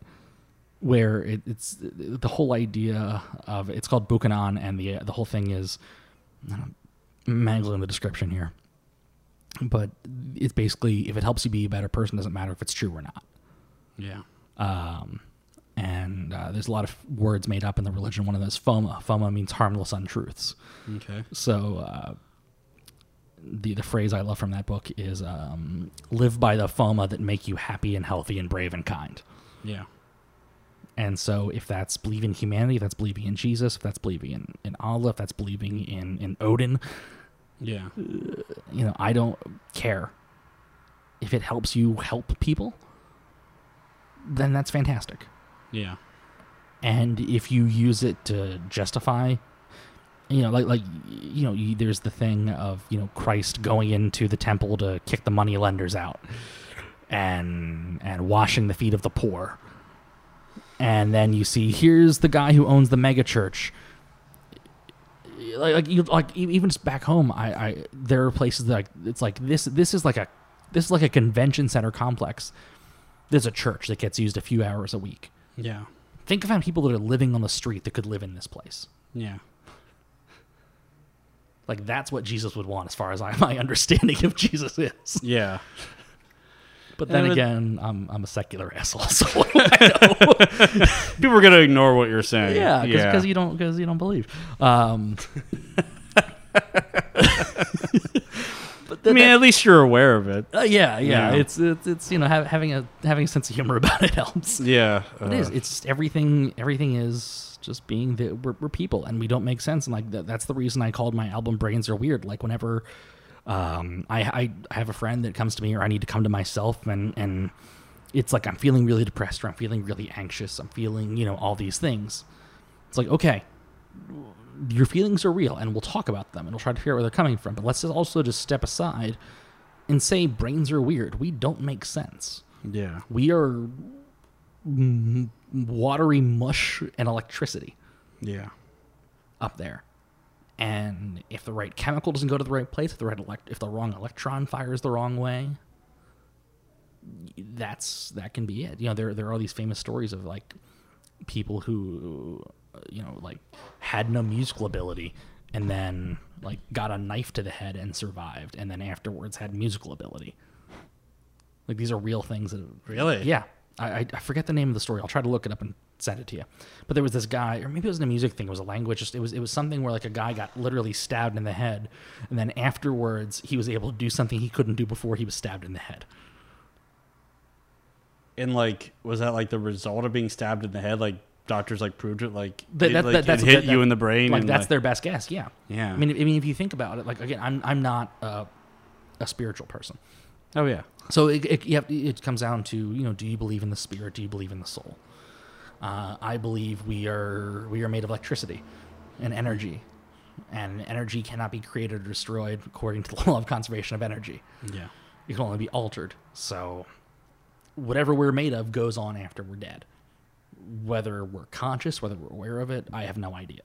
S1: where it, it's the whole idea of it's called Buchanan, and the the whole thing is I'm mangling the description here, but it's basically if it helps you be a better person, doesn't matter if it's true or not.
S4: Yeah.
S1: Um, and uh, there's a lot of words made up in the religion. One of those FOMA. FOMA means harmless untruths.
S4: Okay.
S1: So uh, the the phrase I love from that book is um, "live by the FOMA that make you happy and healthy and brave and kind."
S4: Yeah.
S1: And so, if that's believing in humanity, if that's believing in Jesus, if that's believing in, in Allah, if that's believing in, in Odin,
S4: Yeah.
S1: you know, I don't care. If it helps you help people, then that's fantastic.
S4: Yeah.
S1: And if you use it to justify, you know, like, like you know, you, there's the thing of, you know, Christ going into the temple to kick the money lenders out and, and washing the feet of the poor. and then you see here's the guy who owns the mega church like like, you, like e- even just back home I, I there are places that like it's like this this is like a this is like a convention center complex there's a church that gets used a few hours a week
S4: Yeah.
S1: think of how many people that are living on the street that could live in this place
S4: Yeah.
S1: like that's what jesus would want as far as I, my understanding of jesus is
S4: Yeah.
S1: but then
S4: And it-
S1: again i'm, I'm a secular asshole so what
S2: People are gonna ignore what you're saying.
S1: Yeah, because you don't because you don't believe. Um, but
S2: I
S1: that,
S2: mean, at least you're aware of it.
S1: uh, yeah, yeah,
S2: Yeah.
S1: it's it's it's you know ha- having a having a sense of humor about it helps.
S2: Yeah. Uh,
S1: It is. It's just everything. Everything is just being that we're, we're people and we don't make sense. And like that, that's the reason I called my album "Brains Are Weird." Like whenever um, I, I I have a friend that comes to me or I need to come to myself and and it's like I'm feeling really depressed or I'm feeling really anxious. I'm feeling you know all these things. It's like okay, your feelings are real and we'll talk about them and we'll try to figure out where they're coming from. But let's just also just step aside and say brains are weird. We don't make sense
S4: Yeah.
S1: we are m- watery mush and electricity
S4: Yeah.
S1: up there and if the right chemical doesn't go to the right place if the right elect- if the wrong electron fires the wrong way that's that can be it you know there there are these famous stories of like people who you know like had no musical ability and then like got a knife to the head and survived and then afterwards had musical ability like these are real things that
S2: Really?
S1: yeah. I, I- I forget the name of the story. I'll try to look it up and send it to you. But there was this guy, or maybe it wasn't a music thing. It was a language. Just it was it was something where like a guy got literally stabbed in the head, and then afterwards he was able to do something he couldn't do before he was stabbed in the head.
S2: And like, was that like the result of being stabbed in the head? Like doctors like proved it. Like
S1: That-
S2: it,
S1: that-
S2: like,
S1: that- that's
S2: it
S1: what
S2: hit
S1: that-
S2: you
S1: that-
S2: in the brain.
S1: Like
S2: and,
S1: that's their best guess. Yeah.
S2: Yeah.
S1: I mean, if- I mean, if you think about it, like again, I'm I'm not a, a spiritual person,
S4: Oh yeah.
S1: so it it, you have, it comes down to you know, do you believe in the spirit? Do you believe in the soul? Uh, I believe we are we are made of electricity and energy, and energy cannot be created or destroyed according to the law of conservation of energy.
S4: Yeah.
S1: It can only be altered. So, whatever we're made of goes on after we're dead. Whether we're conscious, whether we're aware of it, I have no idea.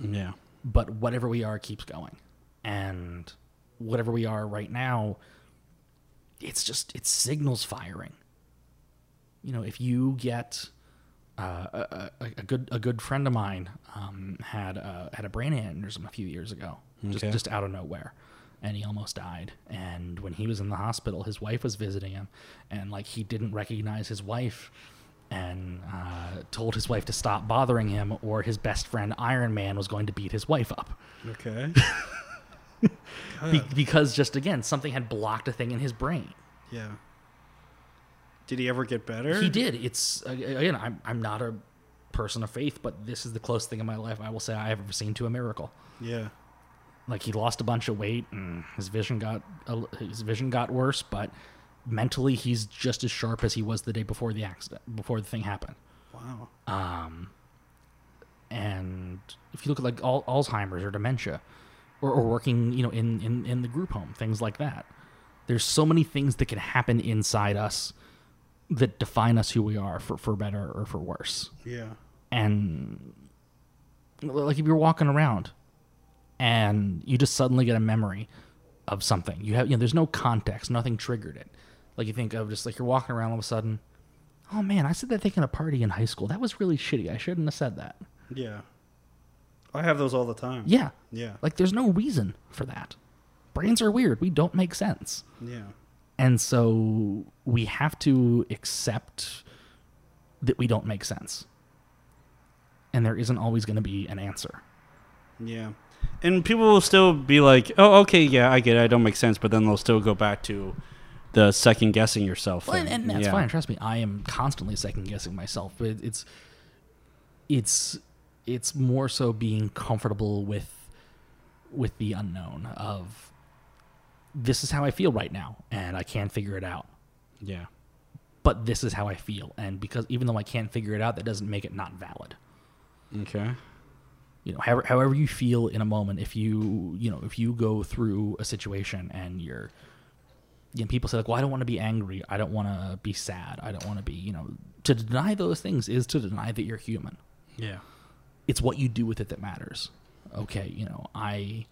S4: Yeah.
S1: But whatever we are keeps going, and whatever we are right now, it's just it's signals firing. You know, if you get uh, a, a, a good a good friend of mine um, had a, had a brain aneurysm a few years ago, just
S4: Okay.
S1: just out of nowhere, and he almost died. And when he was in the hospital, his wife was visiting him, and like he didn't recognize his wife, and uh, told his wife to stop bothering him, or his best friend Iron Man was going to beat his wife up.
S3: Okay.
S1: Be- because just again, something had blocked a thing in his brain.
S3: yeah. Did he ever get better?
S2: Mm-hmm.
S1: He did. It's ag- again. I'm I'm not a person of faith, but this is the closest thing in my life I will say I have ever seen to a miracle.
S3: Yeah.
S1: Like he lost a bunch of weight, and his vision got a- his vision got worse, but mentally he's just as sharp as he was the day before the accident, before the thing happened.
S3: Wow.
S1: and if you look at like al- Alzheimer's or dementia, or, or working you know in, in in the group home, things like that. There's so many things that can happen inside us that define us who we are for for better or for worse
S3: Yeah.
S1: and like if you're walking around and you just suddenly get a memory of something you have you know there's no context nothing triggered it like you think of just like you're walking around all of a sudden oh man i said that thing at a party in high school that was really shitty i shouldn't have said that
S3: Yeah. I have those all the time.
S1: yeah
S3: Yeah.
S1: like there's no reason for that brains are weird we don't make sense
S3: Yeah.
S1: and so we have to accept that we don't make sense and there isn't always going to be an answer
S3: Yeah.
S2: and people will still be like, "Oh, okay, yeah, I get it. I don't make sense." But then they'll still go back to the second guessing yourself.
S1: Well, and,
S2: thing.
S1: and that's
S2: Yeah.
S1: fine. Trust me, I am constantly second guessing myself. But it- it's, it's, it's more so being comfortable with, with the unknown of, this is how I feel right now, and I can't figure it out.
S4: Yeah.
S1: But this is how I feel, and because even though I can't figure it out, that doesn't make it not valid.
S4: Okay.
S1: You know, however, however you feel in a moment, if you you know if you go through a situation and you're, you know, people say like, well, I don't want to be angry, I don't want to be sad, I don't want to be you know, to deny those things is to deny that you're human.
S4: Yeah.
S1: It's what you do with it that matters. Okay, you know, I,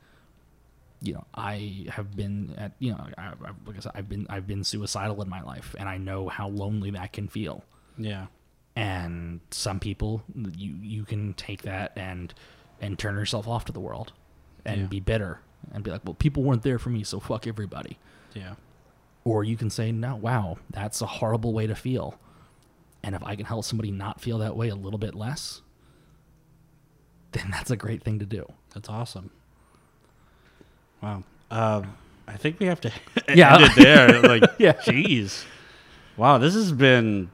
S1: you know, I have been at you know, I, I, like I said, I've been I've been suicidal in my life, and I know how lonely that can feel
S4: Yeah.
S1: and some people you you can take that and and turn yourself off to the world and
S4: Yeah.
S1: be bitter and be like well people weren't there for me so fuck everybody
S4: Yeah.
S1: or you can say no wow that's a horrible way to feel and if i can help somebody not feel that way a little bit less then that's a great thing to do
S4: That's awesome.
S2: Wow. Um, I think we have to
S1: Yeah.
S2: end it there. Like,
S1: Yeah.
S2: jeez. Wow, this has been.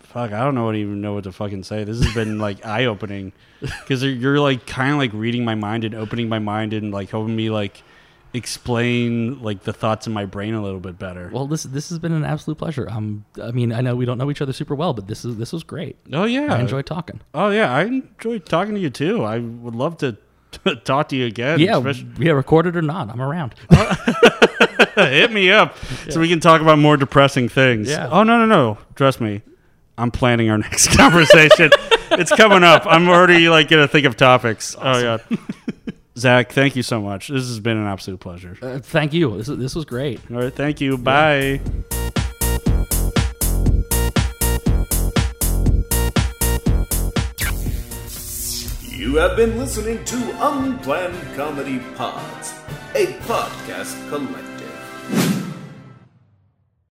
S2: Fuck, I don't know what even know what to fucking say. This has been like eye opening because you're, you're like kind of like reading my mind and opening my mind and like helping me like explain like the thoughts in my brain a little bit better.
S1: well this this has been an absolute pleasure um i mean i know we don't know each other super well but this is this was great
S2: oh yeah,
S1: i enjoyed talking
S2: Oh yeah, I enjoyed talking to you too. I would love to talk to you again.
S1: yeah
S2: especially-
S1: yeah recorded or not i'm around
S2: hit me up so we can talk about more depressing things.
S1: Yeah.
S2: Oh no no no, trust me, I'm planning our next conversation. it's coming up. I'm already like gonna think of topics. Oh yeah. Zach, thank you so much. This has been an absolute pleasure.
S1: uh, thank you this, this was great
S2: All right, thank you. Bye.
S5: You have been listening to Unplanned Comedy Pods, a podcast collective.